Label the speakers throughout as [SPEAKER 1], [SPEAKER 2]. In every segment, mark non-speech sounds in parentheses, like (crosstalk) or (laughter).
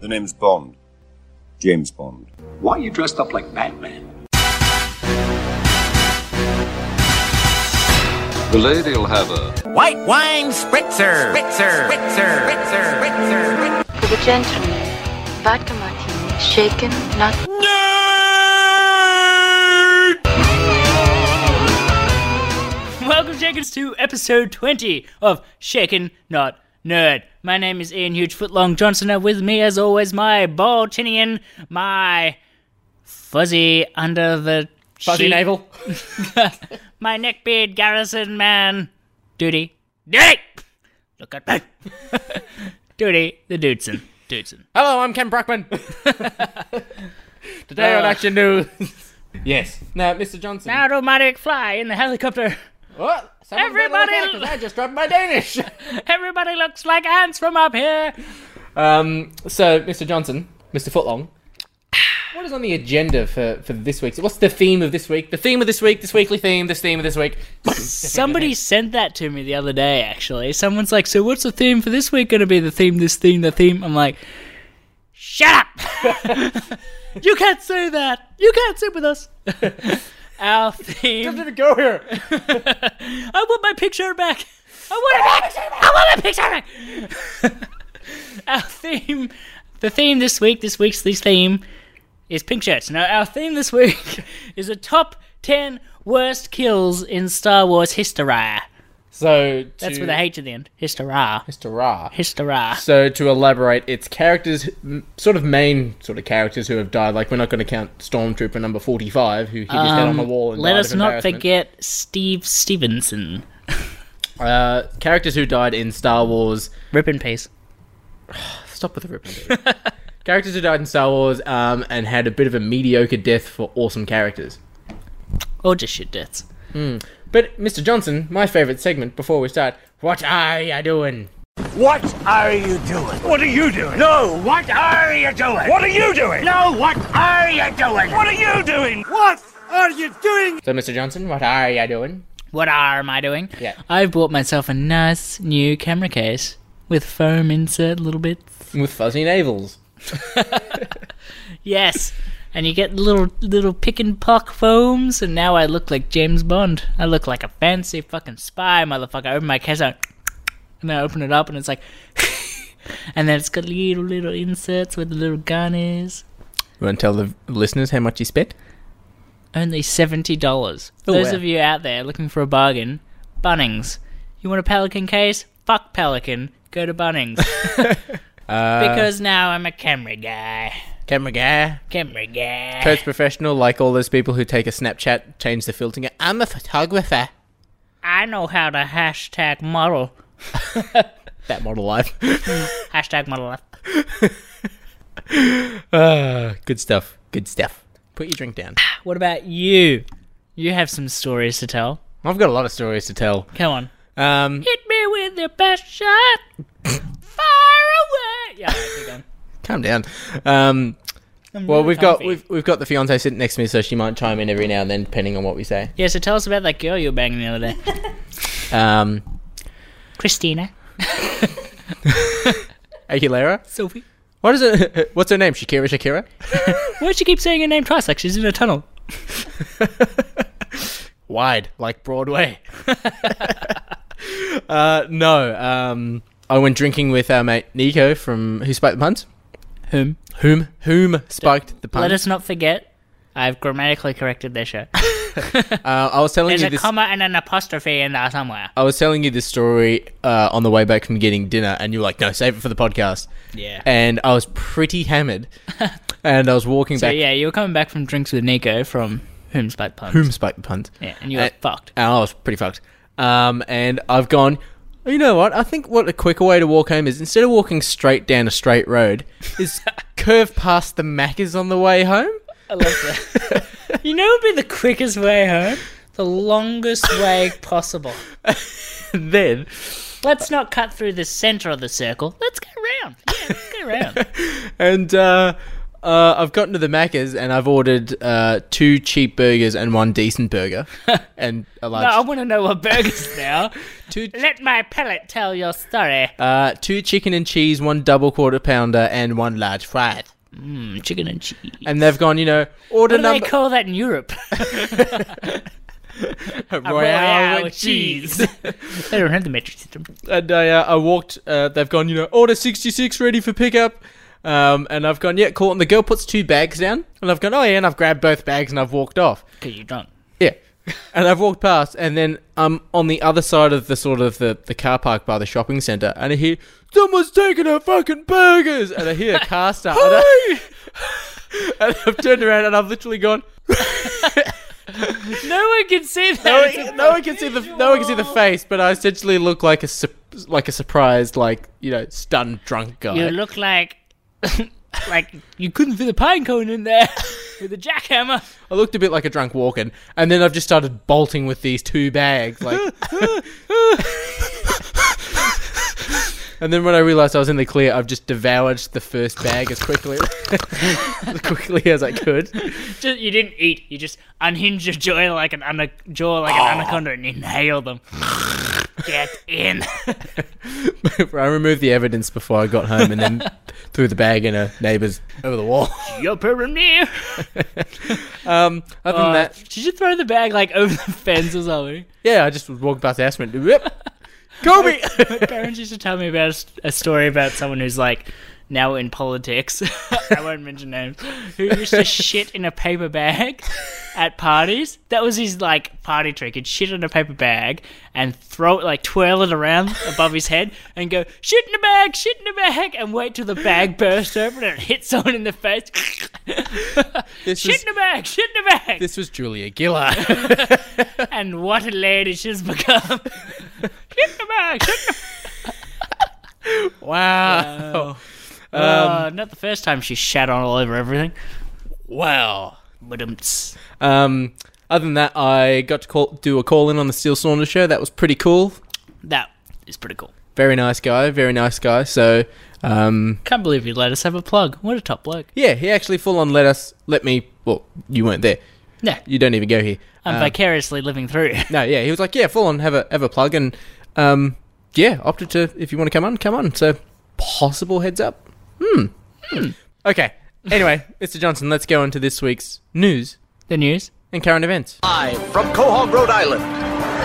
[SPEAKER 1] The name's Bond. James Bond.
[SPEAKER 2] Why are you dressed up like Batman?
[SPEAKER 3] The lady'll have a
[SPEAKER 4] white wine spritzer. Spritzer. Spritzer. Spritzer. Spritzer.
[SPEAKER 5] For the gentleman, vodka martini, shaken, not.
[SPEAKER 6] Welcome, Jenkins, to episode 20 of Shaken Not Nerd. My name is Ian Huge Footlong Johnson, and with me, as always, my ball chinian, my fuzzy under the
[SPEAKER 7] Fuzzy
[SPEAKER 6] sheet-
[SPEAKER 7] navel.
[SPEAKER 6] (laughs) my neckbeard garrison man, Duty. Duty! Look at me. (laughs) Duty, the Dudeson. Dudeson.
[SPEAKER 7] Hello, I'm Ken Brockman. Today on
[SPEAKER 6] Uh.
[SPEAKER 7] Action News. (laughs) yes. Now, Mr. Johnson. Oh,
[SPEAKER 6] Now to Marty McFly in the helicopter. (laughs)
[SPEAKER 7] what? Someone better
[SPEAKER 6] Everybody-
[SPEAKER 7] look out, 'cause I just dropped my
[SPEAKER 6] (laughs)
[SPEAKER 7] Danish.
[SPEAKER 6] Everybody looks like ants from up here.
[SPEAKER 7] um. So, Mr. Johnson, Mr. Footlong. What is on the agenda for, for this week? What's the theme of this week? The theme of this week, this weekly theme, this theme of this week.
[SPEAKER 6] Somebody sent that to me the other day, actually. Someone's like, So, what's the theme for this week going to be? The theme, this theme, the theme. I'm like, Shut up! (laughs) you can't say that! You can't sit with us! (laughs) Our theme. (laughs)
[SPEAKER 7] even go here.
[SPEAKER 6] I want my picture back! I want it back! I want my picture back! (laughs) our theme. The theme this week, this week's this theme is pink shirts. Now, our theme this week (laughs) is the top 10 worst kills in Star Wars history.
[SPEAKER 7] So, to,
[SPEAKER 6] That's with a H at the end. Histera.
[SPEAKER 7] Mr. Ra.
[SPEAKER 6] Histera.
[SPEAKER 7] So to elaborate, it's characters, m- sort of main sort of characters who have died. Like we're not going to count Stormtrooper number forty-five who hit his head on the wall. And
[SPEAKER 6] Um, Let
[SPEAKER 7] died
[SPEAKER 6] us
[SPEAKER 7] of
[SPEAKER 6] not
[SPEAKER 7] embarrassment.
[SPEAKER 6] forget Steve Stevenson.
[SPEAKER 7] uh, characters who died in Star Wars.
[SPEAKER 6] Rip in peace.
[SPEAKER 7] Stop with the rip. (laughs) characters who died in Star Wars um, and had a bit of a mediocre death for awesome characters.
[SPEAKER 6] Or just shit deaths.
[SPEAKER 7] But Mr. Johnson, my favourite segment before we start. What are ya doing?
[SPEAKER 4] What are you doing? What are you doing? No, what are you doing? What are you doing? No, what are you doing? What are you doing? What are you doing?
[SPEAKER 7] So Mr. Johnson, what are ya doing?
[SPEAKER 6] What are am I doing?
[SPEAKER 7] Yeah.
[SPEAKER 6] I've bought myself a nice new camera case with foam insert little bits.
[SPEAKER 7] With fuzzy navels.
[SPEAKER 6] Yes. and you get little little pick and pock foams, and now I look like James Bond. I look like a fancy fucking spy, motherfucker. I open my case out, and I open it up, and it's like, (laughs) and then it's got little little inserts where the little gun is.
[SPEAKER 7] You want to tell the listeners how much you spent?
[SPEAKER 6] Only seventy dollars. Those
[SPEAKER 7] Oh, wow.
[SPEAKER 6] of you out there looking for a bargain, Bunnings. You want a Pelican case? Fuck Pelican. Go
[SPEAKER 7] (laughs)
[SPEAKER 6] to Bunnings. (laughs)
[SPEAKER 7] Uh,
[SPEAKER 6] because now I'm a camera guy.
[SPEAKER 7] Camera guy.
[SPEAKER 6] Camera guy.
[SPEAKER 7] Coach professional, like all those people who take a Snapchat, change the filter. and go, I'm a photographer.
[SPEAKER 6] I know how to hashtag model.
[SPEAKER 7] That model (laughs) life.
[SPEAKER 6] Hashtag model life.
[SPEAKER 7] Ah, good stuff. Good stuff. Put your drink down.
[SPEAKER 6] What about you? You have some stories to tell.
[SPEAKER 7] I've got a lot of stories to tell.
[SPEAKER 6] Come on.
[SPEAKER 7] Um,
[SPEAKER 6] Hit me with your best shot. Fire away. Yeah, keep going.
[SPEAKER 7] calm down. Um, well,
[SPEAKER 6] really
[SPEAKER 7] we've got
[SPEAKER 6] comfy.
[SPEAKER 7] we've, we've got the fiance sitting next to me, so she might chime in every now and then, depending on what we say.
[SPEAKER 6] Yeah, so tell us about that girl you were banging the other day.
[SPEAKER 7] (laughs) Um,
[SPEAKER 6] Christina.
[SPEAKER 7] Aguilera.
[SPEAKER 6] Sophie.
[SPEAKER 7] What is it? (laughs) What's her name? Shakira. Shakira.
[SPEAKER 6] Why does she keep saying her name twice like she's in a tunnel?
[SPEAKER 7] Wide like Broadway. (laughs) uh, no. Um, I went drinking with our mate Nico from Who Spiked the Puns.
[SPEAKER 6] Whom?
[SPEAKER 7] Whom whom spiked the pun?
[SPEAKER 6] Let us not forget, I've grammatically corrected their (laughs) show.
[SPEAKER 7] Uh, I was telling
[SPEAKER 6] There's
[SPEAKER 7] you
[SPEAKER 6] a
[SPEAKER 7] this.
[SPEAKER 6] comma and an apostrophe in there somewhere.
[SPEAKER 7] I was telling you this story uh, on the way back from getting dinner, and you were like, "No, save it for the podcast."
[SPEAKER 6] Yeah.
[SPEAKER 7] And I was pretty
[SPEAKER 6] (laughs)
[SPEAKER 7] hammered, and I was walking
[SPEAKER 6] So
[SPEAKER 7] back.
[SPEAKER 6] yeah, you were coming back from drinks with Nico from Whom's Bite Puns.
[SPEAKER 7] Whom spiked the puns?
[SPEAKER 6] Yeah, and you were
[SPEAKER 7] Uh,
[SPEAKER 6] fucked.
[SPEAKER 7] And I was pretty fucked. Um, and I've gone. You know what? I think what a quicker way to walk home is instead of walking straight down a straight road,
[SPEAKER 6] (laughs)
[SPEAKER 7] is curve past the Macca's on the way home.
[SPEAKER 6] I love that. (laughs) you know what would be the quickest way home? The longest way (laughs) possible.
[SPEAKER 7] And then
[SPEAKER 6] Let's not (laughs) cut through the center of the circle. Let's go around. Yeah, let's go around.
[SPEAKER 7] and uh, Uh, I've gotten to the Macca's and I've ordered uh, two cheap burgers and one decent
[SPEAKER 6] (laughs)
[SPEAKER 7] burger and a
[SPEAKER 6] No, I
[SPEAKER 7] large
[SPEAKER 6] want to know what burgers now.
[SPEAKER 7] two
[SPEAKER 6] Let my palate tell your story.
[SPEAKER 7] uh, two chicken and cheese, one double quarter pounder, and one large fried.
[SPEAKER 6] Mm, chicken and cheese.
[SPEAKER 7] And they've gone, you know, order
[SPEAKER 6] What do they
[SPEAKER 7] number
[SPEAKER 6] call that in Europe?
[SPEAKER 7] Royale, with (laughs)
[SPEAKER 6] (laughs) they don't have the metric system.
[SPEAKER 7] and I, uh, I walked. Uh, they've gone, you know, order sixty six ready for pickup. Um, and I've gone, yeah, cool. And the girl puts two bags down, and I've gone, oh yeah, and I've grabbed both bags and I've walked off.
[SPEAKER 6] Because you're drunk.
[SPEAKER 7] Yeah. (laughs) And I've walked past, and then I'm on the other side of the sort of the, the car park by the shopping centre, and I hear someone's taking her fucking burgers, and I hear a car start, and, I, (laughs) and I've turned around and I've literally gone.
[SPEAKER 6] No one can see that.
[SPEAKER 7] No,
[SPEAKER 6] It's a
[SPEAKER 7] one- no one can see the no one can see the face, but I essentially look like a su- like a surprised, like you know, stunned drunk guy.
[SPEAKER 6] You look like (laughs) like you couldn't fit a pine cone in there (laughs) with a jackhammer.
[SPEAKER 7] I looked a bit like a drunk walking, and then I've just started bolting with these two bags, like. and then when I realised I was in the clear, I've just devoured the first bag as quickly, (laughs) as quickly as I could. (laughs)
[SPEAKER 6] Just, you didn't eat. You just unhinged your jaw like an ana- jaw like an
[SPEAKER 7] Ah.
[SPEAKER 6] anaconda and inhaled
[SPEAKER 7] (laughs)
[SPEAKER 6] them. Get in. (laughs)
[SPEAKER 7] I removed the evidence before I got home, and then threw the bag in a neighbour's over the wall. (laughs)
[SPEAKER 6] You're purring me.
[SPEAKER 7] Um, other than
[SPEAKER 6] Uh,
[SPEAKER 7] that,
[SPEAKER 6] Did you throw the bag like over the fence or something?
[SPEAKER 7] yeah, I just walked past the house and went, "Yep, Kobe."
[SPEAKER 6] My (laughs) parents used to tell me about a, s- a story about someone who's like now in politics. (laughs) I won't mention names. Who used to shit in a paper bag at parties. That was his like party trick. He'd shit in a paper bag and throw it, like twirl it around above his head and go shit in a bag, shit in a bag, and wait till the bag bursts open and hit someone in the face. (laughs)
[SPEAKER 7] This
[SPEAKER 6] shit
[SPEAKER 7] was,
[SPEAKER 6] in a bag, shit in a bag.
[SPEAKER 7] this (laughs) was Julia Gillard.
[SPEAKER 6] (laughs) And what a lady she's become. (laughs) shit in a bag, shit in a
[SPEAKER 7] Wow. Um,
[SPEAKER 6] Uh, not the first time she shat on all over everything.
[SPEAKER 7] Wow.
[SPEAKER 6] Badumts.
[SPEAKER 7] Um, other than that, I got to call, do a call in on the Steel Saunders show. That was pretty cool.
[SPEAKER 6] That is pretty cool.
[SPEAKER 7] Very nice guy. Very nice guy. So, um,
[SPEAKER 6] Can't believe you let us have a plug. What a top bloke.
[SPEAKER 7] yeah, he actually full on let us let me. Well, you weren't there.
[SPEAKER 6] Yeah,
[SPEAKER 7] You uh, don't even go here.
[SPEAKER 6] I'm vicariously living through. (laughs)
[SPEAKER 7] No, yeah, he was like, yeah, full on have a have a plug, and um, yeah, opted to if you want to come on, come on. So, possible heads up. Hmm. hmm. Okay. Anyway, (laughs) Mr. Johnson, let's go into this week's news
[SPEAKER 6] the news.
[SPEAKER 7] and current events.
[SPEAKER 8] From Cohog, Rhode Island,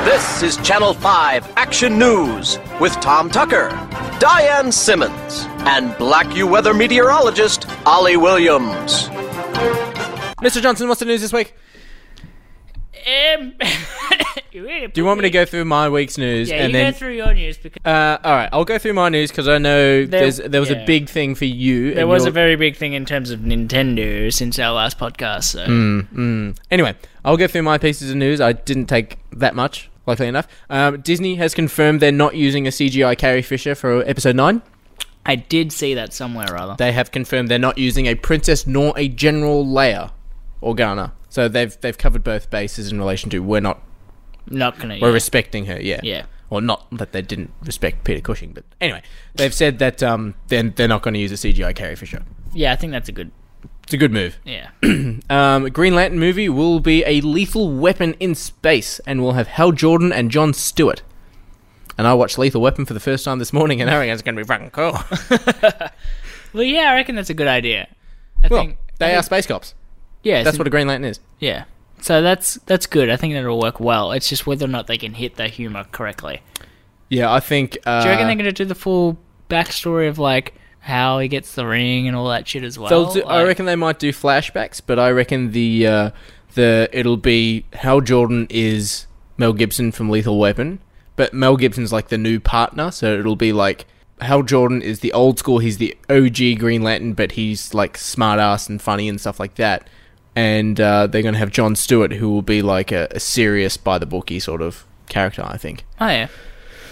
[SPEAKER 8] this is Channel 5 Action News with Tom Tucker, Diane Simmons, and Black U weather meteorologist Ollie Williams.
[SPEAKER 7] Mr. Johnson, what's the news this week?
[SPEAKER 6] Um, (laughs)
[SPEAKER 7] Do you want me to go through my week's news
[SPEAKER 6] Yeah,
[SPEAKER 7] and
[SPEAKER 6] you
[SPEAKER 7] then
[SPEAKER 6] go through your news because
[SPEAKER 7] Uh, all right, I'll go through my news because I know there's, there was
[SPEAKER 6] yeah.
[SPEAKER 7] a big thing for you.
[SPEAKER 6] there
[SPEAKER 7] and
[SPEAKER 6] was
[SPEAKER 7] your-
[SPEAKER 6] a very big thing in terms of Nintendo since our last podcast. So
[SPEAKER 7] Mm. anyway. I'll go through my pieces of news. I didn't take that much, luckily enough. Um, Disney has confirmed they're not using a CGI Carrie Fisher for episode nine.
[SPEAKER 6] I did see that somewhere or other.
[SPEAKER 7] They have confirmed they're not using a princess nor a general Leia Organa. So they've they've covered both bases in relation to we're not
[SPEAKER 6] Not gonna.
[SPEAKER 7] we're respecting her. Yeah,
[SPEAKER 6] Yeah.
[SPEAKER 7] Or not that they didn't respect Peter Cushing, but anyway, they've said that um, they're, they're not going to use a CGI Carrie Fisher.
[SPEAKER 6] yeah, I think that's a good.
[SPEAKER 7] It's a good move.
[SPEAKER 6] Yeah.
[SPEAKER 7] Um, Green Lantern movie will be a lethal weapon in space and will have Hal Jordan and John Stewart. And I watched Lethal Weapon for the first time this morning and (coughs) I reckon it's going to be fucking cool.
[SPEAKER 6] (laughs) well, yeah, I reckon that's a good idea. I
[SPEAKER 7] well,
[SPEAKER 6] think
[SPEAKER 7] they are space cops.
[SPEAKER 6] yeah,
[SPEAKER 7] That's
[SPEAKER 6] so-
[SPEAKER 7] what a Green Lantern is.
[SPEAKER 6] Yeah. So that's that's good. I think that'll work well. It's just whether or not they can hit the humor correctly.
[SPEAKER 7] Yeah, I think. Uh,
[SPEAKER 6] Do you reckon they're gonna do the full backstory of like how he gets the ring and all that shit as well?
[SPEAKER 7] they'll do, I
[SPEAKER 6] Like,
[SPEAKER 7] reckon they might do flashbacks, but I reckon the uh, the it'll be Hal Jordan is Mel Gibson from Lethal Weapon, but Mel Gibson's like the new partner, so it'll be like Hal Jordan is the old school, he's the OG Green Lantern, but he's like smart ass and funny and stuff like that. And uh, they're gonna have John Stewart, who will be like a, a serious by the booky sort of character, I think.
[SPEAKER 6] Oh yeah,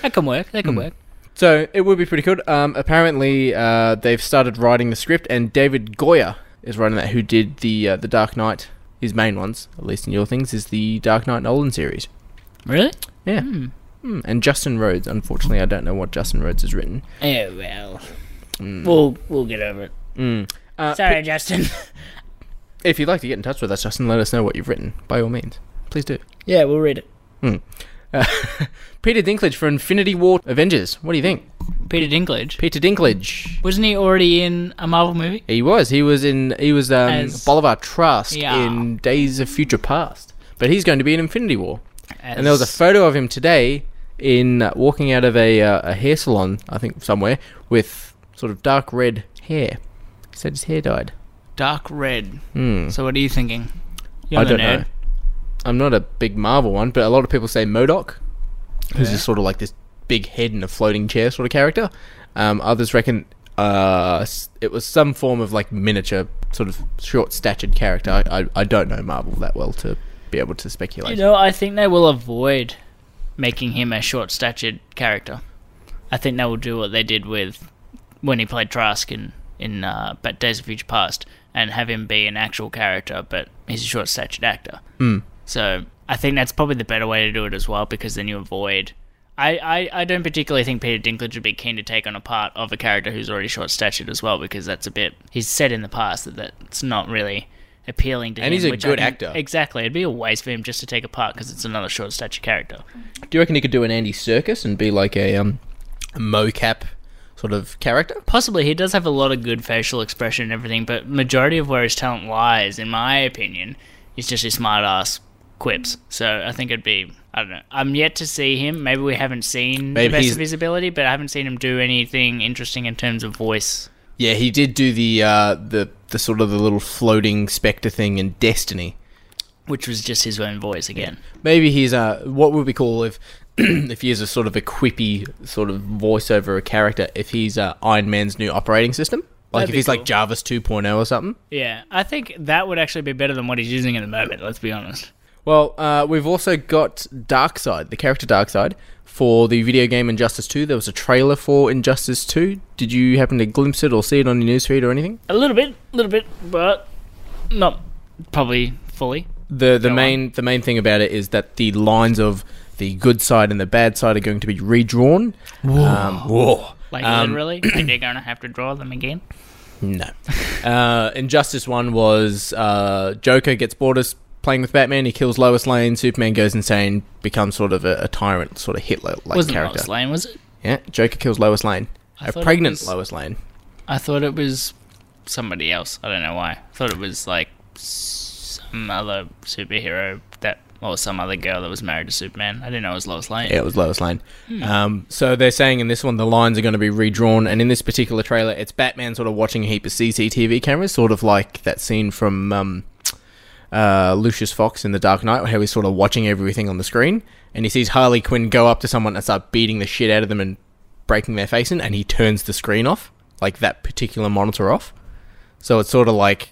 [SPEAKER 6] that can work.
[SPEAKER 7] Hmm.
[SPEAKER 6] That can work.
[SPEAKER 7] So it would be pretty good. Um, apparently, uh, they've started writing the script, and David Goyer is writing that. Who did the uh, the Dark Knight? His main ones, at least in your things, is the Dark Knight Nolan series.
[SPEAKER 6] Really?
[SPEAKER 7] Yeah. Hmm, And Justin Rhodes. Unfortunately, I don't know what Justin Rhodes has written. Hmm.
[SPEAKER 6] Oh well. We'll we'll get over it.
[SPEAKER 7] Uh,
[SPEAKER 6] Sorry, Justin. (laughs)
[SPEAKER 7] If you'd like to get in touch with us, Justin, let us know what you've written. By all means, please do. (laughs)
[SPEAKER 6] yeah, we'll read it.
[SPEAKER 7] Peter Dinklage for Infinity War Avengers. What do you think?
[SPEAKER 6] Peter Dinklage.
[SPEAKER 7] Peter Dinklage.
[SPEAKER 6] Wasn't he already in a Marvel movie?
[SPEAKER 7] He was. He was in. He was um,
[SPEAKER 6] As-
[SPEAKER 7] Bolivar Trask
[SPEAKER 6] Yeah.
[SPEAKER 7] in Days of Future Past. But he's going to be in Infinity War. And there was a
[SPEAKER 6] As-
[SPEAKER 7] photo of him today in uh, walking out of a uh, a hair salon, I think somewhere, with sort of dark red hair. He said his hair dyed.
[SPEAKER 6] Dark red. So what are you thinking? You're
[SPEAKER 7] Hmm. I
[SPEAKER 6] the
[SPEAKER 7] don't
[SPEAKER 6] nerd.
[SPEAKER 7] know. I'm not a big Marvel one, but a lot of people say Modoc, who's just sort of like this big head in a floating chair sort of character. Um, others reckon uh, s- it was some form of like miniature, sort of short statured character. I, I, I don't know Marvel that well to be able to speculate.
[SPEAKER 6] You know, I think they will avoid making him a short-statured character. I think they will do what they did with when he played Trask in in uh, but Days of Future Past, and have him be an actual character, but he's a short-statured actor.
[SPEAKER 7] Hmm.
[SPEAKER 6] So I think that's probably the better way to do it as well, because then you avoid. I, I, I don't particularly think Peter Dinklage would be keen to take on a part of a character who's already short-statured as well, because that's a bit he's said in the past that that's not really appealing to him.
[SPEAKER 7] And he's a
[SPEAKER 6] which I
[SPEAKER 7] good
[SPEAKER 6] think-
[SPEAKER 7] actor.
[SPEAKER 6] Exactly, it'd be a waste for him just to take a part because it's another short-statured character.
[SPEAKER 7] Do you reckon he could do an Andy Circus and be like a, um, a mocap sort of character?
[SPEAKER 6] Possibly he does have a lot of good facial expression and everything, but majority of where his talent lies, in my opinion, is just his smart ass quips. So I think it'd be I don't know. I'm yet to see him. Maybe we haven't seen
[SPEAKER 7] Maybe
[SPEAKER 6] the best
[SPEAKER 7] he's-
[SPEAKER 6] of his ability, but I haven't seen him do anything interesting in terms of voice.
[SPEAKER 7] Yeah, he did do the uh, the the sort of the little floating specter thing in Destiny.
[SPEAKER 6] Which was just his own voice again.
[SPEAKER 7] Maybe he's a what would we call if (clears throat) if he is a sort of a quippy sort of voiceover a character. If he's uh, Iron Man's new operating system, like
[SPEAKER 6] That'd
[SPEAKER 7] if
[SPEAKER 6] be
[SPEAKER 7] he's
[SPEAKER 6] cool.
[SPEAKER 7] like Jarvis 2.0 or something.
[SPEAKER 6] Yeah, I think that would actually be better than what he's using at the moment. Let's be honest.
[SPEAKER 7] Well, uh, we've also got Darkseid, the character Darkseid, for the video game Injustice 2. There was a trailer for Injustice 2. Did you happen to glimpse it or see it on your newsfeed or anything?
[SPEAKER 6] A little bit, a little bit, but not probably fully.
[SPEAKER 7] the the
[SPEAKER 6] Go
[SPEAKER 7] main the main thing about it is that the lines of the good side and the bad side are going to be redrawn. Whoa. Um, whoa.
[SPEAKER 6] Like
[SPEAKER 7] Um,
[SPEAKER 6] literally, like they're gonna have to draw them again.
[SPEAKER 7] No. uh, Injustice 1 was uh, Joker gets bored of playing with Batman, he kills Lois Lane, Superman goes insane, becomes sort of a, a tyrant, sort of Hitler like
[SPEAKER 6] Wasn't
[SPEAKER 7] character.
[SPEAKER 6] Lois Lane, was it?
[SPEAKER 7] Yeah, Joker kills Lois Lane.
[SPEAKER 6] I
[SPEAKER 7] a
[SPEAKER 6] thought it
[SPEAKER 7] pregnant
[SPEAKER 6] was-
[SPEAKER 7] Lois Lane.
[SPEAKER 6] I thought it was somebody else. I don't know why. I thought it was like some other superhero that, or some other girl that was married to Superman. I didn't know it was Lois Lane.
[SPEAKER 7] Yeah, it was Lois Lane. Um, so they're saying in this one the lines are going to be redrawn, and in this particular trailer, it's Batman sort of watching a heap of CCTV cameras, sort of like that scene from um, uh, Lucius Fox in The Dark Knight, how he's sort of watching everything on the screen, and he sees Harley Quinn go up to someone and start beating the shit out of them and breaking their face in, and he turns the screen off, like that particular monitor off. So it's sort of like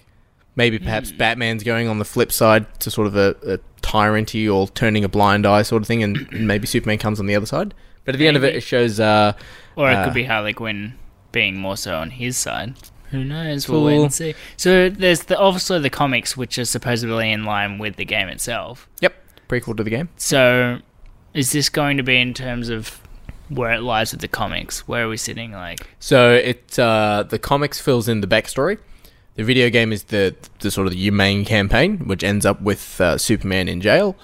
[SPEAKER 7] maybe perhaps Batman's going on the flip side to sort of a, a tyranny or turning a blind eye sort of thing, and maybe Superman comes on the other side. But at the end of it,
[SPEAKER 6] Maybe.
[SPEAKER 7] it shows uh,
[SPEAKER 6] Or it
[SPEAKER 7] Uh,
[SPEAKER 6] could be Harley Quinn being more so on his side. Who knows? We'll wait
[SPEAKER 7] Cool.
[SPEAKER 6] and see. So there's the, also the comics, which are supposedly in line with the game itself.
[SPEAKER 7] yep, prequel to the game.
[SPEAKER 6] So is this going to be in terms of where it lies with the comics? Where are we sitting? Like,
[SPEAKER 7] So it uh, the comics fills in the backstory. The video game is the the sort of the humane campaign, which ends up with uh, Superman in jail.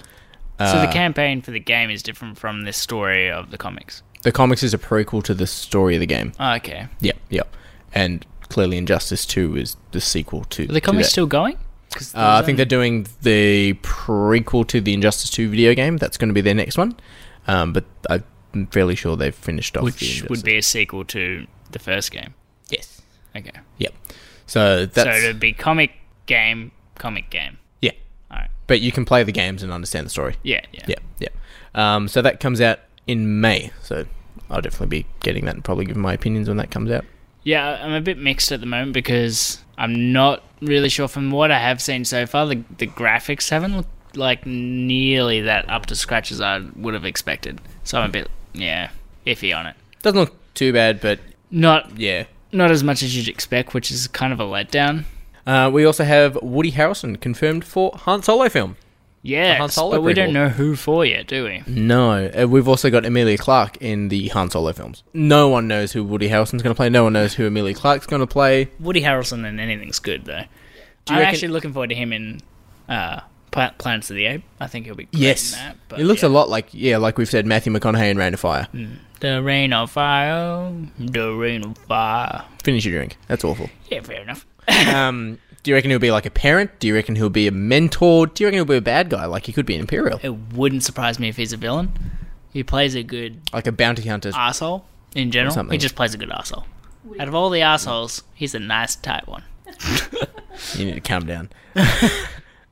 [SPEAKER 6] So
[SPEAKER 7] Uh,
[SPEAKER 6] the campaign for the game is different from the story of the comics.
[SPEAKER 7] The comics is a prequel to the story of the game.
[SPEAKER 6] Oh, okay.
[SPEAKER 7] Yep, yep, and clearly Injustice Two is the sequel to
[SPEAKER 6] Are the
[SPEAKER 7] to
[SPEAKER 6] comics
[SPEAKER 7] that.
[SPEAKER 6] still going?
[SPEAKER 7] Uh, I think they're doing the prequel to the Injustice 2 video game. That's going to be their next one. Um, but I'm fairly sure they've finished off. the
[SPEAKER 6] Which would
[SPEAKER 7] Injustice.
[SPEAKER 6] be a sequel to the first game.
[SPEAKER 7] yes.
[SPEAKER 6] Okay.
[SPEAKER 7] Yep. So that's
[SPEAKER 6] so it'd be comic game, comic game.
[SPEAKER 7] yeah.
[SPEAKER 6] All right.
[SPEAKER 7] But you can play the games and understand the story.
[SPEAKER 6] Yeah. Yeah.
[SPEAKER 7] Yeah, yeah. Um, so that comes out in May. So I'll definitely be getting that and probably give my opinions when that comes out.
[SPEAKER 6] Yeah, I'm a bit mixed at the moment because I'm not really sure from what I have seen so far. The, the graphics haven't looked like nearly that up to scratch as I would have expected. So I'm a bit yeah iffy on it.
[SPEAKER 7] Doesn't look too bad, but
[SPEAKER 6] Not
[SPEAKER 7] yeah.
[SPEAKER 6] not as much as you'd expect, which is kind of a letdown.
[SPEAKER 7] Uh, we also have Woody Harrelson confirmed for Han Solo film.
[SPEAKER 6] Yes,
[SPEAKER 7] Solo
[SPEAKER 6] but we
[SPEAKER 7] prequel.
[SPEAKER 6] don't know who for yet, do we?
[SPEAKER 7] No, uh, we've also got Amelia Clark in the Han Solo films. No one knows who Woody Harrelson's going to play. No one knows who Amelia Clark's going to play.
[SPEAKER 6] Woody Harrelson and anything's good though.
[SPEAKER 7] you
[SPEAKER 6] I'm
[SPEAKER 7] reckon-
[SPEAKER 6] actually looking forward to him in uh, Pla- Planets of the Apes. I think he'll be great
[SPEAKER 7] Yes,
[SPEAKER 6] in that.
[SPEAKER 7] it looks
[SPEAKER 6] yeah. Mm.
[SPEAKER 7] a lot like yeah, like we've said, Matthew McConaughey and Rain of Fire.
[SPEAKER 6] The rain of fire, the rain of fire.
[SPEAKER 7] Finish your drink. That's awful.
[SPEAKER 6] Yeah, fair enough. (laughs)
[SPEAKER 7] um, do you reckon he'll be like a parent? Do you reckon he'll be a mentor? Do you reckon he'll be a bad guy? Like he could be an Imperial,
[SPEAKER 6] It wouldn't surprise me if he's a villain. He plays a good
[SPEAKER 7] like a bounty hunter.
[SPEAKER 6] asshole in general. He
[SPEAKER 7] something.
[SPEAKER 6] just plays a good asshole. Out of all the assholes, he's a nice tight one.
[SPEAKER 7] You need to calm down. (laughs)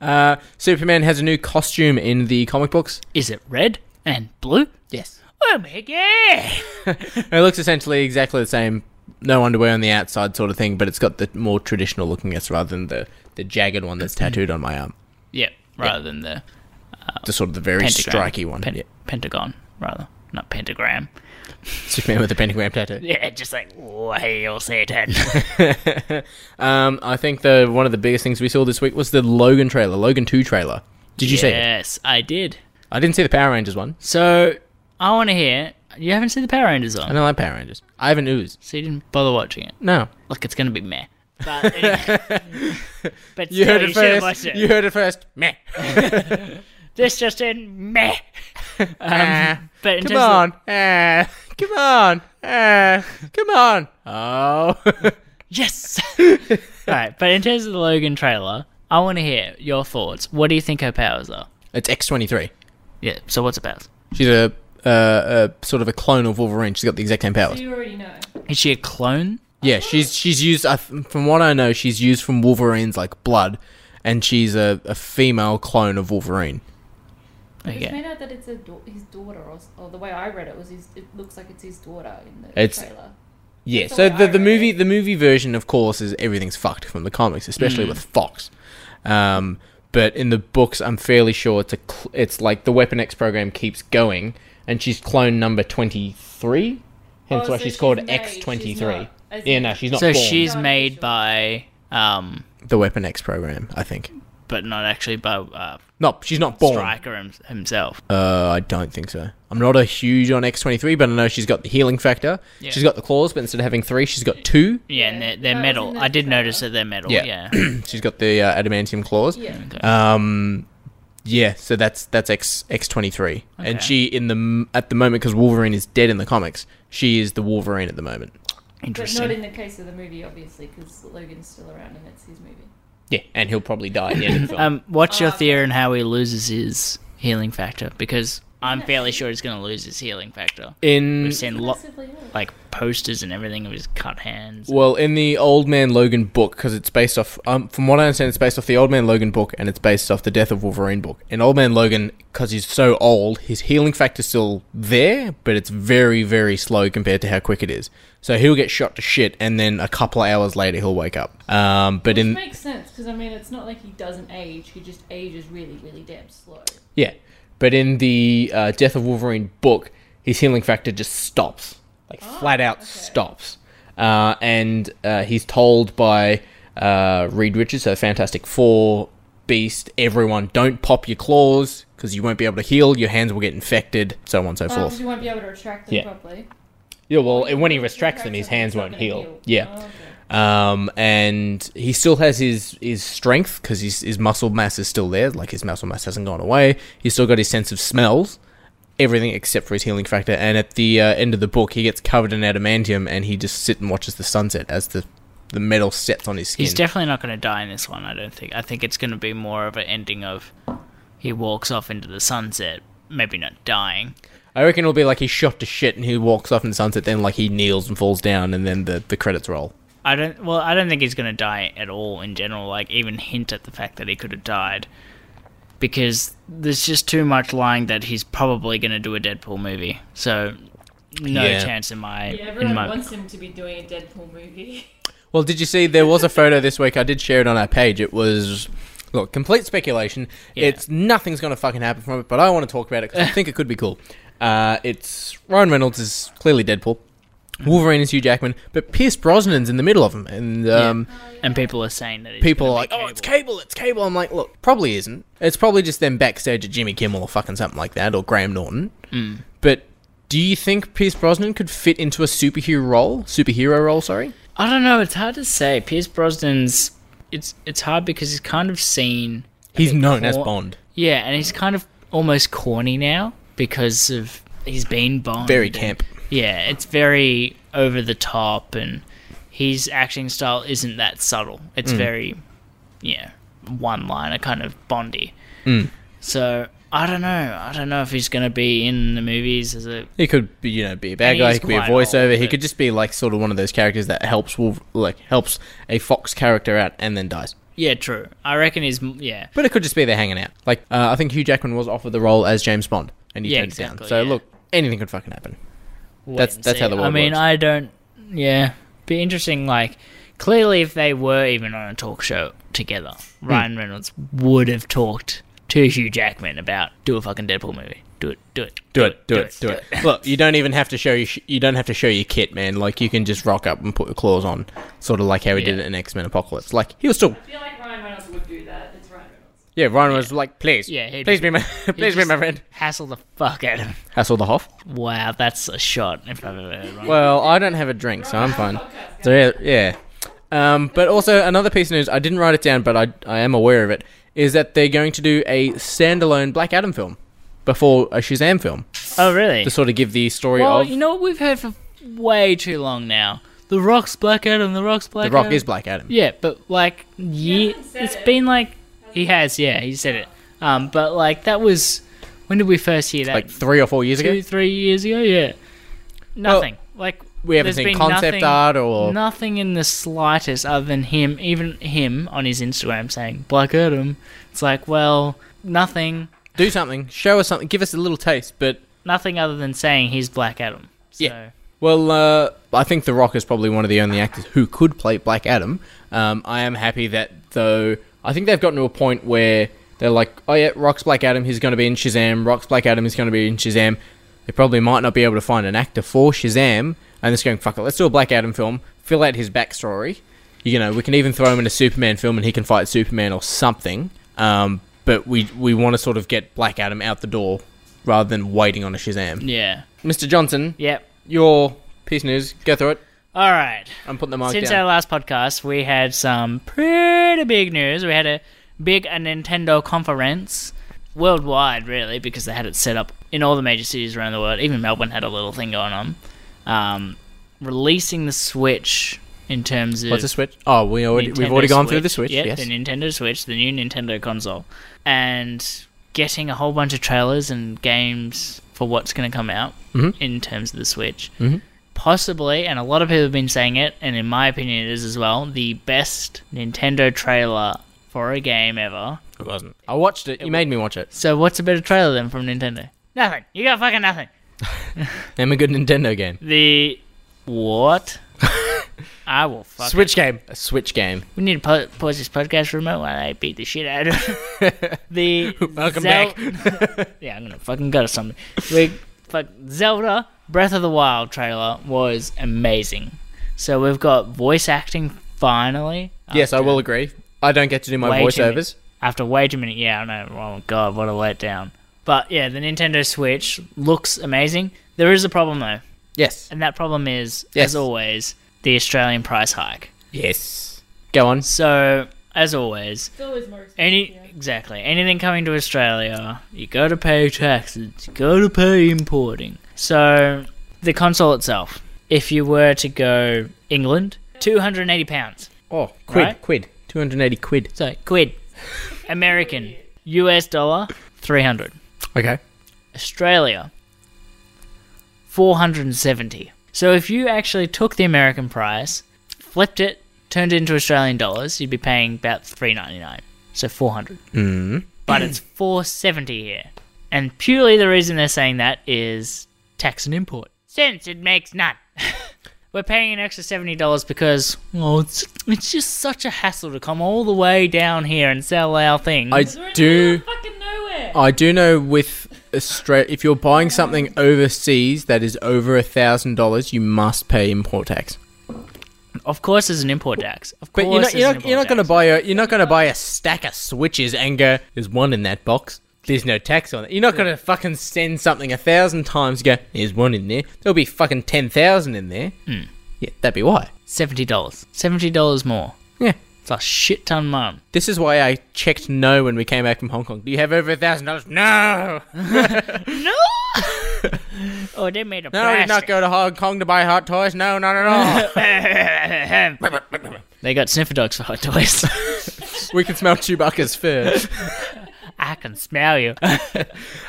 [SPEAKER 7] uh, Superman has a new costume in the comic books.
[SPEAKER 6] Is it red and blue?
[SPEAKER 7] Yes,
[SPEAKER 6] Oh my god!
[SPEAKER 7] it looks essentially exactly the same. No underwear on the outside, sort of thing, but it's got the more traditional lookingness rather than the, the jagged one that's tattooed on my arm.
[SPEAKER 6] Yep, rather than the
[SPEAKER 7] The sort of the very
[SPEAKER 6] pentagram.
[SPEAKER 7] striky one.
[SPEAKER 6] Pen-
[SPEAKER 7] yeah.
[SPEAKER 6] Pentagon, rather. Not pentagram.
[SPEAKER 7] Superman with a pentagram tattoo.
[SPEAKER 6] Yeah, just like,
[SPEAKER 7] (laughs)
[SPEAKER 6] whale Satan.
[SPEAKER 7] Um, I think the one of the biggest things we saw this week was the Logan trailer, Logan Two trailer. Did you see it?
[SPEAKER 6] yes, I did.
[SPEAKER 7] I didn't see the Power Rangers one.
[SPEAKER 6] So, I want to hear. You haven't seen the Power Rangers
[SPEAKER 7] I
[SPEAKER 6] on,
[SPEAKER 7] don't like Power Rangers. I haven't oozed.
[SPEAKER 6] so you didn't bother watching it.
[SPEAKER 7] No.
[SPEAKER 6] Look, it's going to be meh.
[SPEAKER 7] (laughs)
[SPEAKER 6] But, anyway. but
[SPEAKER 7] You
[SPEAKER 6] still,
[SPEAKER 7] heard
[SPEAKER 6] you
[SPEAKER 7] it
[SPEAKER 6] should have watched
[SPEAKER 7] first.
[SPEAKER 6] it.
[SPEAKER 7] You heard it first. Meh.
[SPEAKER 6] (laughs) This just in meh.
[SPEAKER 7] (laughs) Ah.
[SPEAKER 6] But in
[SPEAKER 7] Come
[SPEAKER 6] terms of-
[SPEAKER 7] on. Ah. Come on. Ah. Come on. Oh. (laughs)
[SPEAKER 6] Yes. All right, but in terms of the Logan trailer, I want to hear your thoughts. What do you think her powers are?
[SPEAKER 7] it's X23.
[SPEAKER 6] Yeah. So what's her powers?
[SPEAKER 7] She's a, uh, a sort of a clone of Wolverine. She's got the exact same powers.
[SPEAKER 9] You already know.
[SPEAKER 6] Is she a clone?
[SPEAKER 7] Yeah, she's she's used. I th- From what I know, she's used from Wolverine's like blood, and she's a, a female clone of Wolverine.
[SPEAKER 9] It's
[SPEAKER 6] Okay.
[SPEAKER 9] made out that it's a dau- his daughter, or, s- or the way I read it was his, it looks like it's his daughter in the
[SPEAKER 7] It's-
[SPEAKER 9] trailer.
[SPEAKER 7] Yeah,
[SPEAKER 9] That's
[SPEAKER 7] so
[SPEAKER 9] the way
[SPEAKER 7] the,
[SPEAKER 9] I
[SPEAKER 7] the
[SPEAKER 9] read
[SPEAKER 7] movie
[SPEAKER 9] it.
[SPEAKER 7] the movie version, of course, is everything's fucked from the comics, especially
[SPEAKER 9] Mm.
[SPEAKER 7] with Fox. Um, but in the books, I'm fairly sure it's a cl- it's like the Weapon X program keeps going, and she's clone number twenty three, hence
[SPEAKER 9] Oh,
[SPEAKER 7] why
[SPEAKER 9] so
[SPEAKER 7] she's
[SPEAKER 9] she's
[SPEAKER 7] called
[SPEAKER 9] made,
[SPEAKER 7] X twenty
[SPEAKER 9] she's
[SPEAKER 7] three.
[SPEAKER 9] not- I see.
[SPEAKER 7] Yeah, no, she's not.
[SPEAKER 6] So
[SPEAKER 7] born.
[SPEAKER 6] she's
[SPEAKER 9] Not
[SPEAKER 6] made
[SPEAKER 9] official.
[SPEAKER 6] by, um,
[SPEAKER 7] the Weapon X program, I think.
[SPEAKER 6] but not actually by uh,
[SPEAKER 7] No, she's not born.
[SPEAKER 6] Stryker him- himself.
[SPEAKER 7] Uh, I don't think so. I'm not a huge on X twenty three, but I know she's got the healing factor.
[SPEAKER 6] Yeah.
[SPEAKER 7] She's got the claws, but instead of having three, she's got two.
[SPEAKER 6] yeah, and they're, they're
[SPEAKER 9] that was in
[SPEAKER 6] metal.
[SPEAKER 9] the
[SPEAKER 6] I did
[SPEAKER 9] trailer.
[SPEAKER 6] notice that they're
[SPEAKER 7] (clears throat)
[SPEAKER 6] metal.
[SPEAKER 7] Yeah.
[SPEAKER 6] Yeah.
[SPEAKER 7] (clears throat) she's got the uh, adamantium claws.
[SPEAKER 9] Yeah.
[SPEAKER 7] Um, yeah, so that's that's X X twenty three,
[SPEAKER 6] Okay.
[SPEAKER 7] and she in the m- at the moment because Wolverine is dead in the comics. She is the Wolverine at the moment.
[SPEAKER 9] But
[SPEAKER 6] Interesting.
[SPEAKER 9] not in the case of the movie, obviously, because Logan's still around and it's his movie.
[SPEAKER 7] Yeah, and he'll probably die at the end
[SPEAKER 6] (clears throat)
[SPEAKER 7] of the film.
[SPEAKER 6] Um, what's
[SPEAKER 9] Oh,
[SPEAKER 6] your theory on how he loses his healing factor? Because I'm fairly sure he's going to lose his healing factor.
[SPEAKER 7] in
[SPEAKER 6] We've seen lo-
[SPEAKER 9] Massively, yeah.
[SPEAKER 6] like posters and everything of his cut hands.
[SPEAKER 7] well, in the Old Man Logan book, because it's based off. Um, from what I understand, it's based off the Old Man Logan book, and it's based off the Death of Wolverine book. In Old Man Logan, because he's so old, his healing factor's still there, but it's very very slow compared to how quick it is. So he'll get shot to shit, and then a couple of hours later he'll wake up. Um, but
[SPEAKER 9] Which
[SPEAKER 7] in
[SPEAKER 9] makes sense because I mean it's not like he doesn't age; he just ages really, really damn slow.
[SPEAKER 7] Yeah, but in the uh, Death of Wolverine book, his healing factor just stops, like
[SPEAKER 9] Oh,
[SPEAKER 7] flat out stops, uh, and uh, he's told by uh, Reed Richards, so Fantastic Four, Beast, everyone, don't pop your claws because you won't be able to heal. Your hands will get infected, so on and so
[SPEAKER 9] Because
[SPEAKER 7] forth.
[SPEAKER 9] Um, you won't be able to retract them
[SPEAKER 7] Yeah.
[SPEAKER 9] properly.
[SPEAKER 7] Yeah, well, and when he
[SPEAKER 9] Retract
[SPEAKER 7] retracts them, his
[SPEAKER 9] them,
[SPEAKER 7] hands
[SPEAKER 9] it's not
[SPEAKER 7] won't
[SPEAKER 9] gonna
[SPEAKER 7] heal.
[SPEAKER 9] heal.
[SPEAKER 7] Yeah.
[SPEAKER 9] Oh, okay.
[SPEAKER 7] Um, and he still has his, his strength because his, his muscle mass is still there. Like his muscle mass hasn't gone away. He's still got his sense of smells, everything except for his healing factor. And at the uh, end of the book, he gets covered in adamantium and he just sits and watches the sunset as the, the metal sets on his skin.
[SPEAKER 6] He's definitely not going to die in this one, I don't think. I think it's going to be more of an ending of he walks off into the sunset, maybe not dying.
[SPEAKER 7] I reckon it'll be like he's shot to shit and he walks off in the sunset. Then like he kneels and falls down, and then the, the credits roll.
[SPEAKER 6] I don't well, I don't think he's going to die at all in general, like even hint at the fact that he could have died because there's just too much lying that he's probably going to do a Deadpool movie. So no
[SPEAKER 7] Yeah.
[SPEAKER 6] chance in my
[SPEAKER 9] Yeah,
[SPEAKER 6] in
[SPEAKER 9] everyone
[SPEAKER 6] my
[SPEAKER 9] wants him to be doing a Deadpool movie. (laughs)
[SPEAKER 7] Well, did you see there was a photo this week? I did share it on our page. It was look complete speculation.
[SPEAKER 6] Yeah.
[SPEAKER 7] It's nothing's going to fucking happen from it, but I want to talk about it because I think it could be cool. Uh, it's Ryan Reynolds is clearly Deadpool. Wolverine is Hugh Jackman, but Pierce Brosnan's in the middle of them, and um,
[SPEAKER 6] and people are saying that it's
[SPEAKER 7] people
[SPEAKER 6] gonna
[SPEAKER 7] are
[SPEAKER 6] be
[SPEAKER 7] like, "Oh, it's cable, it's cable." I'm like, "Look, probably isn't. It's probably just them backstage at Jimmy Kimmel or fucking something like that, or Graham Norton." But do you think Pierce Brosnan could fit into a superhero role? Superhero role, sorry.
[SPEAKER 6] I don't know. It's hard to say. Pierce Brosnan's it's it's hard because he's kind of seen.
[SPEAKER 7] He's known as
[SPEAKER 6] Or-
[SPEAKER 7] Bond.
[SPEAKER 6] Yeah, and he's kind of almost corny now because of he's been Bond.
[SPEAKER 7] Very
[SPEAKER 6] and-
[SPEAKER 7] camp.
[SPEAKER 6] Yeah, it's very over the top, and his acting style isn't that subtle. It's
[SPEAKER 7] Mm.
[SPEAKER 6] very, yeah, one liner kind of Bondy.
[SPEAKER 7] Mm.
[SPEAKER 6] So I don't know. I don't know if he's going to be in the movies as a
[SPEAKER 7] He could be, you know, be a bad
[SPEAKER 6] And
[SPEAKER 7] guy.
[SPEAKER 6] he's
[SPEAKER 7] He could be a
[SPEAKER 6] quite old,
[SPEAKER 7] voiceover. he
[SPEAKER 6] but-
[SPEAKER 7] could just be like sort of one of those characters that helps Wolver- like helps a Fox character out and then dies.
[SPEAKER 6] yeah. True. I reckon he's m- yeah.
[SPEAKER 7] But it could just be they're hanging out. Like uh, I think Hugh Jackman was offered the role as James Bond, and he
[SPEAKER 6] Yeah,
[SPEAKER 7] turned it
[SPEAKER 6] exactly,
[SPEAKER 7] down. So
[SPEAKER 6] yeah.
[SPEAKER 7] look, anything could fucking happen.
[SPEAKER 6] Wait
[SPEAKER 7] That's-
[SPEAKER 6] and
[SPEAKER 7] that's how
[SPEAKER 6] see.
[SPEAKER 7] the
[SPEAKER 6] I
[SPEAKER 7] world
[SPEAKER 6] mean,
[SPEAKER 7] works.
[SPEAKER 6] I don't. Yeah, be interesting. Like, clearly, if they were even on a talk show together,
[SPEAKER 7] Hmm.
[SPEAKER 6] Ryan Reynolds would have talked to Hugh Jackman about do a fucking Deadpool movie. Do it. Do it.
[SPEAKER 7] Do it, do it, do it. (laughs) Look, you don't even have to show your sh- you don't have to show your kit, man. Like you can just rock up and put your claws on, sort of like how he did
[SPEAKER 6] Yeah.
[SPEAKER 7] it in X Men Apocalypse. Like he was still,
[SPEAKER 9] I feel like Ryan Reynolds would do that. It's Ryan Reynolds.
[SPEAKER 7] yeah. Ryan was like, please,
[SPEAKER 6] Yeah, he'd-
[SPEAKER 7] please be (laughs) my,
[SPEAKER 6] He'd
[SPEAKER 7] please be
[SPEAKER 6] just
[SPEAKER 7] my
[SPEAKER 6] (laughs)
[SPEAKER 7] friend.
[SPEAKER 6] Hassle the fuck out of him.
[SPEAKER 7] Hassle the Hoff.
[SPEAKER 6] Wow, that's a shot if I've ever heard one.
[SPEAKER 7] Well, I don't have a drink, so I'm fine. So yeah, yeah. Um, but also another piece of news. I didn't write it down, but I I am aware of it. Is that they're going to do a standalone Black Adam film before a Shazam film
[SPEAKER 6] Oh, really?
[SPEAKER 7] to sort of give the story
[SPEAKER 6] Well,
[SPEAKER 7] of
[SPEAKER 6] you know what we've heard for way too long now. The Rock's Black Adam. The Rock's Black
[SPEAKER 7] the Rock
[SPEAKER 6] Adam.
[SPEAKER 7] is Black Adam.
[SPEAKER 6] uh, Yeah, but like ye- it's been like he has, yeah, he said it. Um, but like that was when did we first hear that?
[SPEAKER 7] Like three or four years
[SPEAKER 6] two,
[SPEAKER 7] ago.
[SPEAKER 6] three years ago, yeah. Nothing. like
[SPEAKER 7] we haven't
[SPEAKER 6] there's
[SPEAKER 7] seen
[SPEAKER 6] been
[SPEAKER 7] concept
[SPEAKER 6] nothing-
[SPEAKER 7] art or-
[SPEAKER 6] nothing in the slightest other than him, even him on his Instagram saying Black Adam. It's like, well, nothing,
[SPEAKER 7] Do something. Show us something. Give us a little taste. But
[SPEAKER 6] nothing other than saying he's Black Adam. So,
[SPEAKER 7] Yeah. well, uh, I think The Rock is probably one of the only actors who could play Black Adam. Um, I am happy that though. I think they've gotten to a point where they're like, oh yeah, Rock's Black Adam. He's going to be in Shazam. Rock's Black Adam is going to be in Shazam. They probably might not be able to find an actor for Shazam, and it's going fuck it. Let's do a Black Adam film. Fill out his backstory. You know, we can even throw him in a Superman film and he can fight Superman or something. Um, but we we want to sort of get Black Adam out the door rather than waiting on a Shazam.
[SPEAKER 6] yeah,
[SPEAKER 7] Mr. Johnson,
[SPEAKER 6] yep.
[SPEAKER 7] your piece of news. Go through it.
[SPEAKER 6] All right.
[SPEAKER 7] I'm putting the mic
[SPEAKER 6] Since our
[SPEAKER 7] down.
[SPEAKER 6] last podcast, we had some pretty big news. We had a big uh, Nintendo conference worldwide, really, because they had it set up in all the major cities around the world. Even Melbourne had a little thing going on. Um, releasing the Switch in terms of
[SPEAKER 7] What's the switch? Oh, we already we've
[SPEAKER 6] Nintendo
[SPEAKER 7] already gone through the switch.
[SPEAKER 6] Yep,
[SPEAKER 7] yes.
[SPEAKER 6] the Nintendo Switch, the new Nintendo console, and getting a whole bunch of trailers and games for what's going to come out
[SPEAKER 7] Mm-hmm.
[SPEAKER 6] in terms of the Switch. Mm-hmm. Possibly, and a lot of people have been saying it, and in my opinion, it is as well the best Nintendo trailer for a game ever.
[SPEAKER 7] It wasn't. I watched it. You made me watch it.
[SPEAKER 6] So, what's a better trailer than from Nintendo? Nothing. You got fucking nothing.
[SPEAKER 7] Name a good Nintendo game.
[SPEAKER 6] The
[SPEAKER 7] (laughs)
[SPEAKER 6] what? I will fuck.
[SPEAKER 7] Switch game. A Switch game.
[SPEAKER 6] We need to pa- pause this podcast for a moment while I beat the shit out of
[SPEAKER 7] (laughs)
[SPEAKER 6] the
[SPEAKER 7] Welcome
[SPEAKER 6] Zel- (laughs) yeah, I'm gonna fucking go to something. We fuck Zelda Breath of the Wild trailer was amazing. So we've got voice acting finally.
[SPEAKER 7] Yes, I will agree. I don't get to do my
[SPEAKER 6] Way too many-
[SPEAKER 7] voiceovers.
[SPEAKER 6] After wait a minute, yeah, I know. Oh my god, what a letdown. But yeah, the Nintendo Switch looks amazing. There is a problem though,
[SPEAKER 7] Yes.
[SPEAKER 6] and that problem is,
[SPEAKER 7] Yes.
[SPEAKER 6] as always, the Australian price hike.
[SPEAKER 7] Yes. Go on.
[SPEAKER 6] So as always,
[SPEAKER 9] It's always more expensive.
[SPEAKER 6] Any exactly anything coming to Australia, you got to pay taxes, you got to pay importing. So the console itself, if you were to go England, two hundred and eighty pounds,
[SPEAKER 7] Oh, quid,
[SPEAKER 6] Right.
[SPEAKER 7] quid. 280 quid.
[SPEAKER 6] so quid. American U.S. dollar three hundred.
[SPEAKER 7] Okay.
[SPEAKER 6] Australia, 470. So if you actually took the American price, flipped it, turned it into Australian dollars, you'd be paying about 3.99. So 400. Mm. But it's 470 here. And purely the reason they're saying that is tax and import. Since it makes none. (laughs) We're paying an extra seventy dollars because well, it's it's just such a hassle to come all the way down here and sell our things.
[SPEAKER 7] I
[SPEAKER 9] We're in the middle
[SPEAKER 7] do
[SPEAKER 9] of fucking nowhere. Yeah.
[SPEAKER 7] I do know with Australia, if you're buying something overseas that is over a thousand dollars, you must pay import tax.
[SPEAKER 6] Of course, there's an import tax. Of course,
[SPEAKER 7] But you're not
[SPEAKER 6] there's
[SPEAKER 7] you're
[SPEAKER 6] an
[SPEAKER 7] not,
[SPEAKER 6] import
[SPEAKER 7] you're not going to
[SPEAKER 6] tax.
[SPEAKER 7] buy a you're not going to buy a stack of switches and go. There's one in that box. There's no tax on it. You're not going to fucking send something a thousand times. And go. There's one in there. There'll be fucking ten thousand in there.
[SPEAKER 6] Hmm.
[SPEAKER 7] Yeah, that'd be why.
[SPEAKER 6] seventy dollars. Seventy dollars more.
[SPEAKER 7] Yeah.
[SPEAKER 6] It's a shit ton, mum.
[SPEAKER 7] This is why I checked no when we came back from Hong Kong. Do you have over a thousand dollars? No.
[SPEAKER 6] No. oh, they made a
[SPEAKER 7] No, I did not
[SPEAKER 6] plastic.
[SPEAKER 7] go to Hong Kong to buy hot toys. No, not at
[SPEAKER 6] (laughs)
[SPEAKER 7] all.
[SPEAKER 6] They got sniffer dogs for hot toys.
[SPEAKER 7] we can smell Chewbacca's fur.
[SPEAKER 6] (laughs) I can smell (laughs) you.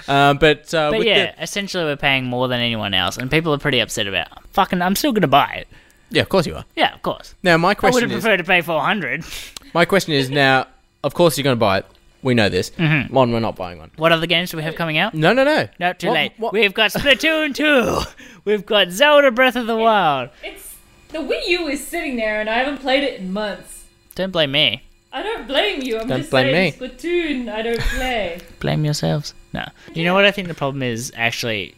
[SPEAKER 7] Um, but uh,
[SPEAKER 6] But
[SPEAKER 7] with
[SPEAKER 6] Oh, yeah, essentially we're paying more than anyone else, and people are pretty upset about. It. Fucking, I'm still gonna buy it.
[SPEAKER 7] the, yeah, of course you are.
[SPEAKER 6] Yeah, of course.
[SPEAKER 7] Now my
[SPEAKER 6] I would
[SPEAKER 7] question
[SPEAKER 6] have
[SPEAKER 7] is,
[SPEAKER 6] preferred to pay four hundred.
[SPEAKER 7] my question is now, of course you're going to buy it. We know this. Mm-hmm. One, we're not buying one.
[SPEAKER 6] What other games do we have coming out?
[SPEAKER 7] No, no, no.
[SPEAKER 6] No, too
[SPEAKER 7] What-
[SPEAKER 6] late.
[SPEAKER 7] what-
[SPEAKER 6] We've got Splatoon 2. We've got Zelda Breath of the Wild.
[SPEAKER 9] It's the Wii U is sitting there, and I haven't played it in months.
[SPEAKER 6] Don't blame me.
[SPEAKER 9] I don't blame you. I'm
[SPEAKER 7] Don't
[SPEAKER 9] just
[SPEAKER 7] blame
[SPEAKER 9] saying,
[SPEAKER 7] me.
[SPEAKER 9] Splatoon. I don't play. (laughs)
[SPEAKER 6] Blame yourselves. No. You know what I think the problem is, actually,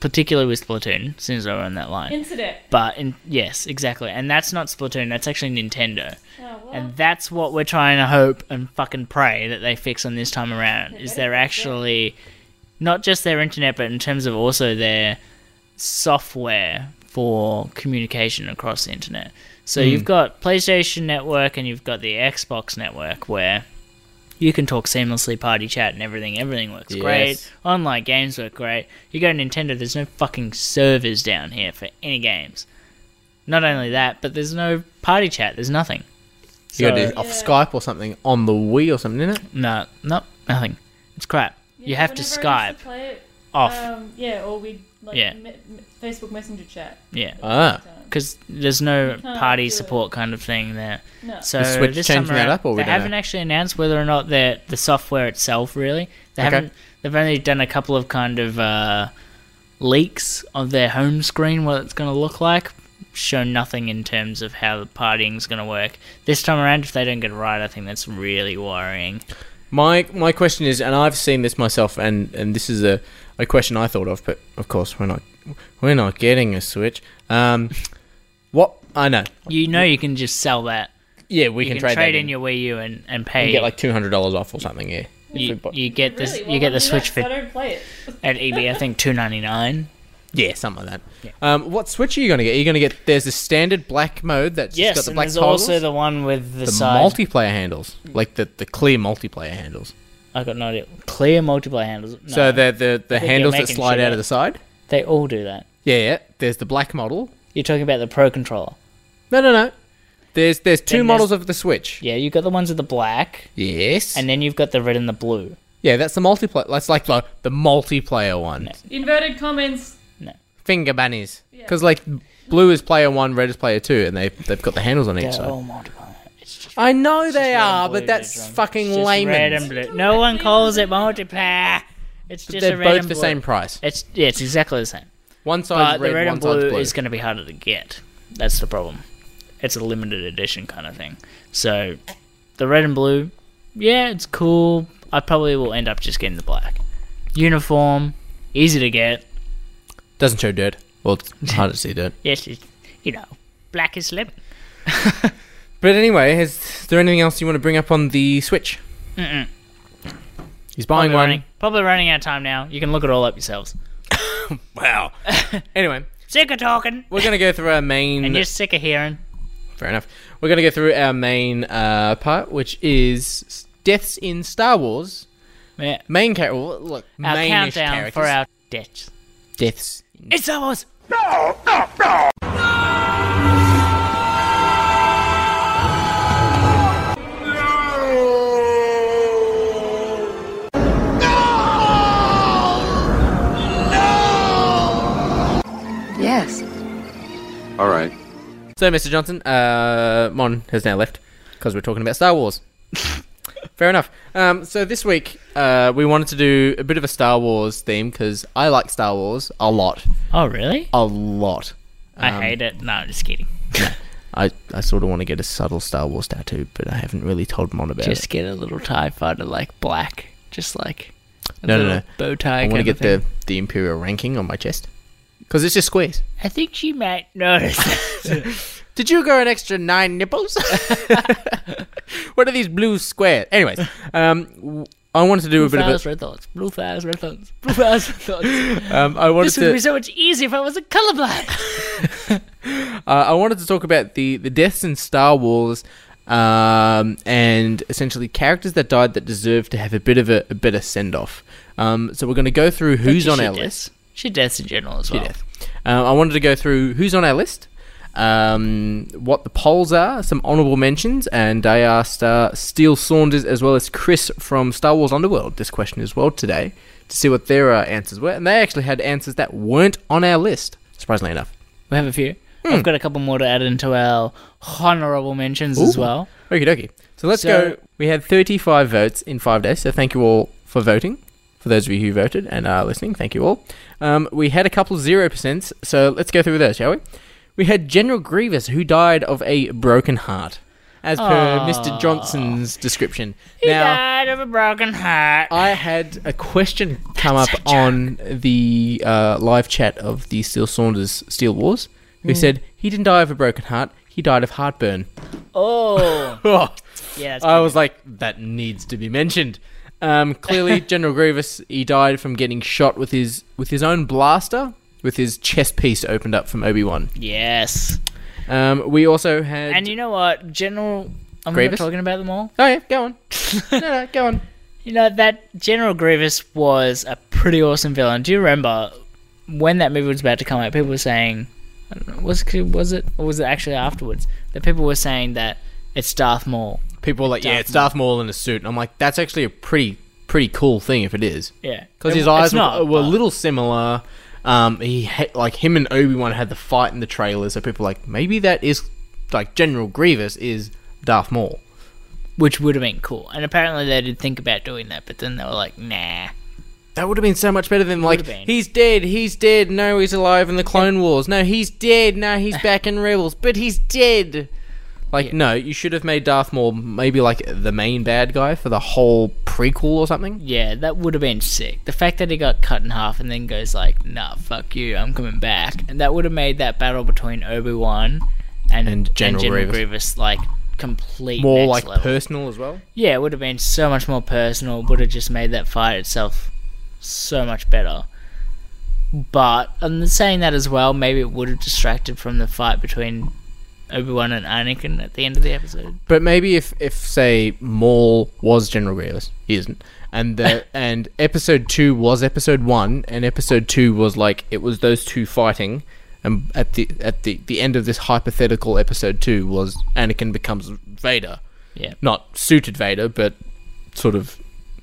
[SPEAKER 6] particularly with Splatoon, since we're on that line.
[SPEAKER 9] Internet.
[SPEAKER 6] But in, yes, exactly. And that's not Splatoon, that's actually Nintendo.
[SPEAKER 9] Oh, well,
[SPEAKER 6] And that's what we're trying to hope and fucking pray that they fix on this time around. Is they're actually not just their internet, but in terms of also their software for communication across the internet. So you've got PlayStation Network and you've got the Xbox Network where you can talk seamlessly, party chat, and everything. Everything works great.
[SPEAKER 7] Yes.
[SPEAKER 6] Online games work great. You go to Nintendo, there's no fucking servers down here for any games. Not only that, but there's no party chat. There's nothing.
[SPEAKER 7] You got to do it
[SPEAKER 6] So-
[SPEAKER 7] off Skype or something on the Wii or something, isn't it?
[SPEAKER 6] no, no, nothing. It's crap. you
[SPEAKER 9] yeah,
[SPEAKER 6] have to
[SPEAKER 9] whenever I
[SPEAKER 6] Skype
[SPEAKER 9] used to play it,
[SPEAKER 6] off.
[SPEAKER 9] Um, yeah, or we like
[SPEAKER 6] Yeah.
[SPEAKER 9] me- me- Facebook Messenger chat. uh,
[SPEAKER 6] yeah.
[SPEAKER 7] Ah,
[SPEAKER 6] Because there's no
[SPEAKER 9] can't
[SPEAKER 6] party
[SPEAKER 9] do it.
[SPEAKER 6] support kind of thing there.
[SPEAKER 9] No.
[SPEAKER 6] So
[SPEAKER 7] Is Switch
[SPEAKER 6] this
[SPEAKER 7] changing
[SPEAKER 6] time
[SPEAKER 7] that
[SPEAKER 6] around,
[SPEAKER 7] up, or we
[SPEAKER 6] they
[SPEAKER 7] don't
[SPEAKER 6] haven't
[SPEAKER 7] know?
[SPEAKER 6] actually announced whether or not the the software itself really. They
[SPEAKER 7] Okay.
[SPEAKER 6] haven't. They've only done a couple of kind of uh, leaks of their home screen, what it's going to look like. Shown nothing in terms of how the partying's going to work. This time around, if they don't get it right, I think that's really worrying.
[SPEAKER 7] My my question is, and I've seen this myself, and, and this is a, a question I thought of, but of course we're not we're not getting a Switch. Um, what I know,
[SPEAKER 6] You know, you can just sell that.
[SPEAKER 7] yeah, we
[SPEAKER 6] You
[SPEAKER 7] can,
[SPEAKER 6] can, trade,
[SPEAKER 7] that
[SPEAKER 6] in your Wii U and, and pay.
[SPEAKER 7] and get like two hundred dollars off or something. Yeah, If we
[SPEAKER 6] you,
[SPEAKER 7] bu-
[SPEAKER 6] you get this.
[SPEAKER 9] Really?
[SPEAKER 6] you
[SPEAKER 9] Well,
[SPEAKER 6] get
[SPEAKER 9] I
[SPEAKER 6] the
[SPEAKER 9] mean,
[SPEAKER 6] Switch
[SPEAKER 9] that's- I
[SPEAKER 6] for
[SPEAKER 9] don't play it.
[SPEAKER 6] at EB. I think two ninety nine.
[SPEAKER 7] yeah, something like that. Um, what Switch are you gonna get? Are you gonna get? There's a standard black mode that's just
[SPEAKER 6] Yes,
[SPEAKER 7] got the
[SPEAKER 6] and
[SPEAKER 7] black
[SPEAKER 6] there's
[SPEAKER 7] toggles,
[SPEAKER 6] also the one with the,
[SPEAKER 7] the
[SPEAKER 6] side.
[SPEAKER 7] multiplayer handles, like the the clear multiplayer handles.
[SPEAKER 6] I got no idea. Clear multiplayer handles. No,
[SPEAKER 7] So the the the
[SPEAKER 6] you're
[SPEAKER 7] handles that
[SPEAKER 6] making
[SPEAKER 7] slide
[SPEAKER 6] shit
[SPEAKER 7] out
[SPEAKER 6] up.
[SPEAKER 7] of the side.
[SPEAKER 6] they all do that.
[SPEAKER 7] Yeah, yeah. There's the black model.
[SPEAKER 6] You're talking about the Pro controller.
[SPEAKER 7] No, no, no. There's there's two
[SPEAKER 6] Then there's-
[SPEAKER 7] models of the Switch.
[SPEAKER 6] Yeah, you've got the ones with the black,
[SPEAKER 7] Yes.
[SPEAKER 6] and then you've got the red and the blue.
[SPEAKER 7] yeah, that's the multiplayer. That's like the, the multiplayer one.
[SPEAKER 9] Inverted comments.
[SPEAKER 7] Finger bunnies. Because like blue is player one, red is player two, and they they've got the handles on each
[SPEAKER 6] They're
[SPEAKER 7] side.
[SPEAKER 6] all multiplayer. It's just
[SPEAKER 7] I know they are,
[SPEAKER 6] blue,
[SPEAKER 7] but that's
[SPEAKER 6] Didron.
[SPEAKER 7] fucking
[SPEAKER 6] It's just
[SPEAKER 7] lame.
[SPEAKER 6] red and blue. No one calls it multiplayer. It's just
[SPEAKER 7] They're
[SPEAKER 6] a red
[SPEAKER 7] both
[SPEAKER 6] and
[SPEAKER 7] the
[SPEAKER 6] blue.
[SPEAKER 7] same price.
[SPEAKER 6] It's yeah, it's exactly the same.
[SPEAKER 7] One
[SPEAKER 6] But
[SPEAKER 7] side's
[SPEAKER 6] the
[SPEAKER 7] red,
[SPEAKER 6] red
[SPEAKER 7] one
[SPEAKER 6] and blue,
[SPEAKER 7] side's blue. (laughs)
[SPEAKER 6] is going to be harder to get. That's the problem. It's a limited edition kind of thing. So the red and blue, yeah, it's cool. I probably will end up just getting the black. Uniform, easy to get.
[SPEAKER 7] Doesn't show dirt. Well, it's (laughs) hard to see dirt.
[SPEAKER 6] Yes, it's, you know, black is lemon.
[SPEAKER 7] But anyway, is, is there anything else you want to bring up on the Switch? Mm-mm. He's buying one.
[SPEAKER 6] Probably running, probably running out of time now. You can look it all up yourselves.
[SPEAKER 7] Wow. anyway,
[SPEAKER 6] Sick of talking,
[SPEAKER 7] we're gonna go through our main.
[SPEAKER 6] and you're sick of hearing.
[SPEAKER 7] Fair enough. We're going to go through our main uh, part, which is s- deaths in Star Wars.
[SPEAKER 6] Yeah.
[SPEAKER 7] Main character. Well, look,
[SPEAKER 6] Our
[SPEAKER 7] mainish
[SPEAKER 6] countdown
[SPEAKER 7] characters.
[SPEAKER 6] for our deaths.
[SPEAKER 7] deaths.
[SPEAKER 6] It's Star Wars.
[SPEAKER 5] Yes.
[SPEAKER 3] All right.
[SPEAKER 7] So, Mr. Johnson, uh, Mon has now left because we're talking about Star
[SPEAKER 6] (laughs)
[SPEAKER 7] Wars. Fair enough. Um, so this week uh, we wanted to do a bit of a Star Wars theme because I like Star Wars a lot,
[SPEAKER 6] Oh really?
[SPEAKER 7] a lot.
[SPEAKER 6] I
[SPEAKER 7] Um,
[SPEAKER 6] hate it. No, I'm just kidding.
[SPEAKER 7] I, I sort of want to get a subtle Star Wars tattoo, but I haven't really told Mon about it.
[SPEAKER 6] Just get a little tie fighter like black, just like A
[SPEAKER 7] No, no,
[SPEAKER 6] little
[SPEAKER 7] no.
[SPEAKER 6] Bow tie.
[SPEAKER 7] I want to
[SPEAKER 6] kind of
[SPEAKER 7] get
[SPEAKER 6] thing.
[SPEAKER 7] the the imperial ranking on my chest because it's just squares.
[SPEAKER 6] I think she might
[SPEAKER 7] (laughs)
[SPEAKER 6] notice.
[SPEAKER 7] Did you grow an extra nine nipples? (laughs) what are these blue squares? Anyways, um, w- I wanted to do a
[SPEAKER 6] Blue
[SPEAKER 7] bit
[SPEAKER 6] flowers,
[SPEAKER 7] of
[SPEAKER 6] red thoughts. Blue flowers, red thoughts.
[SPEAKER 7] (laughs)
[SPEAKER 6] Blue flowers, red thoughts.
[SPEAKER 7] a. Um, I wanted
[SPEAKER 6] This would be
[SPEAKER 7] to.
[SPEAKER 6] so much easier if I wasn't colorblind.
[SPEAKER 7] Uh, I wanted to talk about the the deaths in Star Wars, um, and essentially characters that died that deserve to have a bit of a, a better send off. Um, so we're going to go through (laughs) who's on
[SPEAKER 6] She
[SPEAKER 7] our
[SPEAKER 6] does.
[SPEAKER 7] list.
[SPEAKER 6] She deaths in general as well.
[SPEAKER 7] death. Um, I wanted to go through who's on our list, um, what the polls are, some honourable mentions, and they are Star Steel Saunders as well as Chris from Star Wars Underworld. This question as well today to see what their uh, answers were, and they actually had answers that weren't on our list. Surprisingly enough,
[SPEAKER 6] We have a few.
[SPEAKER 7] Hmm.
[SPEAKER 6] I've got a couple more to add into our honorable mentions as
[SPEAKER 7] Ooh.
[SPEAKER 6] well.
[SPEAKER 7] Okie dokie. So let's
[SPEAKER 6] So-
[SPEAKER 7] go. We had 35 votes in five days. So thank you all for voting. For those of you who voted and are listening, thank you all. Um, we had a couple zero percents. So let's go through those, shall we? We had General Grievous, who died of a broken heart, as per Mr. Johnson's description. Now,
[SPEAKER 6] died of a broken heart.
[SPEAKER 7] I had a question come up on the uh, live chat of the Steel Saunders Steel Wars, who
[SPEAKER 6] Hmm.
[SPEAKER 7] said he didn't die of a broken heart. He died of
[SPEAKER 6] (laughs)
[SPEAKER 7] heartburn. (laughs)
[SPEAKER 6] Oh, yeah. That's
[SPEAKER 7] I was like, that needs to be mentioned. Um, clearly,
[SPEAKER 6] (laughs)
[SPEAKER 7] General Grievous he died from getting shot with his with his own blaster, with his chest piece opened up from Obi Wan.
[SPEAKER 6] yes.
[SPEAKER 7] Um, we also had.
[SPEAKER 6] And you know what, General? I'm
[SPEAKER 7] Grievous?
[SPEAKER 6] not talking about them all.
[SPEAKER 7] oh yeah, go
[SPEAKER 6] (laughs)
[SPEAKER 7] on. no, no, go on.
[SPEAKER 6] You know that General Grievous was a pretty awesome villain. Do you remember when that movie was about to come out? People were saying, I don't know, was it, was it or was it actually afterwards? That people were saying that it's Darth Maul.
[SPEAKER 7] People were like, yeah, it's Darth Maul in a suit, and I'm like, that's actually a pretty pretty cool thing if it is.
[SPEAKER 6] Yeah,
[SPEAKER 7] because
[SPEAKER 6] It-
[SPEAKER 7] his
[SPEAKER 6] it's
[SPEAKER 7] eyes
[SPEAKER 6] not,
[SPEAKER 7] were, were a
[SPEAKER 6] but-
[SPEAKER 7] little similar. Um, he ha- like him and Obi Wan had the fight in the trailer, so people were like maybe that is like General Grievous is Darth Maul.
[SPEAKER 6] which would have been cool. And apparently they did think about doing that, but then they were like, nah.
[SPEAKER 7] That would have been so much better than like
[SPEAKER 6] Would've been.
[SPEAKER 7] he's dead, he's dead. No, he's alive in the Clone Wars. No, he's dead. No, he's back in Rebels, but he's dead. Like no, you should have made Darth Maul maybe like the main bad guy for the whole prequel or something.
[SPEAKER 6] Yeah, that would have been sick. The fact that he got cut in half and then goes like, "Nah, fuck you, I'm coming back," and that would have made that battle between Obi Wan and,
[SPEAKER 7] And General Grievous.
[SPEAKER 6] like complete
[SPEAKER 7] More
[SPEAKER 6] next
[SPEAKER 7] like
[SPEAKER 6] level.
[SPEAKER 7] personal as well.
[SPEAKER 6] yeah, it would have been so much more personal. Would have just made that fight itself so much better. But I'm saying that as well. Maybe it would have distracted from the fight between Obi Wan and Anakin at the end of the episode.
[SPEAKER 7] But maybe if if say Maul was General Grievous, he isn't, and the and episode two was episode one, and episode two was like it was those two fighting, and at the at the the end of this hypothetical episode two was Anakin becomes Vader,
[SPEAKER 6] Yeah.
[SPEAKER 7] not suited Vader, but sort of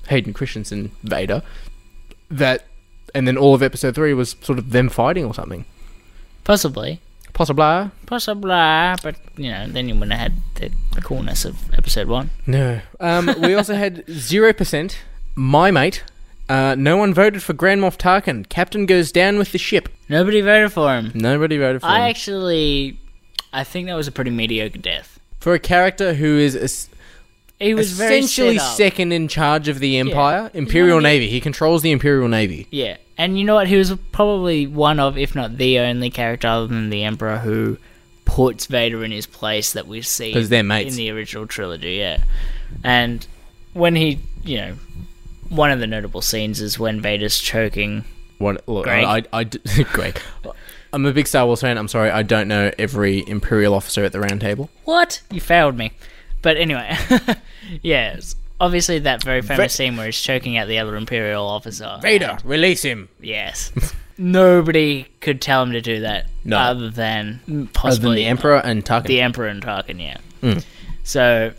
[SPEAKER 7] Hayden Christensen Vader, that, and then all of episode three was sort of them fighting or something,
[SPEAKER 6] Possibly.
[SPEAKER 7] possibly.
[SPEAKER 6] Possibly, but you know, then you wouldn't have had the coolness of episode one.
[SPEAKER 7] No. Um, we also had 0%. My mate. Uh, no one voted for Grand Moff Tarkin. Captain goes down with the ship.
[SPEAKER 6] Nobody voted for him.
[SPEAKER 7] Nobody voted for
[SPEAKER 6] I
[SPEAKER 7] him.
[SPEAKER 6] actually, I think that was a pretty mediocre death.
[SPEAKER 7] For a character who is es-
[SPEAKER 6] He was very
[SPEAKER 7] essentially
[SPEAKER 6] set up.
[SPEAKER 7] second in charge of the Empire, Imperial Navy. He controls the Imperial Navy.
[SPEAKER 6] Yeah, and you know what? He was probably one of, if not the only character other than the Emperor who puts Vader in his place that we see
[SPEAKER 7] 'Cause they're mates.
[SPEAKER 6] in the original trilogy. Yeah, and when he, you know, one of the notable scenes is when Vader's choking.
[SPEAKER 7] What? Look,
[SPEAKER 6] Greg?
[SPEAKER 7] I, I, d- (laughs) Greg. I'm a big Star Wars fan. I'm sorry, I don't know every Imperial officer at the Round Table.
[SPEAKER 6] What? You failed me. But anyway, (laughs) yes. Obviously, that very famous scene where he's choking out the other Imperial officer.
[SPEAKER 7] Vader, release him.
[SPEAKER 6] Yes. (laughs) Nobody could tell him to do that
[SPEAKER 7] No.
[SPEAKER 6] other than
[SPEAKER 7] Other than
[SPEAKER 6] possibly
[SPEAKER 7] the Emperor and Tarkin.
[SPEAKER 6] the Emperor and Tarkin, yeah. So,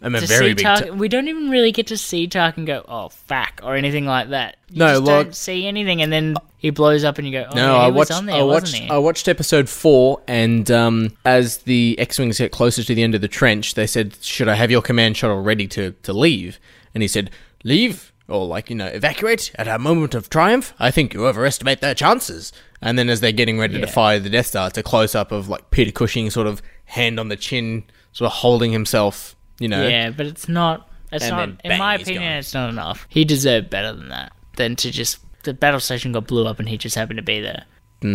[SPEAKER 7] I'm a
[SPEAKER 6] to
[SPEAKER 7] Hmm. very
[SPEAKER 6] see
[SPEAKER 7] big.
[SPEAKER 6] Tarkin, we don't even really get to see Tarkin go, oh, fuck, or anything like that. You
[SPEAKER 7] No,
[SPEAKER 6] just
[SPEAKER 7] like-
[SPEAKER 6] don't see anything, and then he blows up and you go, oh,
[SPEAKER 7] No,
[SPEAKER 6] yeah, he
[SPEAKER 7] I
[SPEAKER 6] was
[SPEAKER 7] watched.
[SPEAKER 6] on there,
[SPEAKER 7] I watched.
[SPEAKER 6] wasn't he?
[SPEAKER 7] I watched episode four, and um, as the X-wings get closer to the end of the trench, they said, "Should I have your command shuttle ready to to leave?" And he said, "Leave." Or like you know, evacuate at our moment of triumph. I think you overestimate their chances. And then, as they're getting ready to
[SPEAKER 6] Yeah.
[SPEAKER 7] fire the Death Star, it's a close up of like Peter Cushing, sort of hand on the chin, sort of holding himself. You know,
[SPEAKER 6] Yeah, but it's not. It's
[SPEAKER 7] And
[SPEAKER 6] not.
[SPEAKER 7] then
[SPEAKER 6] in
[SPEAKER 7] bang,
[SPEAKER 6] my
[SPEAKER 7] he's
[SPEAKER 6] opinion,
[SPEAKER 7] gone.
[SPEAKER 6] it's not enough. He deserved better than that. than to just the battle station got blew up and he just happened to be there. You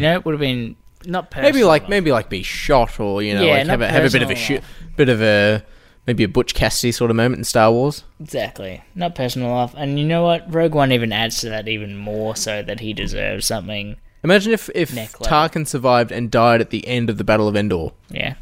[SPEAKER 6] know, it would have been not personal.
[SPEAKER 7] Hmm. Maybe like maybe like be shot or you know
[SPEAKER 6] Yeah,
[SPEAKER 7] like
[SPEAKER 6] not
[SPEAKER 7] have a, have a bit of a
[SPEAKER 6] personal.
[SPEAKER 7] shoot, bit of a maybe a Butch Cassidy sort of moment in Star Wars.
[SPEAKER 6] exactly not personal love. And you know what? Rogue One even adds to that even more so that he deserves something.
[SPEAKER 7] Imagine if if
[SPEAKER 6] Neck level.
[SPEAKER 7] Tarkin survived and died at the end of the Battle of Endor.
[SPEAKER 6] Yeah,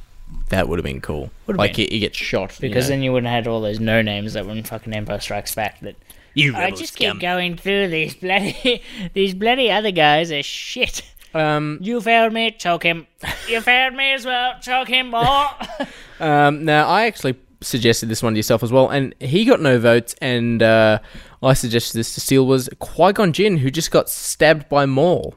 [SPEAKER 7] That would have been cool.
[SPEAKER 6] Would've
[SPEAKER 7] like
[SPEAKER 6] been.
[SPEAKER 7] He, he gets shot you
[SPEAKER 6] because
[SPEAKER 7] know.
[SPEAKER 6] then you wouldn't have had all those no names that were in fucking Empire Strikes Back. That
[SPEAKER 7] you
[SPEAKER 6] I just keep going through these bloody (laughs) these bloody other guys are shit.
[SPEAKER 7] Um,
[SPEAKER 6] You failed me, choke him. You failed me as well, choke him more. (laughs)
[SPEAKER 7] um, now I actually suggested this one to yourself as well, and he got no votes. And uh, I suggested this to Steele was Qui Gon Jinn, who just got stabbed by Maul.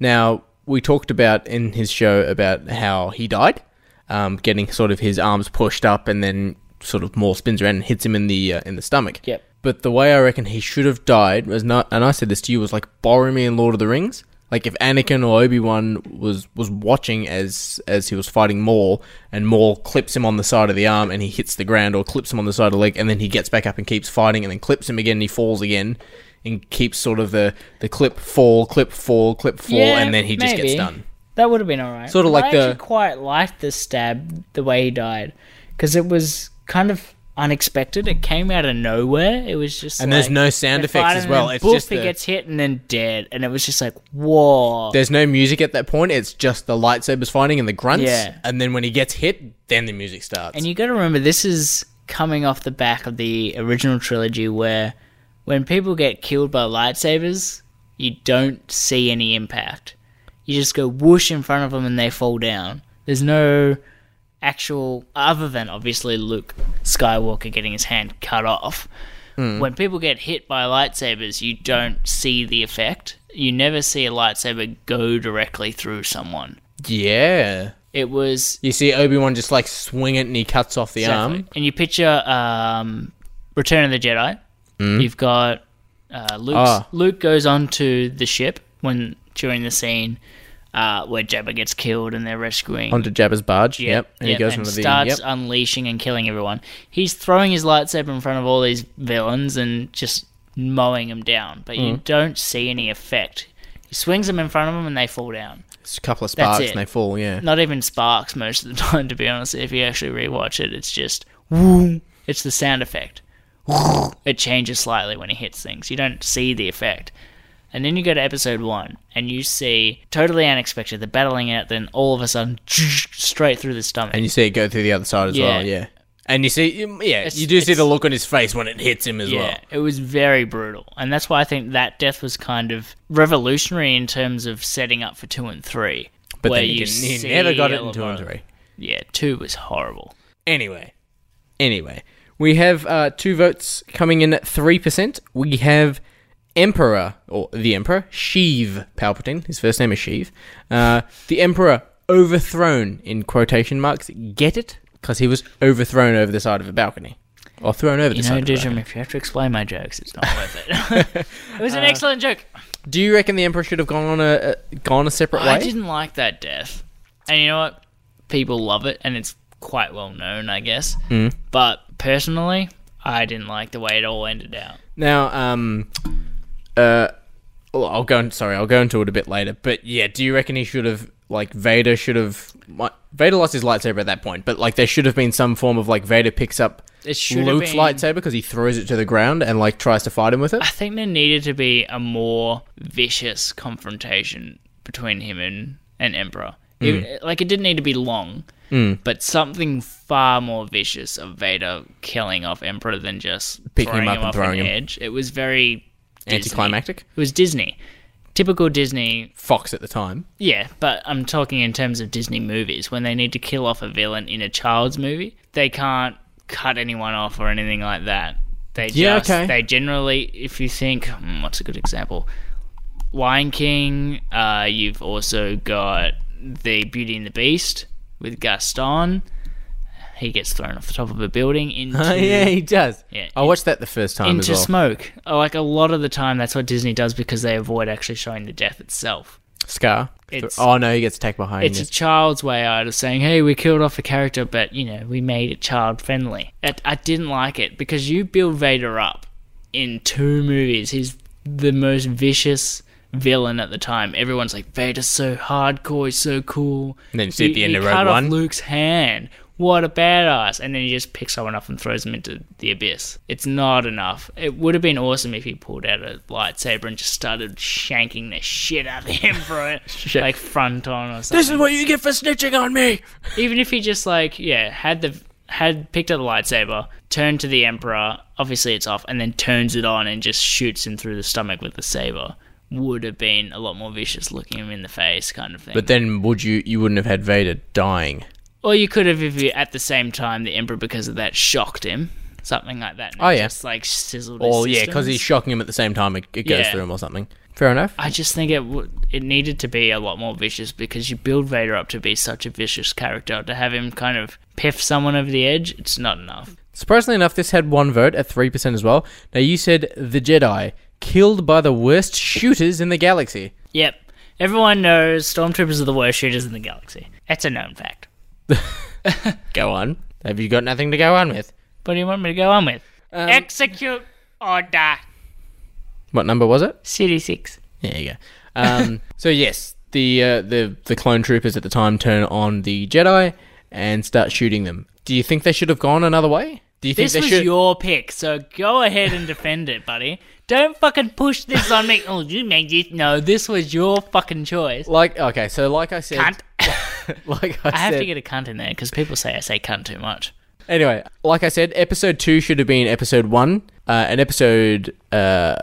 [SPEAKER 7] Now we talked about in his show about how he died, um, getting sort of his arms pushed up, and then sort of Maul spins around and hits him in the uh, in the stomach.
[SPEAKER 6] Yep.
[SPEAKER 7] But the way I reckon he should have died was not, and I said this to you, was like Boromir in Lord of the Rings. Like if Anakin or Obi Wan was was watching as as he was fighting Maul, and Maul clips him on the side of the arm, and he hits the ground, or clips him on the side of the leg, and then he gets back up and keeps fighting, and then clips him again, and he falls again, and keeps sort of the the clip fall, clip fall, clip fall, and then he just gets
[SPEAKER 6] maybe.
[SPEAKER 7] done.
[SPEAKER 6] That would have been alright.
[SPEAKER 7] Sorta
[SPEAKER 6] But
[SPEAKER 7] like
[SPEAKER 6] I
[SPEAKER 7] the-
[SPEAKER 6] actually quite liked the stab, the way he died, because it was kind of unexpected. It came out of nowhere. It was just
[SPEAKER 7] And
[SPEAKER 6] like,
[SPEAKER 7] there's no sound
[SPEAKER 6] they're
[SPEAKER 7] effects
[SPEAKER 6] fighting
[SPEAKER 7] as well.
[SPEAKER 6] and then
[SPEAKER 7] It's
[SPEAKER 6] boop,
[SPEAKER 7] just
[SPEAKER 6] he
[SPEAKER 7] the-
[SPEAKER 6] gets hit and then dead, and it was just like whoa.
[SPEAKER 7] There's no music at that point. It's just the lightsabers fighting and the grunts.
[SPEAKER 6] Yeah.
[SPEAKER 7] And then when he gets hit, then the music starts.
[SPEAKER 6] And you got to remember, this is coming off the back of the original trilogy, where when people get killed by lightsabers, you don't see any impact. You just go whoosh in front of them and they fall down. There's no actual, other than obviously Luke Skywalker getting his hand cut off. When people get hit by lightsabers, you don't see the effect. You never see a lightsaber go directly through someone.
[SPEAKER 7] yeah.
[SPEAKER 6] It was
[SPEAKER 7] You see Obi Wan just like swing it and he cuts off the
[SPEAKER 6] Exactly.
[SPEAKER 7] arm.
[SPEAKER 6] And you picture um, Return of the Jedi. You've got uh, Luke.
[SPEAKER 7] Mm. Ah.
[SPEAKER 6] Luke goes onto the ship when during the scene uh, where Jabba gets killed and they're rescuing.
[SPEAKER 7] Onto Jabba's barge. Yep. And he goes
[SPEAKER 6] and
[SPEAKER 7] into the.
[SPEAKER 6] starts
[SPEAKER 7] Yep.
[SPEAKER 6] unleashing and killing everyone. He's throwing his lightsaber in front of all these villains and just mowing them down, but
[SPEAKER 7] Mm.
[SPEAKER 6] you don't see any effect. He swings them in front of them and they fall down.
[SPEAKER 7] It's a couple of
[SPEAKER 6] That's
[SPEAKER 7] sparks
[SPEAKER 6] it.
[SPEAKER 7] and they fall, yeah.
[SPEAKER 6] Not even sparks most of the (laughs) time, to be honest. If you actually rewatch it, it's just woo. It's the sound effect. It changes slightly when he hits things. You don't see the effect. And then you go to episode one, and you see totally unexpected. They're battling it, then all of a sudden, (laughs) straight through the stomach.
[SPEAKER 7] And you see it go through the other side as
[SPEAKER 6] Yeah.
[SPEAKER 7] well, yeah. And you see, yeah,
[SPEAKER 6] It's-
[SPEAKER 7] you do see
[SPEAKER 6] it's-
[SPEAKER 7] the look on his face when it hits him as well.
[SPEAKER 6] it was very brutal, and that's why I think that death was kind of revolutionary in terms of setting up for two and three.
[SPEAKER 7] But
[SPEAKER 6] where
[SPEAKER 7] then he,
[SPEAKER 6] you
[SPEAKER 7] didn't,
[SPEAKER 6] see
[SPEAKER 7] he never got it
[SPEAKER 6] a
[SPEAKER 7] in two and
[SPEAKER 6] lot-
[SPEAKER 7] three.
[SPEAKER 6] Yeah, two was horrible.
[SPEAKER 7] Anyway, anyway, we have uh, two votes coming in at three percent. We have Emperor or the Emperor Sheev Palpatine. His first name is Sheev. Uh, the Emperor overthrown in quotation marks. Get it? Because he was overthrown over the side of a balcony, or thrown over
[SPEAKER 6] You
[SPEAKER 7] the
[SPEAKER 6] know,
[SPEAKER 7] side. of a
[SPEAKER 6] Dijam,
[SPEAKER 7] balcony.
[SPEAKER 6] if you have to explain my jokes, it's not worth it. it was an excellent joke.
[SPEAKER 7] Do you reckon the Emperor should have gone on a, a gone a separate
[SPEAKER 6] I
[SPEAKER 7] way?
[SPEAKER 6] didn't like that death. And you know what? People love it, and it's quite well known, I guess. But personally, I didn't like the way it all ended out.
[SPEAKER 7] Now, um, uh, well, I'll go. In, sorry, I'll go into it a bit later. But yeah, do you reckon he should have like Vader should have? mi- Vader lost his lightsaber at that point, but like there should have been some form of like Vader picks up
[SPEAKER 6] It should have
[SPEAKER 7] Luke's
[SPEAKER 6] been-
[SPEAKER 7] lightsaber because he throws it to the ground and like tries to fight him with it.
[SPEAKER 6] I think there needed to be a more vicious confrontation between him and, and Emperor.
[SPEAKER 7] Hmm.
[SPEAKER 6] It- like, it didn't need to be long, but something far more vicious of Vader killing off Emperor than just
[SPEAKER 7] Picking
[SPEAKER 6] throwing
[SPEAKER 7] him up and
[SPEAKER 6] off
[SPEAKER 7] throwing
[SPEAKER 6] an
[SPEAKER 7] him.
[SPEAKER 6] edge. It was very Disney.
[SPEAKER 7] Anticlimactic.
[SPEAKER 6] It was Disney. Typical Disney,
[SPEAKER 7] Fox at the time.
[SPEAKER 6] yeah, but I'm talking in terms of Disney movies. When they need to kill off a villain in a child's movie, they can't cut anyone off or anything like that. They just,
[SPEAKER 7] Yeah, okay.
[SPEAKER 6] they generally, if you think, hmm, what's a good example? Lion King, uh, you've also got the Beauty and the Beast with Gaston. He gets thrown off the top of
[SPEAKER 7] (laughs)
[SPEAKER 6] a building
[SPEAKER 7] (laughs)
[SPEAKER 6] into
[SPEAKER 7] yeah, he does.
[SPEAKER 6] Yeah,
[SPEAKER 7] I watched that the first time as
[SPEAKER 6] into
[SPEAKER 7] well.
[SPEAKER 6] smoke. Oh, Like a lot of the time, that's what Disney does because they avoid actually showing the death itself.
[SPEAKER 7] Scar.
[SPEAKER 6] It's-
[SPEAKER 7] oh no, he gets attacked behind.
[SPEAKER 6] It's a child's way out of saying, "Hey, we killed off a character, but you know, we made it child friendly." I, I didn't like it because you build Vader up in two movies. He's the most vicious villain at the time. Everyone's like, Vader's so hardcore, he's so cool.
[SPEAKER 7] And then you see at
[SPEAKER 6] He-
[SPEAKER 7] the end
[SPEAKER 6] he
[SPEAKER 7] of
[SPEAKER 6] cut
[SPEAKER 7] Rogue
[SPEAKER 6] off
[SPEAKER 7] One.
[SPEAKER 6] Luke's hand. What a badass! And then he just picks someone up and throws them into the abyss. It's not enough. It would have been awesome if he pulled out a lightsaber and just started shanking the shit out of him for
[SPEAKER 7] (laughs)
[SPEAKER 6] it, like front on or something.
[SPEAKER 7] This is what you get for snitching on me.
[SPEAKER 6] Even if he just like yeah had the had picked up the lightsaber, turned to the emperor. Obviously it's off, and then turns it on and just shoots him through the stomach with the saber. Would have been a lot more vicious, looking him in the face, kind of thing.
[SPEAKER 7] But then would you you wouldn't have had Vader dying?
[SPEAKER 6] Or you could have if you at the same time the emperor because of that shocked him, something like that. and
[SPEAKER 7] Oh,
[SPEAKER 6] it
[SPEAKER 7] yeah.
[SPEAKER 6] just like sizzled. his
[SPEAKER 7] Or yeah, because
[SPEAKER 6] systems.
[SPEAKER 7] he's shocking him at the same time it, it goes
[SPEAKER 6] Yeah.
[SPEAKER 7] through him or something. Fair enough.
[SPEAKER 6] I just think it w- it needed to be a lot more vicious because you build Vader up to be such a vicious character to have him kind of piff someone over the edge. It's not enough.
[SPEAKER 7] Surprisingly enough, this had one vote at three percent as well. Now you said the Jedi killed by the worst shooters in the galaxy.
[SPEAKER 6] Yep, everyone knows stormtroopers are the worst shooters in the galaxy. That's a known fact.
[SPEAKER 7] Go on. Have you got nothing to go on with?
[SPEAKER 6] What do you want me to go on with?
[SPEAKER 7] Um,
[SPEAKER 6] Execute order
[SPEAKER 7] What number was it?
[SPEAKER 6] city six.
[SPEAKER 7] There you go. (laughs) Um, so yes, the uh, the the clone troopers at the time turn on the Jedi and start shooting them. Do you think they should have gone another way? Do you
[SPEAKER 6] This
[SPEAKER 7] think
[SPEAKER 6] was
[SPEAKER 7] they should?
[SPEAKER 6] your pick, so go ahead and defend it, buddy. Don't fucking push this on
[SPEAKER 7] (laughs)
[SPEAKER 6] me. Oh, you made this. No, this was your fucking choice.
[SPEAKER 7] Like okay, so like I said,
[SPEAKER 6] Cunt.
[SPEAKER 7] (laughs) like I,
[SPEAKER 6] I have
[SPEAKER 7] said,
[SPEAKER 6] to get a cunt in there because people say I say cunt too much.
[SPEAKER 7] Anyway, like I said, episode two should have been episode one, uh, and episode uh,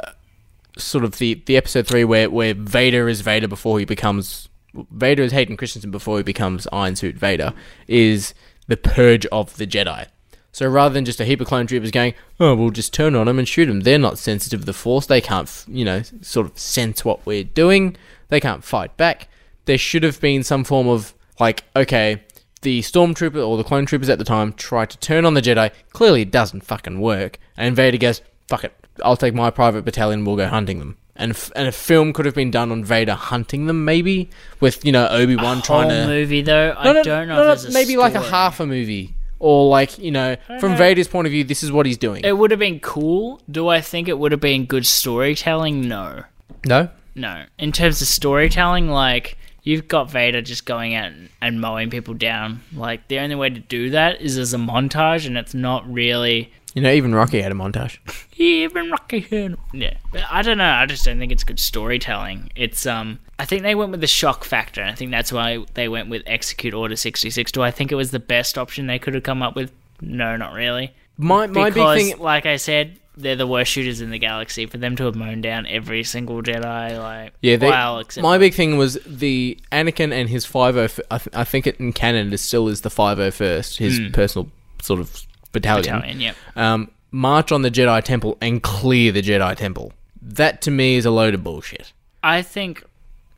[SPEAKER 7] sort of the, the episode three where where Vader is Vader before he becomes Vader is Hayden Christensen before he becomes Iron Suit Vader is the purge of the Jedi. So rather than just a heap of clone troopers going, oh, we'll just turn on them and shoot them. They're not sensitive to the Force. They can't, f- you know, sort of sense what we're doing. They can't fight back. There should have been some form of like, okay, the stormtrooper or the clone troopers at the time try to turn on the Jedi. Clearly, it doesn't fucking work. And Vader goes, "Fuck it, I'll take my private battalion. We'll go hunting them." And f- and a film could have been done on Vader hunting them, maybe with you know Obi Wan trying
[SPEAKER 6] Whole
[SPEAKER 7] to
[SPEAKER 6] movie though, I don't know. if there's a
[SPEAKER 7] maybe like a
[SPEAKER 6] story.
[SPEAKER 7] half a movie or like you know from Vader's point of view, this is what he's doing.
[SPEAKER 6] It would have been cool. Do I think it would have been good storytelling? No.
[SPEAKER 7] no,
[SPEAKER 6] No. In terms of storytelling, like you've got Vader just going out and- and mowing people down. Like the only way to do that is as a montage, and it's not really.
[SPEAKER 7] you know even Rocky had a montage.
[SPEAKER 6] Even Rocky Hood. Yeah, but I don't know. I just don't think it's good storytelling. It's um. I think they went with the shock factor. and I think that's why they went with Execute Order sixty six. Do I think it was the best option they could have come up with? No, not really.
[SPEAKER 7] My my
[SPEAKER 6] because,
[SPEAKER 7] big thing.
[SPEAKER 6] like I said, they're the worst shooters in the galaxy. For them to have mown down every single Jedi, like
[SPEAKER 7] Yeah, they,
[SPEAKER 6] wow, except
[SPEAKER 7] my big thing was the Anakin and his 501st. I, th- I think it in canon it still is the 501st, his
[SPEAKER 6] Hmm.
[SPEAKER 7] personal sort of battalion.
[SPEAKER 6] Italian. Yep.
[SPEAKER 7] Um, march on the Jedi Temple and clear the Jedi Temple. That to me is a load of bullshit.
[SPEAKER 6] I think,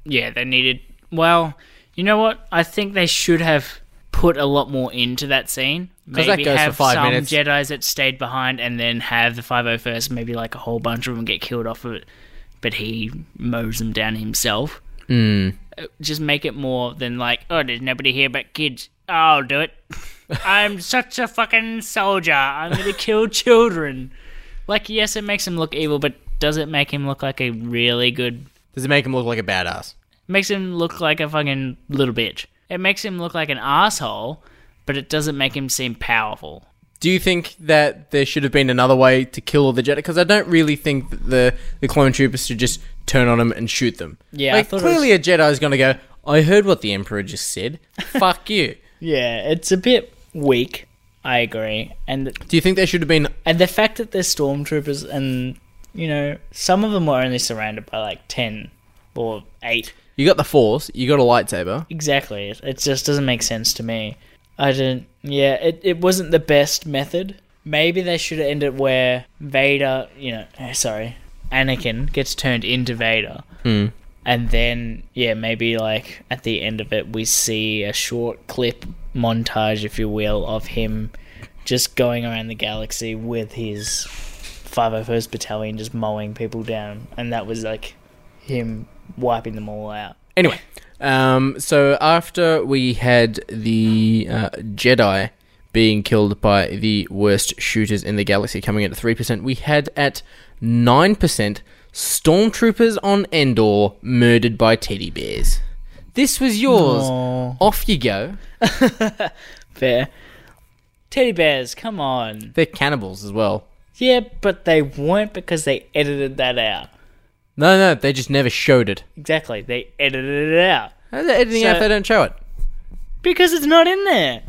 [SPEAKER 6] yeah, they needed. Well, you know what? I think they should have put a lot more into that scene.
[SPEAKER 7] 'Cause
[SPEAKER 6] Maybe
[SPEAKER 7] that goes for
[SPEAKER 6] have
[SPEAKER 7] five
[SPEAKER 6] some
[SPEAKER 7] minutes.
[SPEAKER 6] Jedi's that stayed behind, and then have the 501st. Maybe like a whole bunch of them get killed off of it, but he mows them down himself.
[SPEAKER 7] Hmm.
[SPEAKER 6] Mm. Just make it more than like, oh, there's nobody here but kids. I'll
[SPEAKER 7] (laughs)
[SPEAKER 6] do it. I'm such a fucking soldier. I'm gonna kill children. Like, yes, it makes him look evil, but does it make him look like a really good
[SPEAKER 7] Does it make him look like a badass?
[SPEAKER 6] makes him look like a fucking little bitch. It makes him look like an asshole, but it doesn't make him seem powerful.
[SPEAKER 7] Do you think that there should have been another way to kill all the Jedi? Because I don't really think that the the clone troopers should just turn on them and shoot them.
[SPEAKER 6] Yeah, I
[SPEAKER 7] like,
[SPEAKER 6] thought it
[SPEAKER 7] clearly a Jedi is going to go. I heard what the Emperor just
[SPEAKER 6] (laughs)
[SPEAKER 7] said. Fuck you.
[SPEAKER 6] Yeah, it's a bit weak. I agree, and
[SPEAKER 7] Do you think there should have been
[SPEAKER 6] and the fact that they're stormtroopers, and you know, some of them were only surrounded by like ten or eight.
[SPEAKER 7] You got the force. You got a lightsaber.
[SPEAKER 6] Exactly, it, it just doesn't make sense to me. I didn't. Yeah, it it wasn't the best method. Maybe they should have ended where Vader, you know, eh, sorry, Anakin gets turned into Vader. and then yeah maybe like at the end of it we see a short clip montage if you will of him just going around the galaxy with his 501st battalion just mowing people down and that was like him wiping them all out
[SPEAKER 7] Anyway, um, so after we had the uh, Jedi being killed by the worst shooters in the galaxy, coming in at three percent, we had at nine percent Stormtroopers on Endor murdered by teddy bears. This was yours. Off you go.
[SPEAKER 6] Fair. Teddy bears, come on.
[SPEAKER 7] They're cannibals as well.
[SPEAKER 6] Yeah, but they weren't because they edited that out.
[SPEAKER 7] No, no, they just never showed it.
[SPEAKER 6] Exactly, they edited it out.
[SPEAKER 7] How's that editing
[SPEAKER 6] So-
[SPEAKER 7] out if they don't show it?
[SPEAKER 6] Because it's not in there.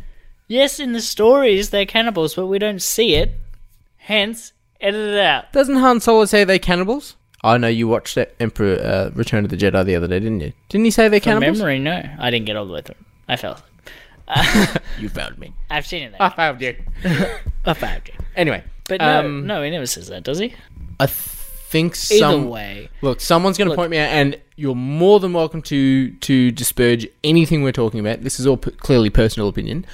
[SPEAKER 6] Yes, in the stories they're cannibals, but we don't see it. Hence, edit it out.
[SPEAKER 7] Doesn't Han Solo say they're cannibals? I know Oh, you watched that Emperor uh, Return of the Jedi the other day, didn't you? Didn't he say they're
[SPEAKER 6] From
[SPEAKER 7] cannibals?
[SPEAKER 6] memory, no. I didn't get all the way through. I fell asleep.
[SPEAKER 7] You found me.
[SPEAKER 6] I've seen it there.
[SPEAKER 7] I found you.
[SPEAKER 6] I found it.
[SPEAKER 7] Anyway,
[SPEAKER 6] But no,
[SPEAKER 7] Um,
[SPEAKER 6] no, he never says that, does he?
[SPEAKER 7] I think
[SPEAKER 6] Either
[SPEAKER 7] some
[SPEAKER 6] way.
[SPEAKER 7] Look, someone's going to point me out, and you're more than welcome to to disparage anything we're talking about. This is all p- clearly personal opinion,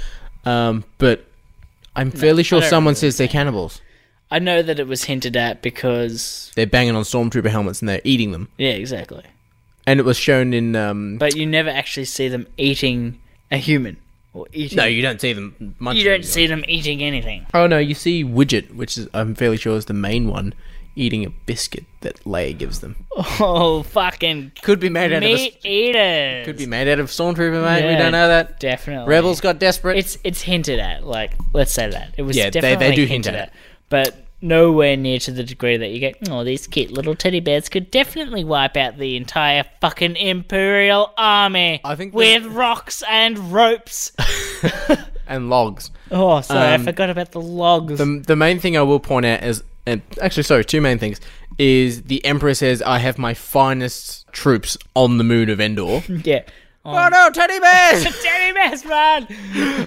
[SPEAKER 7] um, but I'm fairly sure
[SPEAKER 6] don't
[SPEAKER 7] someone says they're cannibals.
[SPEAKER 6] I know that it was hinted at because.
[SPEAKER 7] They're banging on stormtrooper helmets and they're eating them,
[SPEAKER 6] Yeah, exactly.
[SPEAKER 7] and it was shown in. Um,
[SPEAKER 6] But you never actually see them eating a human. Or eating.
[SPEAKER 7] no, you don't see them.
[SPEAKER 6] you don't see them eating anything.
[SPEAKER 7] Oh no, you see Widget, which is I'm fairly sure is the main one, eating a biscuit that Leia gives them.
[SPEAKER 6] (laughs) Oh, fucking
[SPEAKER 7] Could be made out of a,
[SPEAKER 6] meat eaters.
[SPEAKER 7] could be made out of stormtrooper, mate. we
[SPEAKER 6] Yeah,
[SPEAKER 7] don't know that.
[SPEAKER 6] Definitely.
[SPEAKER 7] Rebels got desperate.
[SPEAKER 6] It's it's hinted at. Like, let's say that it was.
[SPEAKER 7] Yeah, they- they
[SPEAKER 6] definitely
[SPEAKER 7] do hint
[SPEAKER 6] hinted
[SPEAKER 7] at
[SPEAKER 6] at, but nowhere near to the degree that you get. Oh, these cute little teddy bears could definitely wipe out the entire fucking imperial army.
[SPEAKER 7] I think
[SPEAKER 6] with
[SPEAKER 7] the-
[SPEAKER 6] rocks
[SPEAKER 7] (laughs)
[SPEAKER 6] and ropes. (laughs)
[SPEAKER 7] and logs.
[SPEAKER 6] Oh, sorry,
[SPEAKER 7] Um,
[SPEAKER 6] I forgot about the logs.
[SPEAKER 7] The, the main thing I will point out is, and actually, sorry, two main things is the Emperor says, "I have my finest troops on the moon of
[SPEAKER 6] (laughs)
[SPEAKER 7] Endor."
[SPEAKER 6] yeah.
[SPEAKER 7] oh no, teddy (laughs)
[SPEAKER 6] (laughs)
[SPEAKER 7] bears!
[SPEAKER 6] Teddy bears, run!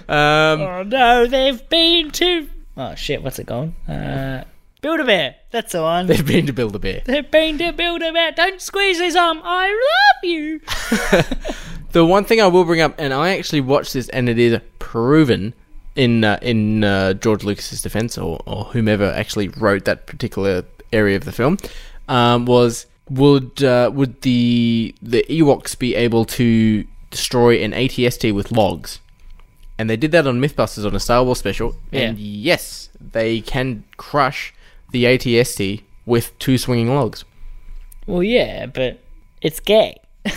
[SPEAKER 7] um,
[SPEAKER 6] Oh no, they've been to. Oh shit, what's it called? Uh, Build a bear. That's the one.
[SPEAKER 7] they've been to build a bear.
[SPEAKER 6] They've been to Build a bear. Don't squeeze his arm. I love you.
[SPEAKER 7] The one thing I will bring up, and I actually watched this, and it is proven in uh, in uh, George Lucas's defense, or, or whomever actually wrote that particular area of the film, um, was would uh, would the the Ewoks be able to destroy an ATST with logs? And they did that on MythBusters on a Star Wars special, and
[SPEAKER 6] Yeah.
[SPEAKER 7] yes, they can crush the ATST with two swinging logs.
[SPEAKER 6] Well, yeah, but it's gay.
[SPEAKER 7] (laughs)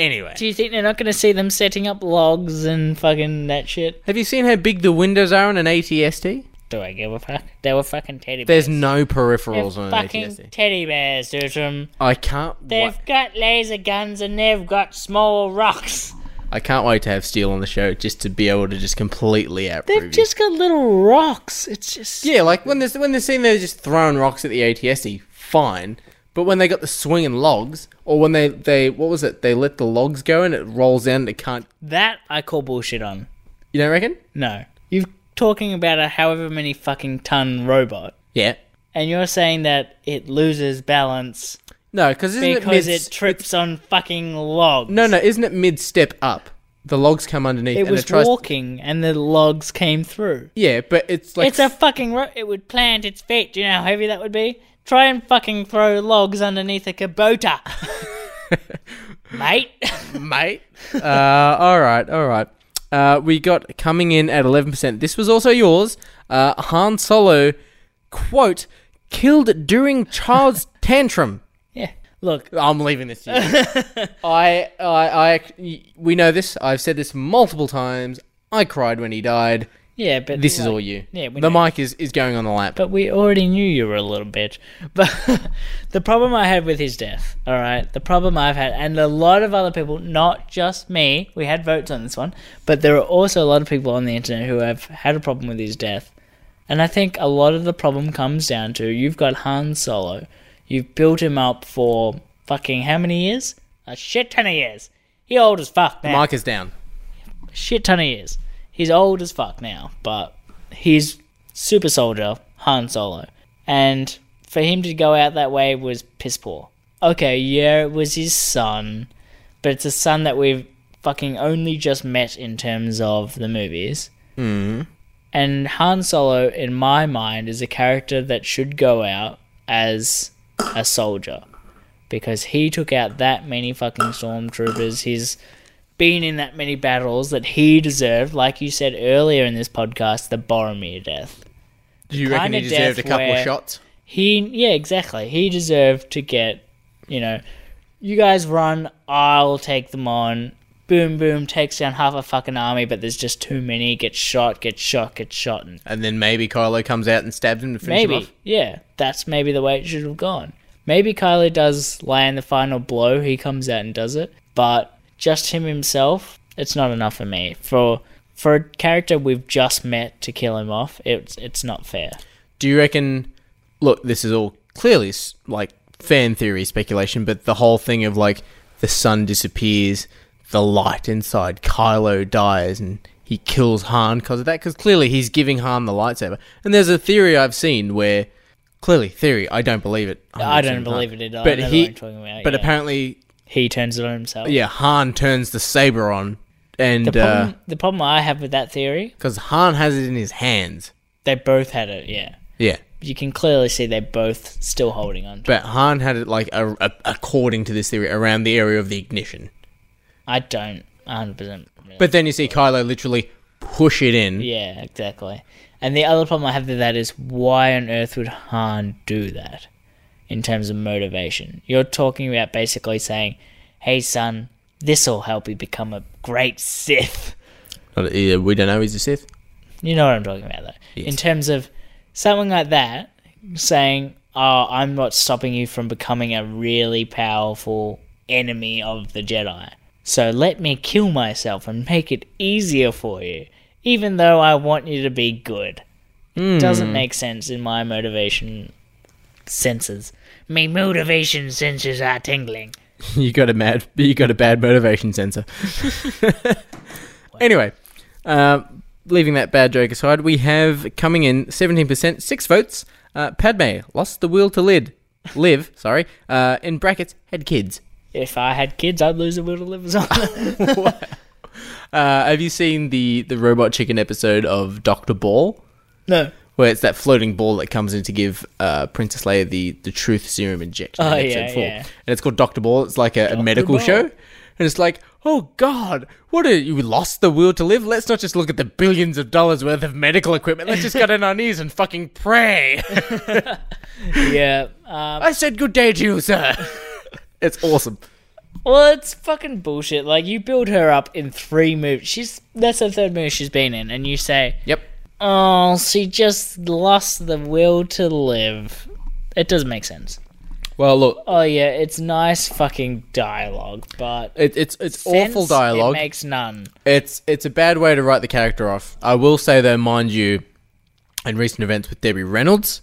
[SPEAKER 7] Anyway,
[SPEAKER 6] Do you think they're not going to see them setting up logs and fucking that shit?
[SPEAKER 7] have you seen how big the windows are on an ATST?
[SPEAKER 6] Do I give a fuck? They were fucking teddy bears.
[SPEAKER 7] There's no
[SPEAKER 6] They're
[SPEAKER 7] peripherals on an
[SPEAKER 6] fucking
[SPEAKER 7] ATST.
[SPEAKER 6] teddy bears, Dutram.
[SPEAKER 7] I can't.
[SPEAKER 6] They've
[SPEAKER 7] Wa-
[SPEAKER 6] got laser guns and they've got small rocks.
[SPEAKER 7] I can't wait to have Steel on the show just to be able to just completely out.
[SPEAKER 6] They've just got little rocks. It's just
[SPEAKER 7] yeah, like when there's when they're seen they're just throwing rocks at the ATST, fine. But when they got the swinging logs, or when they they what was it? They let the logs go and it rolls down. And it can't.
[SPEAKER 6] that I call bullshit on.
[SPEAKER 7] You don't reckon?
[SPEAKER 6] No, you're talking about a however many fucking ton robot,
[SPEAKER 7] Yeah.
[SPEAKER 6] and you're saying that it loses balance
[SPEAKER 7] No, because isn't
[SPEAKER 6] because
[SPEAKER 7] it mid?
[SPEAKER 6] it trips on fucking logs.
[SPEAKER 7] no, no, isn't it mid step up? The logs come underneath.
[SPEAKER 6] It
[SPEAKER 7] and
[SPEAKER 6] was
[SPEAKER 7] it tries-
[SPEAKER 6] walking, and the logs came through.
[SPEAKER 7] Yeah, but it's like
[SPEAKER 6] it's a fucking. Ro- it would plant its feet. Do you know how heavy that would be? Try and fucking throw logs underneath
[SPEAKER 7] (laughs)
[SPEAKER 6] a Kubota, mate. (laughs)
[SPEAKER 7] mate. (laughs) uh, all right, all right. Uh, we got coming in at eleven percent. This was also yours. Uh, Han Solo, quote, killed during
[SPEAKER 6] (laughs)
[SPEAKER 7] child's tantrum.
[SPEAKER 6] yeah. Look, (laughs)
[SPEAKER 7] I'm leaving this. To you. (laughs) I, I, I, we know this. I've said this multiple times. I cried when he died.
[SPEAKER 6] yeah, but
[SPEAKER 7] This is
[SPEAKER 6] like-
[SPEAKER 7] all you.
[SPEAKER 6] Yeah, we
[SPEAKER 7] the
[SPEAKER 6] know.
[SPEAKER 7] mic is, is going on the lap.
[SPEAKER 6] but we already knew you were a little bitch. But (laughs) the problem I had with his death, all right, the problem I've had, and a lot of other people, not just me, we had votes on this one, but there are also a lot of people on the internet who have had a problem with his death. And I think a lot of the problem comes down to you've got Han Solo, you've built him up for fucking how many years? A shit ton of years. He old as fuck now
[SPEAKER 7] mic is down.
[SPEAKER 6] shit ton of years. He's old as fuck now, but he's super soldier Han Solo, and for him to go out that way was piss poor. Okay, yeah, it was his son, but it's a son that we've fucking only just met in terms of the movies. Mm. And Han Solo, in my mind, is a character that should go out as a soldier because he took out that many fucking stormtroopers. He's been in that many battles that he deserved, like you said earlier in this podcast, the Boromir death.
[SPEAKER 7] Do you reckon
[SPEAKER 6] kind
[SPEAKER 7] he
[SPEAKER 6] of
[SPEAKER 7] deserved a
[SPEAKER 6] death
[SPEAKER 7] couple of
[SPEAKER 6] where-
[SPEAKER 7] shots?
[SPEAKER 6] He, yeah, exactly. He deserved to get, you know, you guys run, I'll take them on. Boom, boom, takes down half a fucking army, but there's just too many. Gets shot, gets shot, gets shot, and
[SPEAKER 7] And then maybe Kylo comes out and stabs him to finish him
[SPEAKER 6] maybe,
[SPEAKER 7] off.
[SPEAKER 6] yeah, that's maybe the way it should have gone. Maybe Kylo does land the final blow. He comes out and does it, but just him himself, it's not enough for me. For for a character we've just met to kill him off, it's it's not fair.
[SPEAKER 7] Do you reckon? Look, this is all clearly s- like fan theory speculation, but the whole thing of like the sun disappears, the light inside Kylo dies, and he kills Han because of that. Because clearly he's giving Han the lightsaber. And there's a theory I've seen where clearly theory. I don't believe it.
[SPEAKER 6] I don't believe it at all. I
[SPEAKER 7] But
[SPEAKER 6] know
[SPEAKER 7] he.
[SPEAKER 6] what you're talking about,
[SPEAKER 7] but
[SPEAKER 6] yeah.
[SPEAKER 7] apparently,
[SPEAKER 6] He turns it on himself.
[SPEAKER 7] yeah, Han turns the saber on, and uh,
[SPEAKER 6] The
[SPEAKER 7] because
[SPEAKER 6] problem, the problem I have with that theory,
[SPEAKER 7] Han has it in his hands.
[SPEAKER 6] they both had it. Yeah,
[SPEAKER 7] Yeah.
[SPEAKER 6] you can clearly see they're both still holding on. to it.
[SPEAKER 7] But Han had it like a, a, according to this theory around the area of the ignition.
[SPEAKER 6] I don't 100. percent
[SPEAKER 7] But then you see Kylo literally push it in.
[SPEAKER 6] Yeah, exactly. And the other problem I have with that is why on earth would Han do that in terms of motivation? You're talking about basically saying, hey, son, this'll help you become a great Sith.
[SPEAKER 7] Not- yeah, we don't know he's a Sith.
[SPEAKER 6] You know what I'm talking about, though. In terms of something like that, saying, oh, I'm not stopping you from becoming a really powerful enemy of the Jedi. So let me kill myself and make it easier for you, even though I want you to be good. It doesn't make sense in my motivation senses. My motivation senses are tingling.
[SPEAKER 7] (laughs) you got a mad, you got a bad motivation sensor. anyway, uh, leaving that bad joke aside, we have coming in seventeen percent, six votes. Uh, Padme lost the will to lid, live. Sorry, uh, in brackets had kids.
[SPEAKER 6] If I had kids, I'd lose a will to live as well.
[SPEAKER 7] Uh, have you seen the the robot chicken episode of Doctor Ball?
[SPEAKER 6] no.
[SPEAKER 7] where it's that floating ball that comes in to give uh, Princess Leia the, the truth serum injection
[SPEAKER 6] Oh,
[SPEAKER 7] in episode
[SPEAKER 6] yeah,
[SPEAKER 7] four.
[SPEAKER 6] yeah.
[SPEAKER 7] And it's called Dr. Ball. It's like a, a medical
[SPEAKER 6] Ball.
[SPEAKER 7] show. And it's like, oh, God, what a, you lost the will to live? Let's not just look at the billions of dollars worth of medical equipment.
[SPEAKER 6] (laughs)
[SPEAKER 7] Let's just get on our knees and fucking pray.
[SPEAKER 6] Yeah.
[SPEAKER 7] I said good day to you,
[SPEAKER 6] (laughs)
[SPEAKER 7] sir. it's awesome.
[SPEAKER 6] Well, it's fucking bullshit. Like you build her up in three movies. She's that's her third movie she's been in, and you say,
[SPEAKER 7] Yep.
[SPEAKER 6] "Oh, she just lost the will to live." It doesn't make sense.
[SPEAKER 7] Well, look,
[SPEAKER 6] Oh yeah, it's nice fucking dialogue, but
[SPEAKER 7] it, it's it's awful
[SPEAKER 6] sense,
[SPEAKER 7] dialogue.
[SPEAKER 6] It makes none.
[SPEAKER 7] It's it's a bad way to write the character off. I will say though, mind you, in recent events with Debbie Reynolds,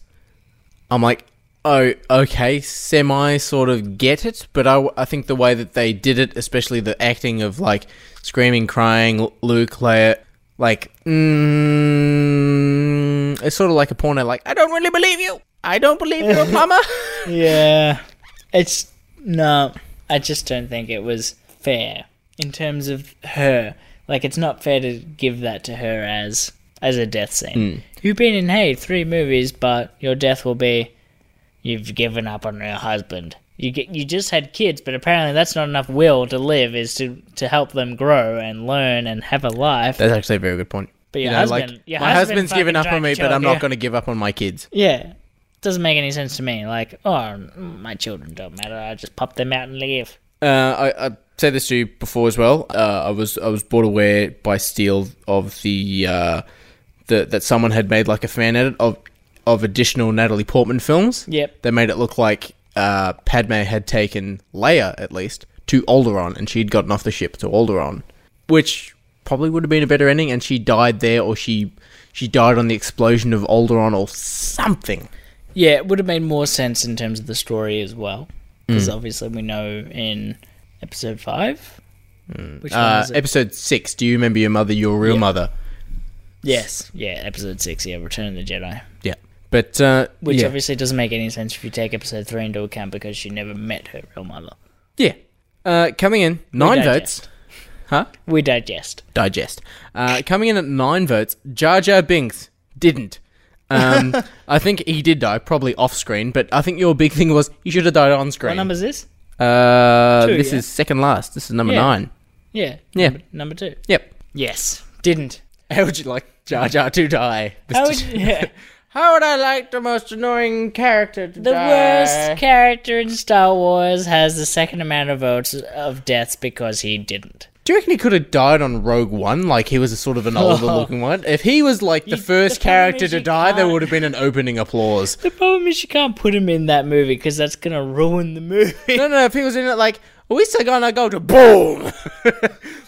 [SPEAKER 7] I'm like, oh, okay, semi sort of get it, but I, I think the way that they did it, especially the acting of like screaming, crying, L- Luke, Leia, like, mm, it's sort of like a porno, like, I don't really believe you. I don't believe you're a
[SPEAKER 6] (laughs)
[SPEAKER 7] plumber.
[SPEAKER 6] Yeah, it's no. I just don't think it was fair in terms of her. Like, it's not fair to give that to her as as a death scene. You've been in hey three movies, but your death will be you've given up on your husband. You get you just had kids, but apparently that's not enough will to live is to to help them grow and learn and have a life.
[SPEAKER 7] That's actually a very good point.
[SPEAKER 6] But
[SPEAKER 7] You
[SPEAKER 6] your
[SPEAKER 7] know,
[SPEAKER 6] husband,
[SPEAKER 7] like,
[SPEAKER 6] your
[SPEAKER 7] my
[SPEAKER 6] husband
[SPEAKER 7] husband's given
[SPEAKER 6] fucking
[SPEAKER 7] up on
[SPEAKER 6] tried
[SPEAKER 7] me,
[SPEAKER 6] to kill
[SPEAKER 7] but I'm
[SPEAKER 6] you.
[SPEAKER 7] not going to give up on my kids.
[SPEAKER 6] Yeah. Doesn't make any sense to me. Like, oh, my children don't matter. I just pop them out and leave.
[SPEAKER 7] Uh, I, I said this to you before as well. Uh, I was I was brought aware by Steele of the uh, the that someone had made like a fan edit of of additional Natalie Portman films.
[SPEAKER 6] Yep.
[SPEAKER 7] They made it look like uh, Padme had taken Leia at least to Alderaan, and she'd gotten off the ship to Alderaan, which probably would have been a better ending. And she died there, or she she died on the explosion of Alderaan, or something.
[SPEAKER 6] Yeah, it would have made more sense in terms of the story as well, because
[SPEAKER 7] Mm.
[SPEAKER 6] obviously we know in episode five, which one
[SPEAKER 7] Uh,
[SPEAKER 6] is it?
[SPEAKER 7] episode six. Do you remember your mother, your real mother?
[SPEAKER 6] yes, yeah, episode six, yeah, Return of the Jedi,
[SPEAKER 7] Yeah. But uh,
[SPEAKER 6] which
[SPEAKER 7] yeah.
[SPEAKER 6] obviously doesn't make any sense if you take episode three into account because she never met her real mother.
[SPEAKER 7] Yeah. Uh, coming in, nine votes.
[SPEAKER 6] digest.
[SPEAKER 7] Huh?
[SPEAKER 6] We digest.
[SPEAKER 7] Digest. Uh, coming in at nine votes, Jar Jar Binks didn't. Um,
[SPEAKER 6] (laughs)
[SPEAKER 7] I think he did die, probably off screen, but I think your big thing was you should have died on screen.
[SPEAKER 6] What number is this?
[SPEAKER 7] uh,
[SPEAKER 6] Two,
[SPEAKER 7] this
[SPEAKER 6] yeah?
[SPEAKER 7] is second last. This is number
[SPEAKER 6] Yeah.
[SPEAKER 7] nine.
[SPEAKER 6] Yeah,
[SPEAKER 7] Yeah.
[SPEAKER 6] number, number two.
[SPEAKER 7] Yep.
[SPEAKER 6] Yes, didn't.
[SPEAKER 7] How would you like Jar Jar to die?
[SPEAKER 6] How
[SPEAKER 7] Mr. (laughs)
[SPEAKER 6] would, yeah.
[SPEAKER 7] How would I like the most annoying character to
[SPEAKER 6] The worst character in Star Wars has the second amount of votes of deaths because he didn't.
[SPEAKER 7] Do you reckon he could have died on Rogue One? Like he was a sort of an
[SPEAKER 6] (laughs)
[SPEAKER 7] older looking one. If he was like the
[SPEAKER 6] You-
[SPEAKER 7] first
[SPEAKER 6] the problem
[SPEAKER 7] character
[SPEAKER 6] is
[SPEAKER 7] to
[SPEAKER 6] you
[SPEAKER 7] die, there
[SPEAKER 6] can't-
[SPEAKER 7] would have been an opening applause.
[SPEAKER 6] The problem is you can't put him in that movie because that's gonna ruin the
[SPEAKER 7] (laughs)
[SPEAKER 6] (laughs) movie.
[SPEAKER 7] no, no. If he was in it, like we're still gonna go to boom. (laughs)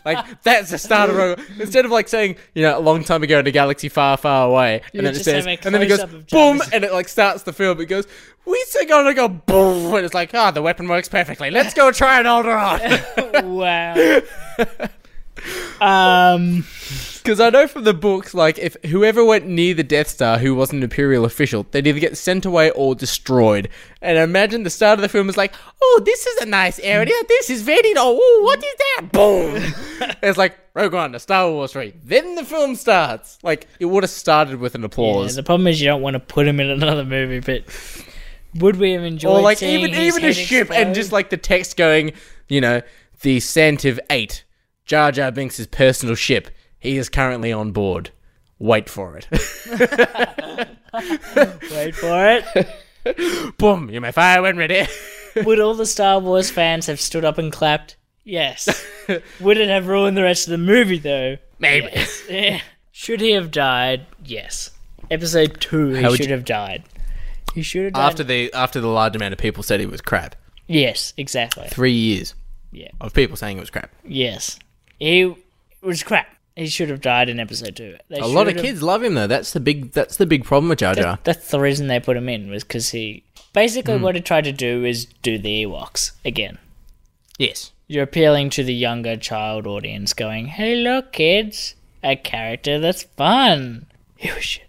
[SPEAKER 7] like that's the start of Rogue. Instead of like saying you know a long time ago in a galaxy far, far away,
[SPEAKER 6] You
[SPEAKER 7] and then
[SPEAKER 6] just
[SPEAKER 7] it says,
[SPEAKER 6] have a
[SPEAKER 7] and then it goes
[SPEAKER 6] close-up of
[SPEAKER 7] boom,
[SPEAKER 6] Jarvis.
[SPEAKER 7] and it like starts the film. It goes. We still gonna go boom, and it's like, ah, the weapon works perfectly. Let's go try and hold her
[SPEAKER 6] (laughs)
[SPEAKER 7] on. (laughs)
[SPEAKER 6] wow. um.
[SPEAKER 7] Because I know from the books, like if whoever went near the Death Star who was an Imperial official, they'd either get sent away or destroyed. And I imagine the start of the film is like, "Oh, this is a nice area. This is very oh, ooh, what is that?
[SPEAKER 6] (laughs)
[SPEAKER 7] Boom!" it's like Rogue One, a Star Wars three. Then the film starts. Like it would have started with an
[SPEAKER 6] Yeah,
[SPEAKER 7] applause,
[SPEAKER 6] the problem is you don't want to put him in another movie, but would we have enjoyed?
[SPEAKER 7] or like
[SPEAKER 6] seeing
[SPEAKER 7] even
[SPEAKER 6] his
[SPEAKER 7] even a
[SPEAKER 6] head
[SPEAKER 7] ship
[SPEAKER 6] explode?
[SPEAKER 7] and just like the text going, you know, the Santiv Eight, Jar Jar Binks' personal ship. He is currently on board. Wait for it. (laughs)
[SPEAKER 6] wait for
[SPEAKER 7] (laughs)
[SPEAKER 6] it.
[SPEAKER 7] boom, you're my fire when ready. (laughs)
[SPEAKER 6] Would all the Star Wars fans have stood up and clapped?
[SPEAKER 7] (laughs)
[SPEAKER 6] Yes. would it have ruined the rest of the movie though?
[SPEAKER 7] Maybe.
[SPEAKER 6] Yeah. Should he have died? Yes. Episode two, he
[SPEAKER 7] How would
[SPEAKER 6] should
[SPEAKER 7] you-
[SPEAKER 6] have died. He should have died.
[SPEAKER 7] After the after the large amount of people said it was crap.
[SPEAKER 6] yes, exactly.
[SPEAKER 7] Three years
[SPEAKER 6] Yeah.
[SPEAKER 7] of people saying it was crap.
[SPEAKER 6] Yes, he was crap. He should have died in episode two. They
[SPEAKER 7] A lot of
[SPEAKER 6] should have-
[SPEAKER 7] kids love him though. That's the big that's the big problem with Jar Jar.
[SPEAKER 6] That's the reason they put him in was because he basically
[SPEAKER 7] Hmm.
[SPEAKER 6] what he tried to do is do the Ewoks again.
[SPEAKER 7] Yes.
[SPEAKER 6] You're appealing to the younger child audience, going, "Hey, look, kids, a character that's fun." He was shit.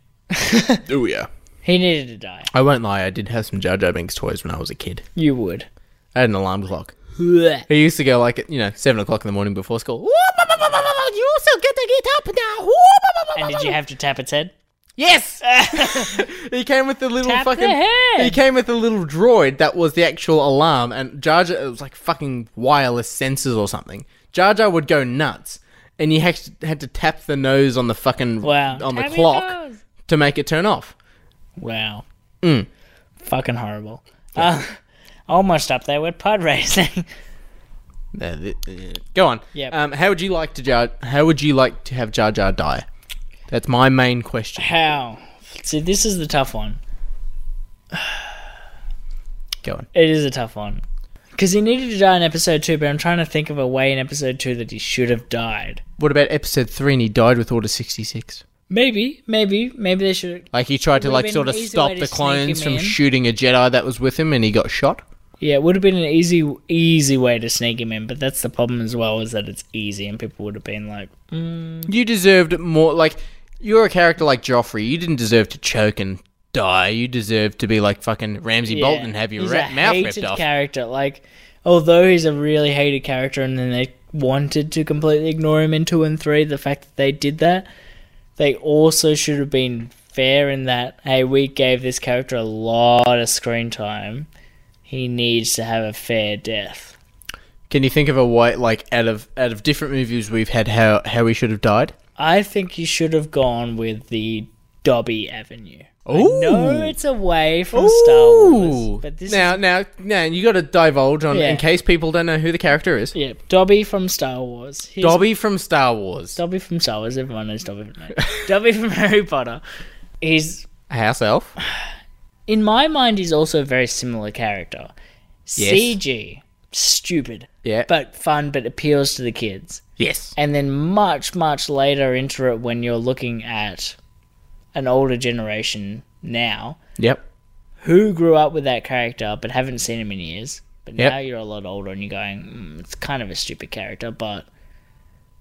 [SPEAKER 7] Oh yeah.
[SPEAKER 6] He needed to die.
[SPEAKER 7] I won't lie. I did have some Jar Jar Binks toys when I was a kid.
[SPEAKER 6] You would.
[SPEAKER 7] I had an alarm clock.
[SPEAKER 6] Blech.
[SPEAKER 7] He used to go like at, you know seven o'clock in the morning before school. You also get to get up now.
[SPEAKER 6] And did you have to tap its head?
[SPEAKER 7] Yes. he came with the little
[SPEAKER 6] Tap the
[SPEAKER 7] fucking.
[SPEAKER 6] head.
[SPEAKER 7] He came with the little droid that was the actual alarm, and Jar Jar it was like fucking wireless sensors or something. Jar Jar would go nuts, and you had to, had to tap the nose on the fucking
[SPEAKER 6] Wow.
[SPEAKER 7] on the
[SPEAKER 6] Tap your
[SPEAKER 7] clock to make it turn off.
[SPEAKER 6] (laughs) Wow.
[SPEAKER 7] Hmm.
[SPEAKER 6] Fucking horrible. Uh, almost up there with pod (laughs) racing.
[SPEAKER 7] Uh, th- uh, Go on.
[SPEAKER 6] Yep.
[SPEAKER 7] Um, how would you like to Jar? How would you like to have Jar Jar die? That's my main question.
[SPEAKER 6] How? See, this is the tough one.
[SPEAKER 7] Go on.
[SPEAKER 6] It is a tough one. Because he needed to die in episode two, but I'm trying to think of a way in episode two that he should have died.
[SPEAKER 7] What about episode three? And he died with Order sixty six.
[SPEAKER 6] Maybe, maybe, maybe they should.
[SPEAKER 7] Like he tried to
[SPEAKER 6] Would've
[SPEAKER 7] like
[SPEAKER 6] been
[SPEAKER 7] sort of
[SPEAKER 6] an easy way
[SPEAKER 7] stop
[SPEAKER 6] to
[SPEAKER 7] the
[SPEAKER 6] sneak
[SPEAKER 7] clones
[SPEAKER 6] him
[SPEAKER 7] from
[SPEAKER 6] in.
[SPEAKER 7] shooting a Jedi that was with him, and he got shot.
[SPEAKER 6] Yeah, it would have been an easy, easy way to sneak him in, but that's the problem as well, is that it's easy and people would have been like,
[SPEAKER 7] You deserved more. Like you're a character like Joffrey. You didn't deserve to choke and die. You deserve to be like fucking Ramsey
[SPEAKER 6] yeah,
[SPEAKER 7] Bolton and have your
[SPEAKER 6] he's
[SPEAKER 7] rat
[SPEAKER 6] a
[SPEAKER 7] mouth ripped
[SPEAKER 6] hated
[SPEAKER 7] off.
[SPEAKER 6] character. Like, although he's a really hated character, and then they wanted to completely ignore him in two and three, the fact that they did that, they also should have been fair in that hey, we gave this character a lot of screen time. He needs to have a fair death.
[SPEAKER 7] Can you think of a way like out of out of different movies we've had how how he should have died?
[SPEAKER 6] I think you should have gone with the Dobby Avenue.
[SPEAKER 7] Ooh.
[SPEAKER 6] No, it's away from Star Wars, but this
[SPEAKER 7] now,
[SPEAKER 6] is
[SPEAKER 7] now, now, you got to divulge on
[SPEAKER 6] Yeah.
[SPEAKER 7] in case people don't know who the character is.
[SPEAKER 6] yeah, Dobby from Star Wars. His
[SPEAKER 7] Dobby from Star Wars.
[SPEAKER 6] Dobby from Star Wars. Everyone knows Dobby from Harry. Dobby from Harry Potter. He's
[SPEAKER 7] House
[SPEAKER 6] (laughs)
[SPEAKER 7] elf.
[SPEAKER 6] in my mind. He's also a very similar character.
[SPEAKER 7] Yes.
[SPEAKER 6] CG, stupid,
[SPEAKER 7] Yeah.
[SPEAKER 6] but fun, but appeals to the kids.
[SPEAKER 7] Yes.
[SPEAKER 6] And then much, much later into it, when you're looking at an older generation now,
[SPEAKER 7] Yep.
[SPEAKER 6] who grew up with that character but haven't seen him in years. But
[SPEAKER 7] Yep.
[SPEAKER 6] now you're a lot older and you're going, mm, it's kind of a stupid character, but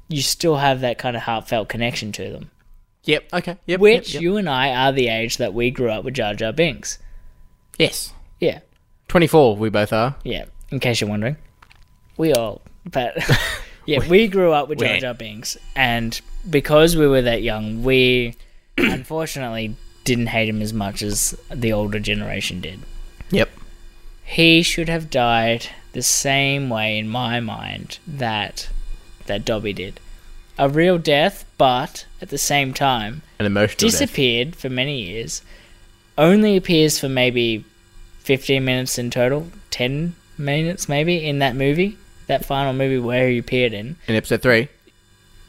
[SPEAKER 6] you still have that kind of heartfelt connection to them.
[SPEAKER 7] Yep. Okay. Yep.
[SPEAKER 6] Which
[SPEAKER 7] yep, yep.
[SPEAKER 6] you and I are the age that we grew up with Jar Jar Binks.
[SPEAKER 7] Yes.
[SPEAKER 6] Yeah,
[SPEAKER 7] Twenty four. We both are.
[SPEAKER 6] yeah. In case you're wondering, we all,
[SPEAKER 7] (laughs)
[SPEAKER 6] but yeah, we, grew up with Jar
[SPEAKER 7] we-
[SPEAKER 6] Jar Binks, and because we were that young, we (clears throat) unfortunately didn't hate him as much as the older generation did.
[SPEAKER 7] Yep.
[SPEAKER 6] He should have died the same way, in my mind, that that Dobby did. A real death, but at the same time,
[SPEAKER 7] An emotional. death.
[SPEAKER 6] disappeared for many years only appears for maybe 15 minutes in total, 10 minutes maybe, in that movie, that final movie where he appeared in.
[SPEAKER 7] In episode three.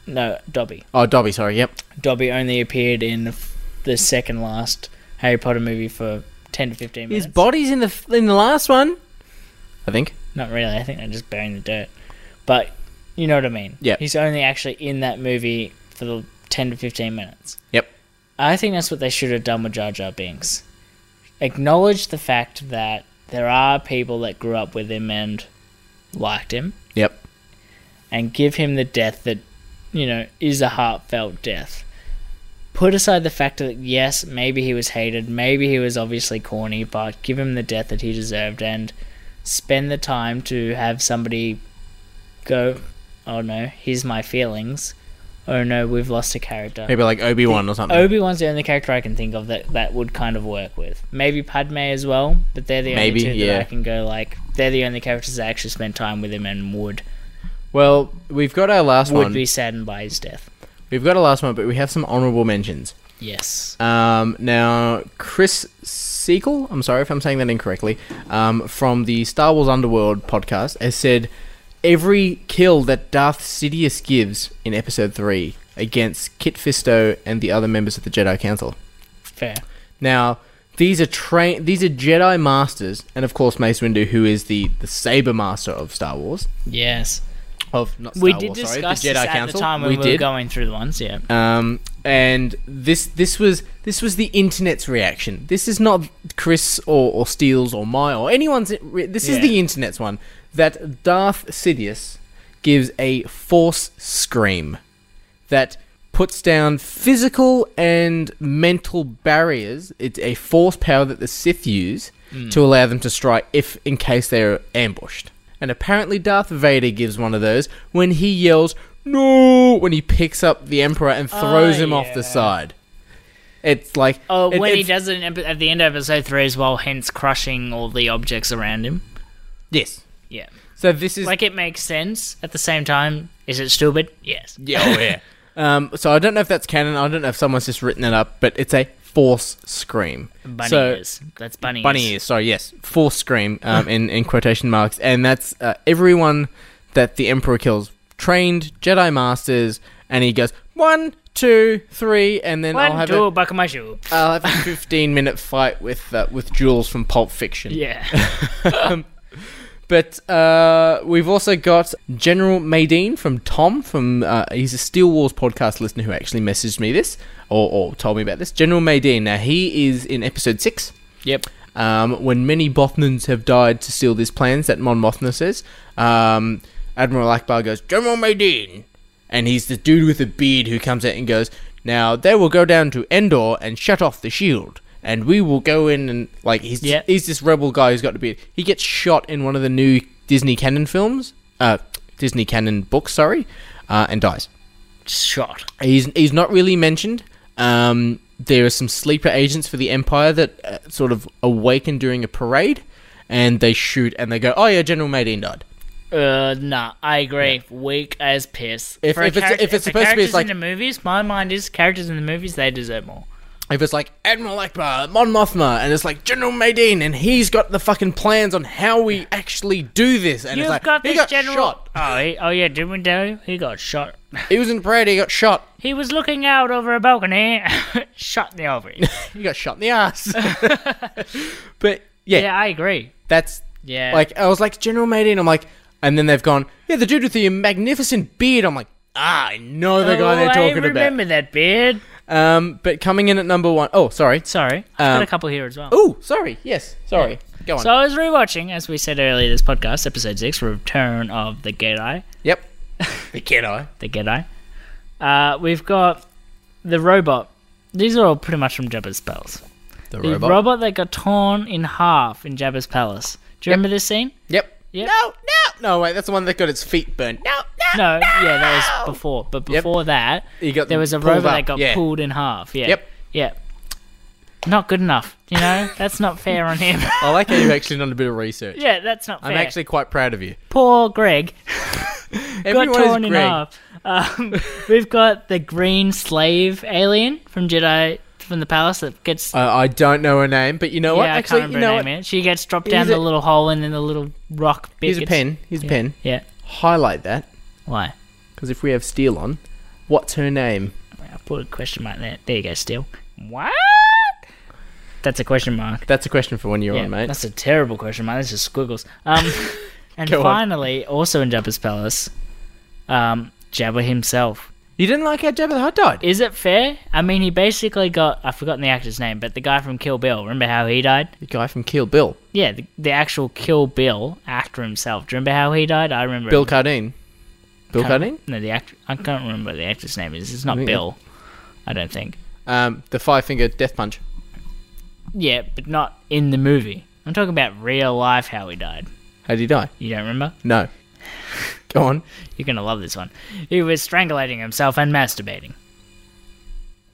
[SPEAKER 6] No, Dobby.
[SPEAKER 7] Oh, Dobby, sorry. Yep.
[SPEAKER 6] Dobby only appeared in the f- the second last Harry Potter movie for 10 to 15 minutes.
[SPEAKER 7] His body's in the f- in the last one. I think.
[SPEAKER 6] Not really. I think they're just burying the dirt. But you know what I mean.
[SPEAKER 7] Yeah.
[SPEAKER 6] He's only actually in that movie for the 10 to 15 minutes.
[SPEAKER 7] Yep.
[SPEAKER 6] I think that's what they should have done with Jar Jar Binks. Acknowledge the fact that there are people that grew up with him and liked him,
[SPEAKER 7] Yep.
[SPEAKER 6] and give him the death that, you know, is a heartfelt death. Put aside the fact that, yes, maybe he was hated, maybe he was obviously corny, but give him the death that he deserved and spend the time to have somebody go, oh no, here's my feelings. Oh no, we've lost a character.
[SPEAKER 7] Maybe like Obi Wan or something.
[SPEAKER 6] Obi Wan's the only character I can think of that that would kind of work with. Maybe Padme as well, but they're the
[SPEAKER 7] Maybe,
[SPEAKER 6] only two
[SPEAKER 7] yeah.
[SPEAKER 6] that I can go like. They're the only characters that actually spent time with him and would
[SPEAKER 7] well, we've got our last
[SPEAKER 6] would
[SPEAKER 7] one.
[SPEAKER 6] be saddened by his death.
[SPEAKER 7] We've got our last one, but we have some honourable mentions.
[SPEAKER 6] Yes,
[SPEAKER 7] Um, now, Chris Siegel, I'm sorry if I'm saying that incorrectly, um, from the Star Wars Underworld podcast, has said every kill that Darth Sidious gives in Episode 3 against Kit Fisto and the other members of the Jedi Council.
[SPEAKER 6] fair.
[SPEAKER 7] Now, these are train these are Jedi masters, and of course Mace Windu, who is the, the saber master of Star Wars.
[SPEAKER 6] Yes,
[SPEAKER 7] Of not Star
[SPEAKER 6] we did
[SPEAKER 7] Wars,
[SPEAKER 6] discuss
[SPEAKER 7] sorry,
[SPEAKER 6] this
[SPEAKER 7] the Jedi
[SPEAKER 6] at
[SPEAKER 7] Council.
[SPEAKER 6] the time when we, were
[SPEAKER 7] did.
[SPEAKER 6] going through the ones. Yeah,
[SPEAKER 7] Um, and this this was this was the internet's reaction. This is not Chris or or Steele's or my or anyone's. re- This is
[SPEAKER 6] Yeah.
[SPEAKER 7] the internet's one that Darth Sidious gives a force scream that puts down physical and mental barriers. It's a force power that the Sith use
[SPEAKER 6] Hmm.
[SPEAKER 7] to allow them to strike if in case they're ambushed. And apparently Darth Vader gives one of those when he yells no when he picks up the emperor and throws
[SPEAKER 6] Oh,
[SPEAKER 7] him off the
[SPEAKER 6] yeah.
[SPEAKER 7] side. It's like
[SPEAKER 6] oh,
[SPEAKER 7] it-
[SPEAKER 6] when he
[SPEAKER 7] it's-
[SPEAKER 6] does it in epi- at the end of episode three as well, hence crushing all the objects around him.
[SPEAKER 7] yes.
[SPEAKER 6] Yeah,
[SPEAKER 7] So this is
[SPEAKER 6] like it makes sense. At the same time, is it stupid? Yes.
[SPEAKER 7] (laughs) yeah, oh, yeah. um, so I don't know if that's canon. I don't know if someone's just written it up, but it's a force scream.
[SPEAKER 6] Bunny
[SPEAKER 7] so,
[SPEAKER 6] ears. That's bunny.
[SPEAKER 7] Bunny ears, sorry, yes. Force scream um, in, in quotation marks. And that's uh, everyone that the Emperor kills. Trained Jedi Masters. And he goes, one, two, three. And then I'll
[SPEAKER 6] One,
[SPEAKER 7] have,
[SPEAKER 6] two,
[SPEAKER 7] a,
[SPEAKER 6] buck of my shoe.
[SPEAKER 7] I'll have a 15 minute fight with uh, with Jules from Pulp Fiction. (laughs)
[SPEAKER 6] Yeah.
[SPEAKER 7] But uh, we've also got General Maydeen from Tom from uh, he's a Steel Wars podcast listener who actually messaged me this or, or told me about this. General Maydeen. Now he is in episode six.
[SPEAKER 6] yep.
[SPEAKER 7] Um, when many Bothnans have died to steal these plans, that Mon Mothma says, um, Admiral Akbar goes, General Maydeen! And he's the dude with the beard who comes out and goes, Now they will go down to Endor and shut off the shield. And we will go in and, like, he's,
[SPEAKER 6] Yeah.
[SPEAKER 7] he's this rebel guy who's got the beard. He gets shot in one of the new Disney canon films, uh, Disney canon books, sorry, uh, and dies.
[SPEAKER 6] Shot.
[SPEAKER 7] He's he's not really mentioned. Um, there are some sleeper agents for the Empire that uh, sort of awaken during a parade, and they shoot and they go, "Oh yeah, General Maydeen died."
[SPEAKER 6] Uh, nah, I agree. Weak as piss.
[SPEAKER 7] If-
[SPEAKER 6] For a
[SPEAKER 7] if it's-
[SPEAKER 6] character-
[SPEAKER 7] if it's supposed to be,
[SPEAKER 6] characters
[SPEAKER 7] it's like-
[SPEAKER 6] in the movies, my mind is characters in the movies they deserve more.
[SPEAKER 7] If it's like Admiral Akbar, Mon Mothma, and it's like General Maydeen, and he's got the fucking plans on how we actually do this, and
[SPEAKER 6] You've
[SPEAKER 7] it's like
[SPEAKER 6] got
[SPEAKER 7] he
[SPEAKER 6] this
[SPEAKER 7] got
[SPEAKER 6] general.
[SPEAKER 7] shot.
[SPEAKER 6] Oh, he, oh yeah, didn't we tell you? He
[SPEAKER 7] (laughs)
[SPEAKER 6] got shot.
[SPEAKER 7] He was in the parade. He got shot.
[SPEAKER 6] He was looking out over a balcony, (laughs) shot in
[SPEAKER 7] (laughs)
[SPEAKER 6] the ovary.
[SPEAKER 7] He got shot in the
[SPEAKER 6] (laughs)
[SPEAKER 7] ass. (laughs) but yeah,
[SPEAKER 6] yeah, I agree.
[SPEAKER 7] that's
[SPEAKER 6] Yeah.
[SPEAKER 7] Like I was like General Maydeen. I'm like, and then they've gone. Yeah, the dude with the magnificent beard. I'm like, ah, I know the guy
[SPEAKER 6] oh,
[SPEAKER 7] they're
[SPEAKER 6] I
[SPEAKER 7] talking
[SPEAKER 6] remember that beard.
[SPEAKER 7] about. Um, but coming in at number one oh sorry.
[SPEAKER 6] Sorry, I've
[SPEAKER 7] Um,
[SPEAKER 6] got a couple here as well.
[SPEAKER 7] Oh, sorry. Yes, sorry. Go on.
[SPEAKER 6] So I was rewatching, as we said earlier, this podcast, episode six, Return of the Jedi. (laughs)
[SPEAKER 7] yep. the Jedi.
[SPEAKER 6] the Jedi. Uh, we've got the robot. These are all pretty much from Jabba's spells.
[SPEAKER 7] The
[SPEAKER 6] The
[SPEAKER 7] robot.
[SPEAKER 6] robot, that got torn in half in Jabba's palace. Do you remember this scene?
[SPEAKER 7] yep.
[SPEAKER 6] Yep.
[SPEAKER 7] No, no, no. Wait, that's the one that got its feet burned. No, no.
[SPEAKER 6] No, yeah, that was before. But
[SPEAKER 7] Yep.
[SPEAKER 6] before that,
[SPEAKER 7] He got
[SPEAKER 6] there was a
[SPEAKER 7] pulled
[SPEAKER 6] robot that
[SPEAKER 7] up,
[SPEAKER 6] got
[SPEAKER 7] yeah.
[SPEAKER 6] pulled in half. Yeah.
[SPEAKER 7] Yep.
[SPEAKER 6] Yeah. Not good enough.
[SPEAKER 7] (laughs)
[SPEAKER 6] You know, that's not fair on him. (laughs)
[SPEAKER 7] I like how you've actually done a bit of research.
[SPEAKER 6] yeah, that's not fair.
[SPEAKER 7] I'm actually quite proud of you.
[SPEAKER 6] Poor Greg. got
[SPEAKER 7] Everyone is
[SPEAKER 6] torn
[SPEAKER 7] (laughs)
[SPEAKER 6] in
[SPEAKER 7] Greg.
[SPEAKER 6] half. Um, we've got the green slave alien from Jedi from the palace that gets.
[SPEAKER 7] Uh, I don't know her name, but you know
[SPEAKER 6] yeah,
[SPEAKER 7] what?
[SPEAKER 6] I
[SPEAKER 7] Actually,
[SPEAKER 6] can't
[SPEAKER 7] you
[SPEAKER 6] remember
[SPEAKER 7] know
[SPEAKER 6] her
[SPEAKER 7] what?
[SPEAKER 6] name. It. She gets dropped
[SPEAKER 7] Here's
[SPEAKER 6] down the
[SPEAKER 7] a-
[SPEAKER 6] little hole and then the little rock bit.
[SPEAKER 7] Here's a
[SPEAKER 6] gets-
[SPEAKER 7] pen. Here's a pen.
[SPEAKER 6] Yeah.
[SPEAKER 7] Highlight that
[SPEAKER 6] Why?
[SPEAKER 7] because if we have steel on, what's her name?
[SPEAKER 6] I put a question mark there. There you go. Still. What? That's a question mark.
[SPEAKER 7] That's a question for when you're
[SPEAKER 6] Yeah,
[SPEAKER 7] on, mate.
[SPEAKER 6] That's a terrible question, man. That's just squiggles. Um,
[SPEAKER 7] (laughs)
[SPEAKER 6] and
[SPEAKER 7] Go on.
[SPEAKER 6] finally, also in Jabba's palace, um, Jabba himself.
[SPEAKER 7] You didn't like how Jabba the Hutt died.
[SPEAKER 6] Is it fair? I mean, he basically got—I've forgotten the actor's name—but the guy from Kill Bill. Remember how he died?
[SPEAKER 7] the guy from Kill Bill,
[SPEAKER 6] Yeah, the, the actual Kill Bill actor himself. Do you remember how he died? I remember.
[SPEAKER 7] Bill Cardine. Bill
[SPEAKER 6] Can't-
[SPEAKER 7] Cardine,
[SPEAKER 6] No, the actor. I can't remember what the actor's name is. It's
[SPEAKER 7] I
[SPEAKER 6] not
[SPEAKER 7] think-
[SPEAKER 6] Bill. I don't think.
[SPEAKER 7] um, the five finger death punch.
[SPEAKER 6] Yeah, but not in the movie. I'm talking about real life how he died.
[SPEAKER 7] How did he die?
[SPEAKER 6] You don't remember? (laughs)
[SPEAKER 7] No. Go on.
[SPEAKER 6] You're gonna love this one. He was strangulating himself and masturbating.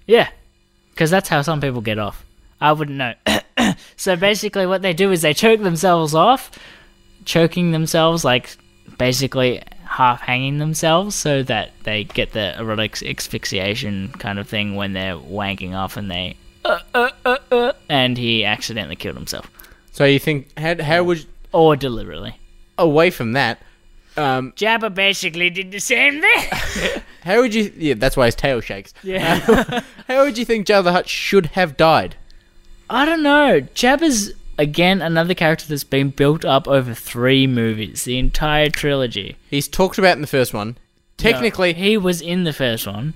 [SPEAKER 6] Yeah, because that's how some people get off. I wouldn't know. (coughs) so basically, what they do is they choke themselves off, choking themselves, like basically half hanging themselves, so that they get the erotic asphyxiation kind of thing when they're wanking off and they. Uh, uh, uh, uh, and he accidentally killed himself.
[SPEAKER 7] So you think how how would
[SPEAKER 6] Or deliberately.
[SPEAKER 7] away from that? Um,
[SPEAKER 6] Jabba basically did the same thing.
[SPEAKER 7] how would you? Yeah, that's why his tail shakes. Yeah. (laughs) how would you think Jabba the Hutt should have died?
[SPEAKER 6] I don't know. Jabba's again another character that's been built up over three movies, the entire trilogy.
[SPEAKER 7] He's talked about in the first one. Technically,
[SPEAKER 6] He was in the first one.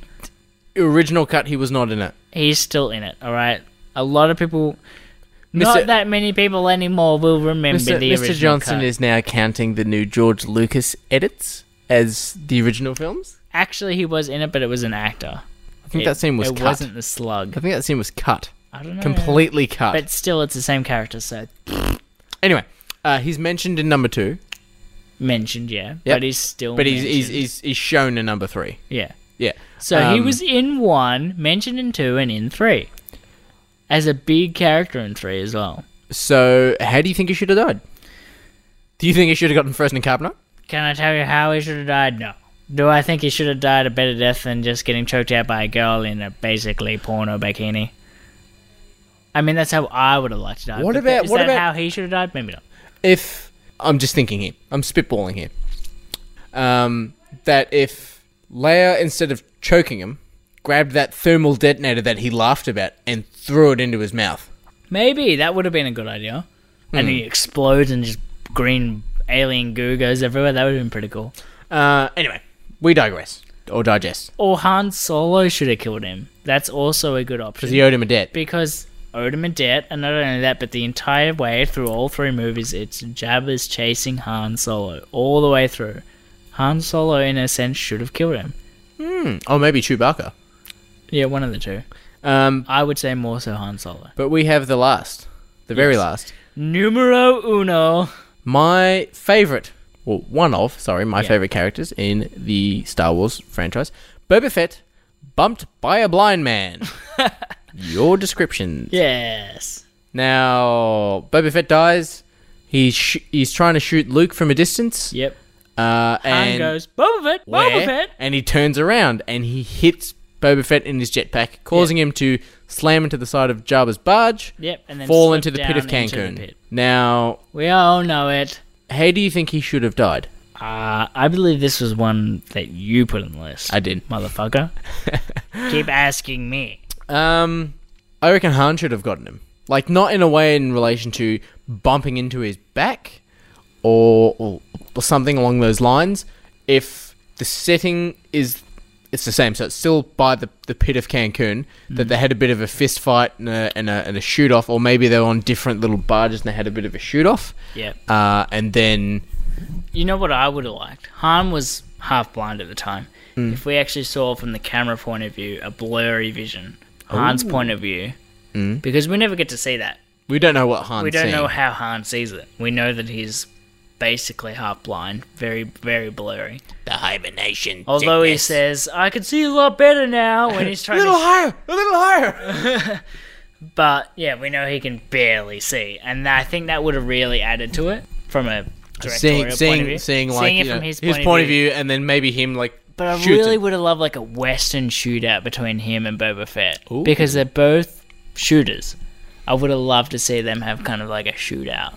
[SPEAKER 7] original cut, he was not in it.
[SPEAKER 6] He's still in it. All right. A lot of people, not
[SPEAKER 7] Mr.
[SPEAKER 6] that many people anymore, will remember
[SPEAKER 7] Mr.
[SPEAKER 6] the original.
[SPEAKER 7] Mr. Johnson
[SPEAKER 6] cut.
[SPEAKER 7] is now counting the new George Lucas edits as the original films.
[SPEAKER 6] actually he was in it, but it was an actor.
[SPEAKER 7] I think that scene was
[SPEAKER 6] it
[SPEAKER 7] cut.
[SPEAKER 6] wasn't the
[SPEAKER 7] I
[SPEAKER 6] slug.
[SPEAKER 7] think that scene was cut.
[SPEAKER 6] I don't know.
[SPEAKER 7] Completely cut.
[SPEAKER 6] But still, it's the same character. So
[SPEAKER 7] anyway, uh, he's mentioned in number two,
[SPEAKER 6] mentioned, yeah.
[SPEAKER 7] Yep.
[SPEAKER 6] But he's still.
[SPEAKER 7] but he's, he's,
[SPEAKER 6] mentioned.
[SPEAKER 7] he's, he's shown in number three.
[SPEAKER 6] yeah.
[SPEAKER 7] Yeah.
[SPEAKER 6] So he
[SPEAKER 7] Um,
[SPEAKER 6] was in one, mentioned in two, and in three. As a big character in three as well.
[SPEAKER 7] So how do you think he should have died? Do you think he should have gotten frozen in carbonite?
[SPEAKER 6] Can I tell you how he should have died? No. Do I think he should have died a better death than just getting choked out by a girl in a basically porno bikini? I mean, that's how I would have liked to die.
[SPEAKER 7] What
[SPEAKER 6] but
[SPEAKER 7] about-
[SPEAKER 6] is
[SPEAKER 7] what
[SPEAKER 6] that
[SPEAKER 7] about-
[SPEAKER 6] how he should have died? Maybe not.
[SPEAKER 7] if I'm just thinking here, I'm spitballing here, um, that if Leia instead of choking him, grabbed that thermal detonator that he laughed about and threw it into his mouth.
[SPEAKER 6] Maybe that would have been a good idea. And he explodes and just green alien goo goes everywhere. That would have been pretty cool.
[SPEAKER 7] Uh, anyway, we digress or digest
[SPEAKER 6] Or Han Solo should have killed him. That's also a good option.
[SPEAKER 7] because he owed him a debt.
[SPEAKER 6] because Odin and debt, and not only that, but the entire way through all three movies, it's Jabba's chasing Han Solo all the way through. Han Solo, in a sense, should have killed him.
[SPEAKER 7] Oh, maybe Chewbacca.
[SPEAKER 6] Yeah, one of the two.
[SPEAKER 7] Um,
[SPEAKER 6] I would say more so Han Solo.
[SPEAKER 7] but we have the last, the very last.
[SPEAKER 6] Numero uno.
[SPEAKER 7] My favorite, well, one of, sorry, my favorite characters in the Star Wars franchise, Boba Fett, bumped by a blind man. Your description.
[SPEAKER 6] Yes.
[SPEAKER 7] Now, Boba Fett dies. He's sh- he's trying to shoot Luke from a distance.
[SPEAKER 6] Yep.
[SPEAKER 7] Uh,
[SPEAKER 6] Han
[SPEAKER 7] and
[SPEAKER 6] goes, Boba Fett, Boba
[SPEAKER 7] where-
[SPEAKER 6] Fett.
[SPEAKER 7] And he turns around and he hits Boba Fett in his jetpack, causing him to slam into the side of Jabba's barge.
[SPEAKER 6] Yep, and then
[SPEAKER 7] fall
[SPEAKER 6] slip
[SPEAKER 7] into the pit
[SPEAKER 6] down
[SPEAKER 7] of
[SPEAKER 6] into the
[SPEAKER 7] Cancun.
[SPEAKER 6] pit.
[SPEAKER 7] Now,
[SPEAKER 6] We all know it.
[SPEAKER 7] how do you think he should have died?
[SPEAKER 6] Uh, I believe this was one that you put on the list.
[SPEAKER 7] I did. (laughs)
[SPEAKER 6] Motherfucker. Keep asking me.
[SPEAKER 7] Um, I reckon Han should have gotten him. Like, not in a way in relation to bumping into his back or, or, or something along those lines. If the setting is. It's the same, so it's still by the, the pit of Cancun that they had a bit of a fist fight and a, and a, and a shoot off, or maybe they were on different little barges and they had a bit of a shoot off.
[SPEAKER 6] Yep.
[SPEAKER 7] Uh, and then
[SPEAKER 6] You know what I would have liked? Han was half blind at the time.
[SPEAKER 7] Hmm.
[SPEAKER 6] If we actually saw from the camera point of view a blurry vision, Han's point of view, because we never get to see that.
[SPEAKER 7] we don't know what Han's
[SPEAKER 6] We don't
[SPEAKER 7] Hmm. seeing.
[SPEAKER 6] know how Han sees it. We know that he's basically half blind, very, very blurry.
[SPEAKER 7] the hibernation.
[SPEAKER 6] Although he says, I can see a lot better now
[SPEAKER 7] (laughs)
[SPEAKER 6] when he's
[SPEAKER 7] a
[SPEAKER 6] trying
[SPEAKER 7] little
[SPEAKER 6] to.
[SPEAKER 7] higher, a little higher.
[SPEAKER 6] But yeah, we know he can barely see. And I think that would have really added to it from a.
[SPEAKER 7] seeing,
[SPEAKER 6] directorial point of
[SPEAKER 7] seeing,
[SPEAKER 6] view.
[SPEAKER 7] seeing, like
[SPEAKER 6] it
[SPEAKER 7] you know,
[SPEAKER 6] from his,
[SPEAKER 7] point of view, and then maybe him like.
[SPEAKER 6] But I
[SPEAKER 7] shoots
[SPEAKER 6] really
[SPEAKER 7] him.
[SPEAKER 6] would have loved like a Western shootout between him and Boba Fett because they're both shooters. I would have loved to see them have kind of like a shootout.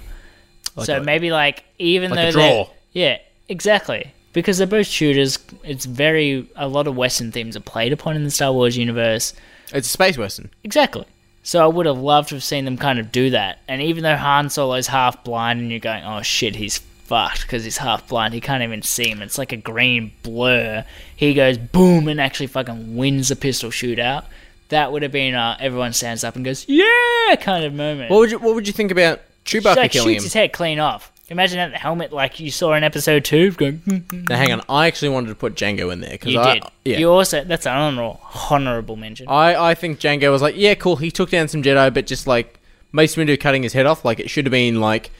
[SPEAKER 6] so
[SPEAKER 7] a-
[SPEAKER 6] maybe like even
[SPEAKER 7] like a
[SPEAKER 6] though they're-
[SPEAKER 7] draw.
[SPEAKER 6] yeah, exactly. Because they're both shooters, it's very a lot of Western themes are played upon in the Star Wars universe.
[SPEAKER 7] It's a space western.
[SPEAKER 6] Exactly. So I would have loved to have seen them kind of do that. And even though Han Solo's half blind, and you're going, "Oh shit, he's fucked" because he's half blind, he can't even see him. It's like a green blur. He goes boom and actually fucking wins the pistol shootout. That would have been uh, everyone stands up and goes, "Yeah!" kind of moment.
[SPEAKER 7] What would you What would you think about Chewbacca
[SPEAKER 6] like
[SPEAKER 7] killing
[SPEAKER 6] shoots
[SPEAKER 7] him?
[SPEAKER 6] his head clean off. Imagine that the helmet like you saw in episode two, going. "Hmm, hmm."
[SPEAKER 7] Now, hang on. I actually wanted to put Django in there because
[SPEAKER 6] You
[SPEAKER 7] I
[SPEAKER 6] did.
[SPEAKER 7] yeah.
[SPEAKER 6] You also that's an honorable honorable mention.
[SPEAKER 7] I, I think Django was like, yeah, cool. He took down some Jedi, but just like Mace Windu cutting his head off, like it should have been like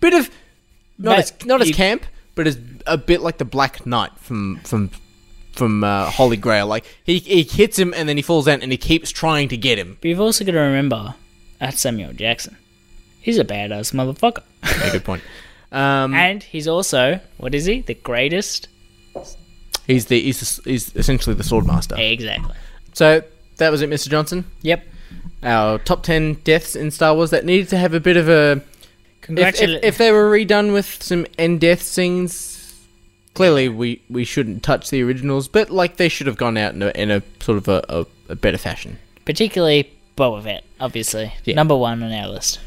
[SPEAKER 7] bit of not
[SPEAKER 6] Mate,
[SPEAKER 7] as not as
[SPEAKER 6] you-
[SPEAKER 7] camp, but as a bit like the Black Knight from from from uh, Holy Grail. Like he he hits him and then he falls down and he keeps trying to get him.
[SPEAKER 6] But you've also got to remember that's Samuel Jackson. He's a badass motherfucker.
[SPEAKER 7] Yeah, good point. Um,
[SPEAKER 6] And he's also, what is he? The greatest?
[SPEAKER 7] he's the he's, the, s- he's essentially the sword master.
[SPEAKER 6] Exactly.
[SPEAKER 7] So that was it, Mr. Johnson.
[SPEAKER 6] Yep.
[SPEAKER 7] Our top ten deaths in Star Wars that needed to have a bit of a if,
[SPEAKER 6] Congratulations.
[SPEAKER 7] if, if they were redone with some end death scenes, clearly we, we shouldn't touch the originals, but like they should have gone out in a, in a sort of a, a, a better fashion.
[SPEAKER 6] Particularly Boba Fett, obviously. Number one on our list.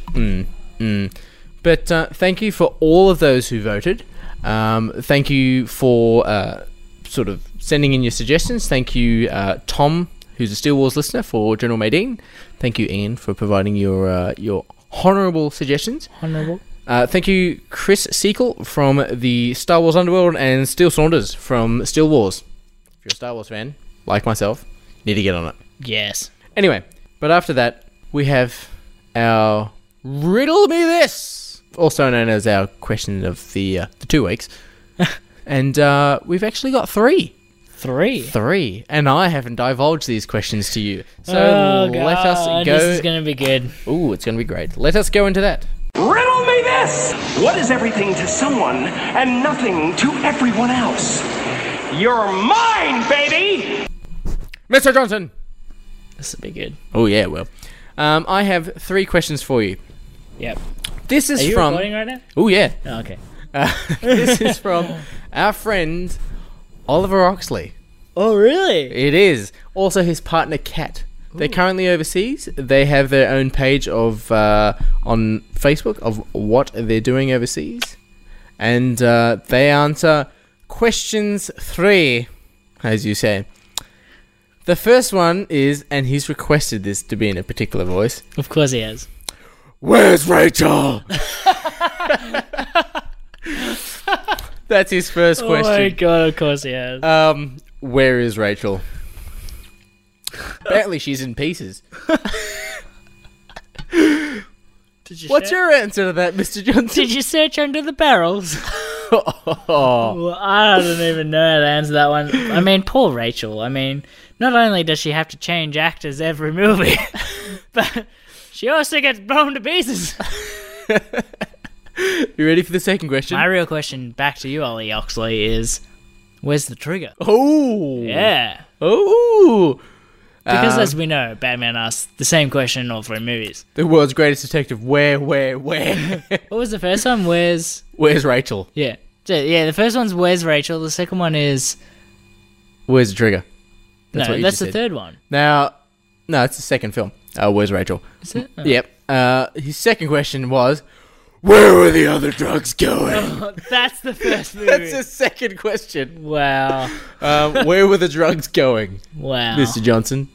[SPEAKER 7] But uh, thank you for all of those who voted. Um, thank you for uh, sort of sending in your suggestions. Thank you, uh, Tom, who's a Steel Wars listener, for General Maydeen. Thank you, Ian, for providing your uh, your honourable suggestions.
[SPEAKER 6] Honorable.
[SPEAKER 7] Uh, thank you, Chris Sequel from the Star Wars Underworld and Steel Saunders from Steel Wars. If you're a Star Wars fan, like myself, need to get on it.
[SPEAKER 6] Yes.
[SPEAKER 7] Anyway, but after that, we have our Riddle Me This, also known as our question of the, uh, the two
[SPEAKER 6] (laughs)
[SPEAKER 7] weeks. and uh, we've actually got three.
[SPEAKER 6] Three.
[SPEAKER 7] Three. And I haven't divulged these questions to you. So
[SPEAKER 6] oh,
[SPEAKER 7] uh, let us
[SPEAKER 6] God,
[SPEAKER 7] go.
[SPEAKER 6] This is going to be good.
[SPEAKER 7] Ooh, it's going to be great. Let us go into that.
[SPEAKER 10] Riddle me this! What is everything to someone and nothing to everyone else? You're mine, baby!
[SPEAKER 7] Mr. Johnson!
[SPEAKER 6] This will be good.
[SPEAKER 7] Oh yeah, well, um, I have three questions for you.
[SPEAKER 6] Yep.
[SPEAKER 7] This is
[SPEAKER 6] Are you
[SPEAKER 7] from
[SPEAKER 6] recording right now?
[SPEAKER 7] oh yeah,
[SPEAKER 6] Oh, okay.
[SPEAKER 7] this is from our friend Oliver Oxley.
[SPEAKER 6] Oh, really?
[SPEAKER 7] It is also his partner Kat. They're currently overseas. They have their own page of uh, on Facebook of what they're doing overseas, and uh, they answer questions three, as you say. The first one is, and he's requested this to be in a particular voice.
[SPEAKER 6] Of course he has.
[SPEAKER 7] Where's Rachel? That's his first
[SPEAKER 6] Oh, my
[SPEAKER 7] question.
[SPEAKER 6] God, of course he has.
[SPEAKER 7] um, where is Rachel? Apparently, she's in pieces.
[SPEAKER 6] Did you
[SPEAKER 7] What's
[SPEAKER 6] share-
[SPEAKER 7] your answer to that, Mr. Johnson?
[SPEAKER 6] Did you search under the barrels?
[SPEAKER 7] Oh,
[SPEAKER 6] Well, I don't even know how to answer that one. I mean, poor Rachel. I mean, not only does she have to change actors every movie, (laughs) but she also gets blown
[SPEAKER 7] (laughs)
[SPEAKER 6] to pieces.
[SPEAKER 7] (laughs) you ready for the second question?
[SPEAKER 6] My real question back to you, Ollie Oxley, is where's the trigger?
[SPEAKER 7] oh,
[SPEAKER 6] Yeah.
[SPEAKER 7] Oh,
[SPEAKER 6] Because as we know, Batman asks the same question in all three movies.
[SPEAKER 7] the world's greatest detective. Where, where, where? (laughs)
[SPEAKER 6] What was the first one? Where's.
[SPEAKER 7] Where's Rachel?
[SPEAKER 6] Yeah. So, yeah, the first one's Where's Rachel? The second one is.
[SPEAKER 7] Where's the trigger?
[SPEAKER 6] no,
[SPEAKER 7] what you
[SPEAKER 6] that's
[SPEAKER 7] just
[SPEAKER 6] the
[SPEAKER 7] said.
[SPEAKER 6] third one.
[SPEAKER 7] Now, no, it's the second film. Uh, where's Rachel? (laughs)
[SPEAKER 6] Is it? (laughs) Oh,
[SPEAKER 7] Yep. Uh, his second question was, "Where were the other drugs going?"
[SPEAKER 6] That's the first movie.
[SPEAKER 7] (laughs) That's his second question.
[SPEAKER 6] Wow.
[SPEAKER 7] Um, where were the drugs (laughs) going,
[SPEAKER 6] Wow.
[SPEAKER 7] Mr. Johnson?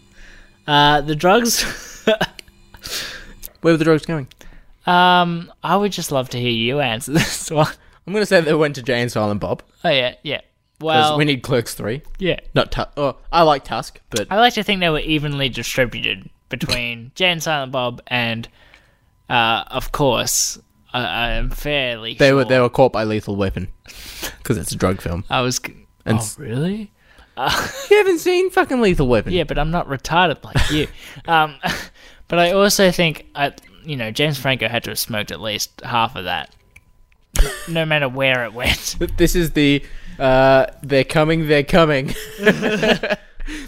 [SPEAKER 6] Uh, the drugs. (laughs)
[SPEAKER 7] Where were the drugs going?
[SPEAKER 6] Um, I would just love to hear you answer (laughs) this one.
[SPEAKER 7] I'm gonna say they went to Jay and Silent Bob
[SPEAKER 6] Oh yeah, yeah.
[SPEAKER 7] 'cause
[SPEAKER 6] Well,
[SPEAKER 7] we need Clerks Three.
[SPEAKER 6] yeah.
[SPEAKER 7] Not Tusk. Oh, I like Tusk, but
[SPEAKER 6] I like to think they were evenly distributed between (laughs) Jan, Silent Bob, and, uh, of course, I, I am fairly.
[SPEAKER 7] they
[SPEAKER 6] sure
[SPEAKER 7] were they were caught by Lethal Weapon because it's a drug film.
[SPEAKER 6] I was. c-
[SPEAKER 7] And
[SPEAKER 6] oh
[SPEAKER 7] s-
[SPEAKER 6] really?
[SPEAKER 7] you haven't seen fucking Lethal Weapon.
[SPEAKER 6] Yeah, but I'm not retarded
[SPEAKER 7] (laughs)
[SPEAKER 6] like you. um, (laughs) but I also think I, you know, James Franco had to have smoked at least half of that. No matter where it went.
[SPEAKER 7] (laughs) This is the. Uh, they're coming. They're coming.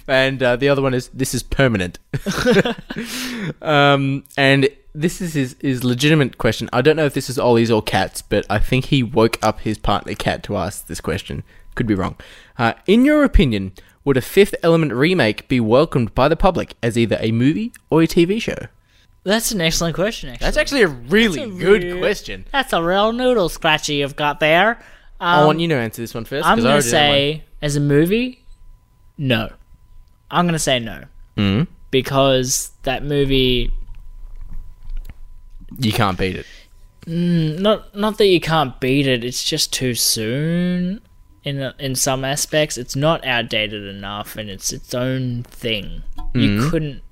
[SPEAKER 7] and uh, the other one is this is (laughs) permanent. um, and this is his, his legitimate question. I don't know if this is Ollie's or Cat's, but I think he woke up his partner Cat to ask this question. Could be wrong. Uh, in your opinion, would a Fifth Element remake be welcomed by the public as either a movie or a TV show?
[SPEAKER 6] That's an excellent question, actually.
[SPEAKER 7] That's actually a really
[SPEAKER 6] That's a
[SPEAKER 7] good
[SPEAKER 6] real-
[SPEAKER 7] question.
[SPEAKER 6] That's a real noodle scratchy you've got there.
[SPEAKER 7] I
[SPEAKER 6] Um,
[SPEAKER 7] want you to answer this one first.
[SPEAKER 6] I'm
[SPEAKER 7] 'cause I
[SPEAKER 6] gonna
[SPEAKER 7] already know mine.
[SPEAKER 6] say, as a movie, no. I'm gonna say no. Mm. Because that movie,
[SPEAKER 7] you can't beat it.
[SPEAKER 6] not not that you can't beat it, it's just too soon. In in some aspects, it's not outdated enough, and it's its own thing. You couldn't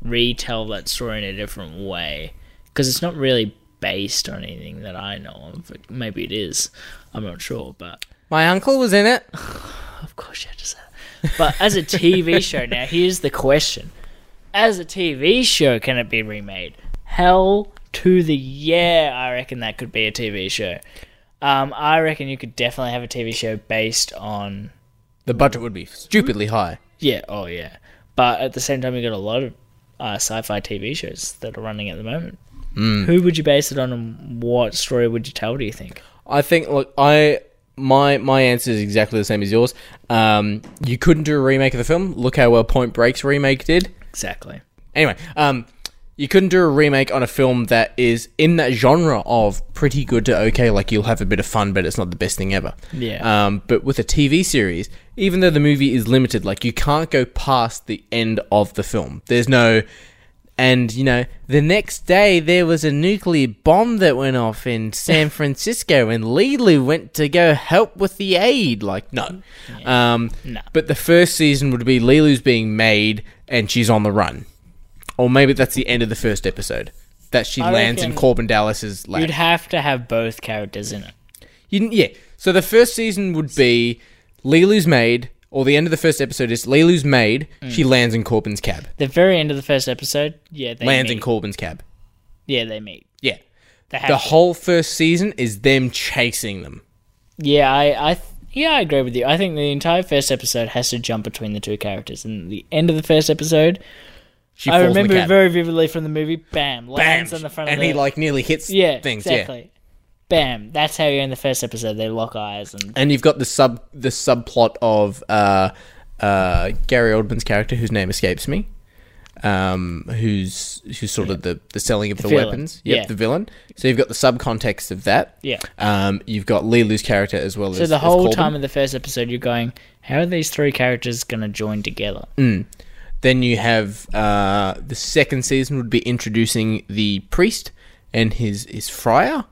[SPEAKER 6] retell that story in a different way because it's not really based on anything that I know of. Maybe it is. I'm not sure, but
[SPEAKER 7] My uncle was in it.
[SPEAKER 6] Of course you had to say that. But as a TV show now, here's the question. As a TV show, can it be remade? Hell to the yeah, I reckon that could be a TV show. Um, I reckon you could definitely have a TV show based on
[SPEAKER 7] The budget would be stupidly high.
[SPEAKER 6] yeah, oh yeah. But at the same time, you got a lot of uh, sci-fi TV shows that are running at the moment. Who would you base it on, and what story would you tell? Do you think?
[SPEAKER 7] I think look, I my my answer is exactly the same as yours. Um, you couldn't do a remake of the film. Look how well Point Break's remake did.
[SPEAKER 6] Exactly.
[SPEAKER 7] Anyway, um, you couldn't do a remake on a film that is in that genre of pretty good to okay. Like you'll have a bit of fun, but it's not the best thing ever.
[SPEAKER 6] Yeah.
[SPEAKER 7] Um, but with a TV series, even though the movie is limited, like you can't go past the end of the film. There's no. And you know, the next day there was a nuclear bomb that went off in
[SPEAKER 6] (laughs)
[SPEAKER 7] San Francisco, and Lulu went to go help with the aid. Like, no, um,
[SPEAKER 6] No.
[SPEAKER 7] But the first season would be Lulu's being made, and she's on the run, or maybe that's the end of the first episode that she
[SPEAKER 6] I
[SPEAKER 7] lands in
[SPEAKER 6] reckon
[SPEAKER 7] Corbin Dallas's lab.
[SPEAKER 6] You'd have to have both characters in it.
[SPEAKER 7] You didn't- yeah. So the first season would be Lulu's maid, or the end of the first episode is Lulu's maid.
[SPEAKER 6] Mm.
[SPEAKER 7] She lands in Corbin's cab.
[SPEAKER 6] The very end of the first episode, yeah, they
[SPEAKER 7] Lands
[SPEAKER 6] meet.
[SPEAKER 7] in Corbin's cab.
[SPEAKER 6] Yeah, they meet.
[SPEAKER 7] Yeah.
[SPEAKER 6] They have
[SPEAKER 7] The
[SPEAKER 6] to.
[SPEAKER 7] whole first season is them chasing them.
[SPEAKER 6] Yeah, I, I th- yeah, I agree with you. I think the entire first episode has to jump between the two characters, and the end of the first episode,
[SPEAKER 7] She
[SPEAKER 6] I
[SPEAKER 7] falls
[SPEAKER 6] remember
[SPEAKER 7] in the
[SPEAKER 6] it
[SPEAKER 7] cab.
[SPEAKER 6] very vividly from the movie. Bam,
[SPEAKER 7] bam,
[SPEAKER 6] lands on the front,
[SPEAKER 7] and
[SPEAKER 6] of the,
[SPEAKER 7] he like nearly hits
[SPEAKER 6] yeah,
[SPEAKER 7] things. Yeah.
[SPEAKER 6] exactly. Bam, that's how you end the first episode. They lock eyes, and
[SPEAKER 7] And you've got the sub the subplot of uh, uh, Gary Oldman's character, whose name escapes me, um, who's who's sort of the, the selling of the,
[SPEAKER 6] villain.
[SPEAKER 7] weapons. Yep,
[SPEAKER 6] Yeah.
[SPEAKER 7] the villain. So you've got the subcontext of that.
[SPEAKER 6] Yeah.
[SPEAKER 7] Um, you've got Lilu's character as well
[SPEAKER 6] so
[SPEAKER 7] as
[SPEAKER 6] the
[SPEAKER 7] as
[SPEAKER 6] whole
[SPEAKER 7] Corbin.
[SPEAKER 6] time of the first episode, you're going, how are these three characters gonna join together?
[SPEAKER 7] Mm. Then you have uh, the second season would be introducing the priest and his his friar.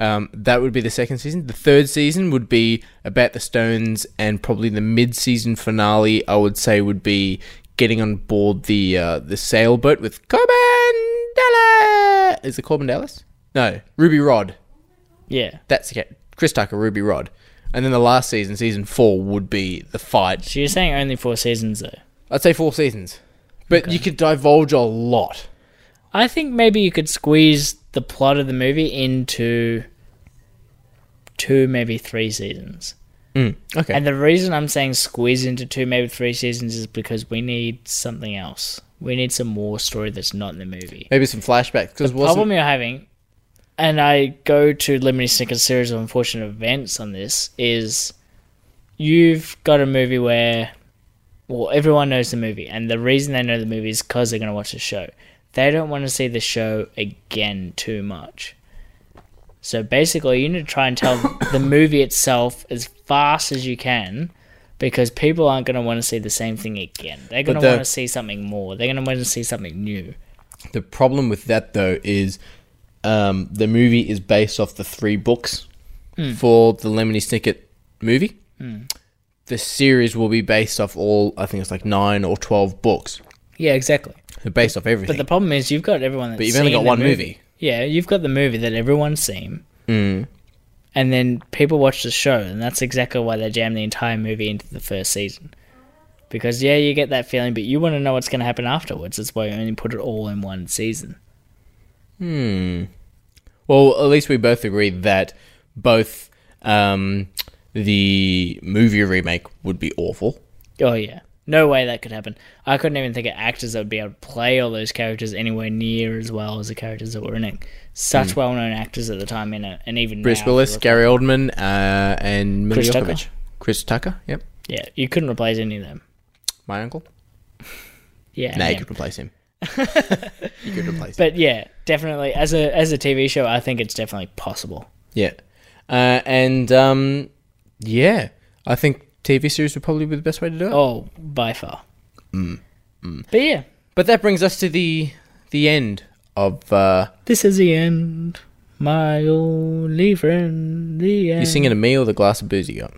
[SPEAKER 7] Um, that would be the second season. The third season would be about the stones, and probably the mid-season finale. I would say would be getting on board the uh, the sailboat with Corbin Dallas. Is it Corbin Dallas? No, Ruby Rod.
[SPEAKER 6] Yeah,
[SPEAKER 7] That's okay. Chris Tucker, Ruby Rod. And then the last season, season four, would be the fight
[SPEAKER 6] so you're saying only four seasons though.
[SPEAKER 7] I'd say four seasons. But you could divulge a lot.
[SPEAKER 6] I think maybe you could squeeze the plot of the movie into two, maybe three seasons.
[SPEAKER 7] Okay.
[SPEAKER 6] And the reason I'm saying squeeze into two, maybe three seasons is because we need something else. We need some more story that's not in the movie.
[SPEAKER 7] Maybe some flashbacks. Because
[SPEAKER 6] Problem you're having, and I go to Lemony Snicket's series of unfortunate events on this, is you've got a movie where, well, everyone knows the movie, and the reason they know the movie is because they're going to watch the show. They don't want to see the show again too much. So basically, you need to try and tell the movie itself as fast as you can. Because people aren't going to want to see the same thing again. They're going to
[SPEAKER 7] the-
[SPEAKER 6] want to see something more. They're going to want to see something new.
[SPEAKER 7] the problem with that though is um, the movie is based off the three books
[SPEAKER 6] Hmm.
[SPEAKER 7] for the Lemony Snicket movie. The series will be based off all I think it's like nine or twelve books.
[SPEAKER 6] Yeah, exactly.
[SPEAKER 7] They're based off everything.
[SPEAKER 6] But the problem is you've got everyone that's
[SPEAKER 7] But you've only
[SPEAKER 6] seen
[SPEAKER 7] got
[SPEAKER 6] the
[SPEAKER 7] one movie. Mm.
[SPEAKER 6] Yeah, you've got the movie that everyone's seen. And then people watch the show, and that's exactly why they jam the entire movie into the first season. Because yeah, you get that feeling, but you want to know what's going to happen afterwards. That's why you only put it all in one season.
[SPEAKER 7] Well, at least we both agree that both um, the movie remake would be awful
[SPEAKER 6] Oh yeah, no way that could happen. I couldn't even think of actors that would be able to play all those characters anywhere near as well as the characters that were in it. Such well-known actors at the time, in it, and even
[SPEAKER 7] Mm. Bruce
[SPEAKER 6] now,
[SPEAKER 7] Willis,
[SPEAKER 6] if you look-
[SPEAKER 7] Gary Oldman, uh, and Mila
[SPEAKER 6] Chris Tucker.
[SPEAKER 7] Jovovich. Chris Tucker. Yep,
[SPEAKER 6] Yeah, you couldn't replace any of them.
[SPEAKER 7] my uncle.
[SPEAKER 6] Yeah,
[SPEAKER 7] Nah, you
[SPEAKER 6] him.
[SPEAKER 7] could replace him. you could replace him.
[SPEAKER 6] but yeah, definitely as a as a TV show, I think it's definitely possible.
[SPEAKER 7] Yeah, uh, and um, yeah, I think TV series would probably be the best way to do it.
[SPEAKER 6] Oh, by far.
[SPEAKER 7] Mm,
[SPEAKER 6] But yeah,
[SPEAKER 7] But that brings us to the the end of. Uh,
[SPEAKER 6] this is the end. My only friend, the end.
[SPEAKER 7] you singing to me or the glass of booze you got?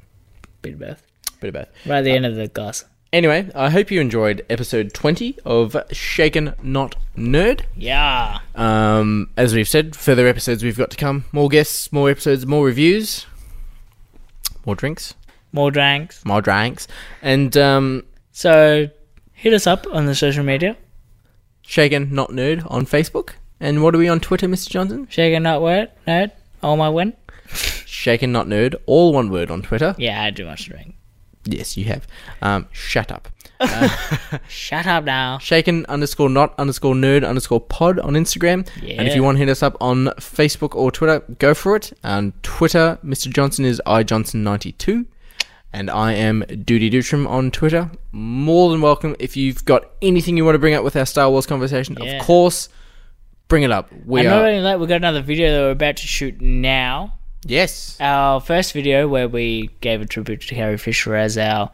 [SPEAKER 6] Bit of both.
[SPEAKER 7] Bit of both.
[SPEAKER 6] Right at the end of the glass.
[SPEAKER 7] Anyway, I hope you enjoyed episode 20 of Shaken Not Nerd.
[SPEAKER 6] Yeah.
[SPEAKER 7] Um, as we've said, further episodes we've got to come. More guests, more episodes, more reviews, more drinks,
[SPEAKER 6] More drinks.
[SPEAKER 7] more drinks. And um,
[SPEAKER 6] So hit us up on the social media.
[SPEAKER 7] Shaken Not Nerd on Facebook. And what are we on Twitter, Mr. Johnson?
[SPEAKER 6] Shaken not word, nerd. Oh my win.
[SPEAKER 7] Shaken Not Nerd, all one word on Twitter.
[SPEAKER 6] Yeah, I had too much to drink.
[SPEAKER 7] Yes, you have. Um, shut up.
[SPEAKER 6] Shut up now.
[SPEAKER 7] shaken underscore not underscore nerd underscore pod on Instagram. And if
[SPEAKER 6] Yeah.
[SPEAKER 7] you want to hit us up on Facebook or Twitter, go for it. On Twitter, Mr. Johnson is iJohnson92. And I am Duty Dutram on Twitter. More than welcome. If you've got anything you want to bring up with our Star Wars conversation,
[SPEAKER 6] Yeah.
[SPEAKER 7] of course, bring it up. We
[SPEAKER 6] And
[SPEAKER 7] are.
[SPEAKER 6] not only that, we've got another video that we're about to shoot now.
[SPEAKER 7] yes.
[SPEAKER 6] Our first video where we gave a tribute to Carrie Fisher as our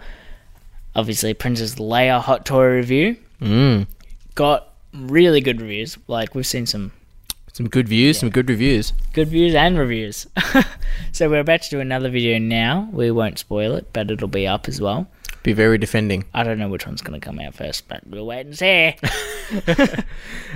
[SPEAKER 6] obviously Princess Leia Hot Toy review. Mm. Got really good reviews. Like we've seen some
[SPEAKER 7] Some good views, some good reviews.
[SPEAKER 6] good views and reviews. (laughs) so we're about to do another video now. We won't spoil it, but it'll be up as well.
[SPEAKER 7] Be very defending.
[SPEAKER 6] I don't know which one's going to come out first, but we'll wait and see.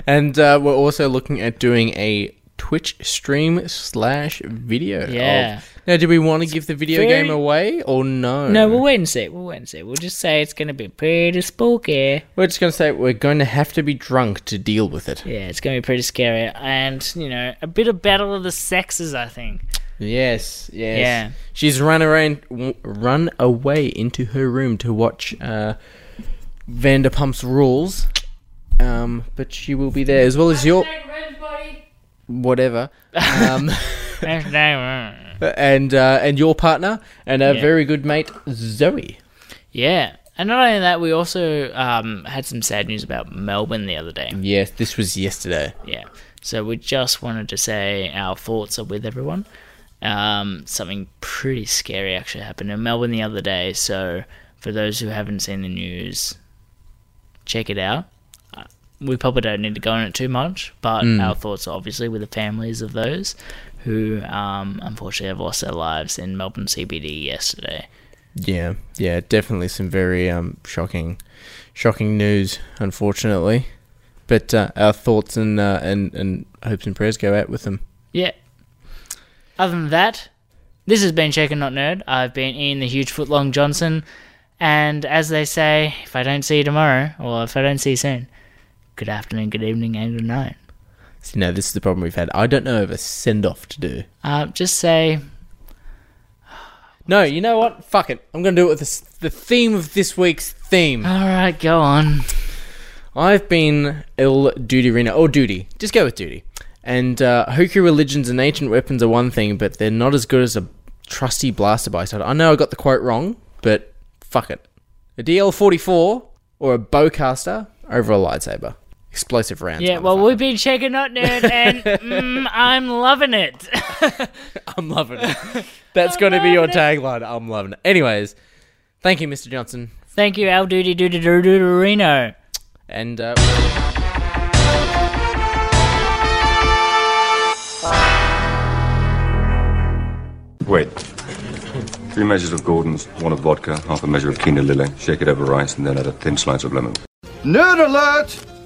[SPEAKER 7] And uh, we're also looking at doing a Twitch stream slash video. of-
[SPEAKER 6] Yeah.
[SPEAKER 7] Now, do we want to give the video
[SPEAKER 6] very-
[SPEAKER 7] game away or no?
[SPEAKER 6] no, we'll wait and see. We'll wait and see. We'll just say it's going to be pretty spooky.
[SPEAKER 7] We're just going to say we're going to have to be drunk to deal with it.
[SPEAKER 6] Yeah, it's going to be pretty scary. And, you know, a bit of battle of the sexes, I think. (laughs)
[SPEAKER 7] Yes. Yes.
[SPEAKER 6] Yeah.
[SPEAKER 7] She's run around, w- run away into her room to watch uh, Vanderpump's Rules. Um, but she will be there as well as your whatever.
[SPEAKER 6] (laughs)
[SPEAKER 7] Um,
[SPEAKER 6] yeah.
[SPEAKER 7] and uh, and your partner and our very good mate Zoe.
[SPEAKER 6] And not only that, we also um, had some sad news about Melbourne the other day.
[SPEAKER 7] Yes, this was yesterday.
[SPEAKER 6] Yeah. So we just wanted to say our thoughts are with everyone. Um, something pretty scary actually happened in Melbourne the other day. So for those who haven't seen the news, check it out. Uh, We probably don't need to go on it too much, but our thoughts are obviously with the families of those who um, unfortunately have lost their lives in Melbourne CBD yesterday.
[SPEAKER 7] Yeah, yeah, definitely some very um shocking, shocking news, unfortunately. But uh, our thoughts and uh, and and hopes and prayers go out with them.
[SPEAKER 6] Yeah. Other than that, this has been Shaken Not Nerd. I've been Ian the Huge Footlong Johnson. And as they say, if I don't see you tomorrow, or if I don't see you soon, good afternoon, good evening, and good night.
[SPEAKER 7] So now this is the problem we've had. I don't know of a send off to do.
[SPEAKER 6] Uh, just say,
[SPEAKER 7] No, you know what? Fuck it. I'm gonna do it with this, the theme of this week's theme.
[SPEAKER 6] alright, go on.
[SPEAKER 7] I've been ill duty Rena or duty. Just go with duty. And uh, Hoku religions and ancient weapons are one thing, but they're not as good as a trusty blaster by side. I know I got the quote wrong, but fuck it. A DL forty four or a bowcaster over a lightsaber. Explosive rounds.
[SPEAKER 6] Yeah, well, we've been Shaken Not Nerd, and mm, I'm loving it.
[SPEAKER 7] I'm loving it.
[SPEAKER 6] (laughs)
[SPEAKER 7] That's going to be your tagline. I'm loving it. Anyways, thank you, Mr. Johnson,
[SPEAKER 6] Thank you, Al Duty Duty Doo Doo Doo Reno.
[SPEAKER 7] and. Uh,
[SPEAKER 1] Wait. Three measures of Gordon's, one of vodka, half a measure of quinoa lily, shake it over rice, and then add a thin slice of lemon.
[SPEAKER 8] Nerd alert!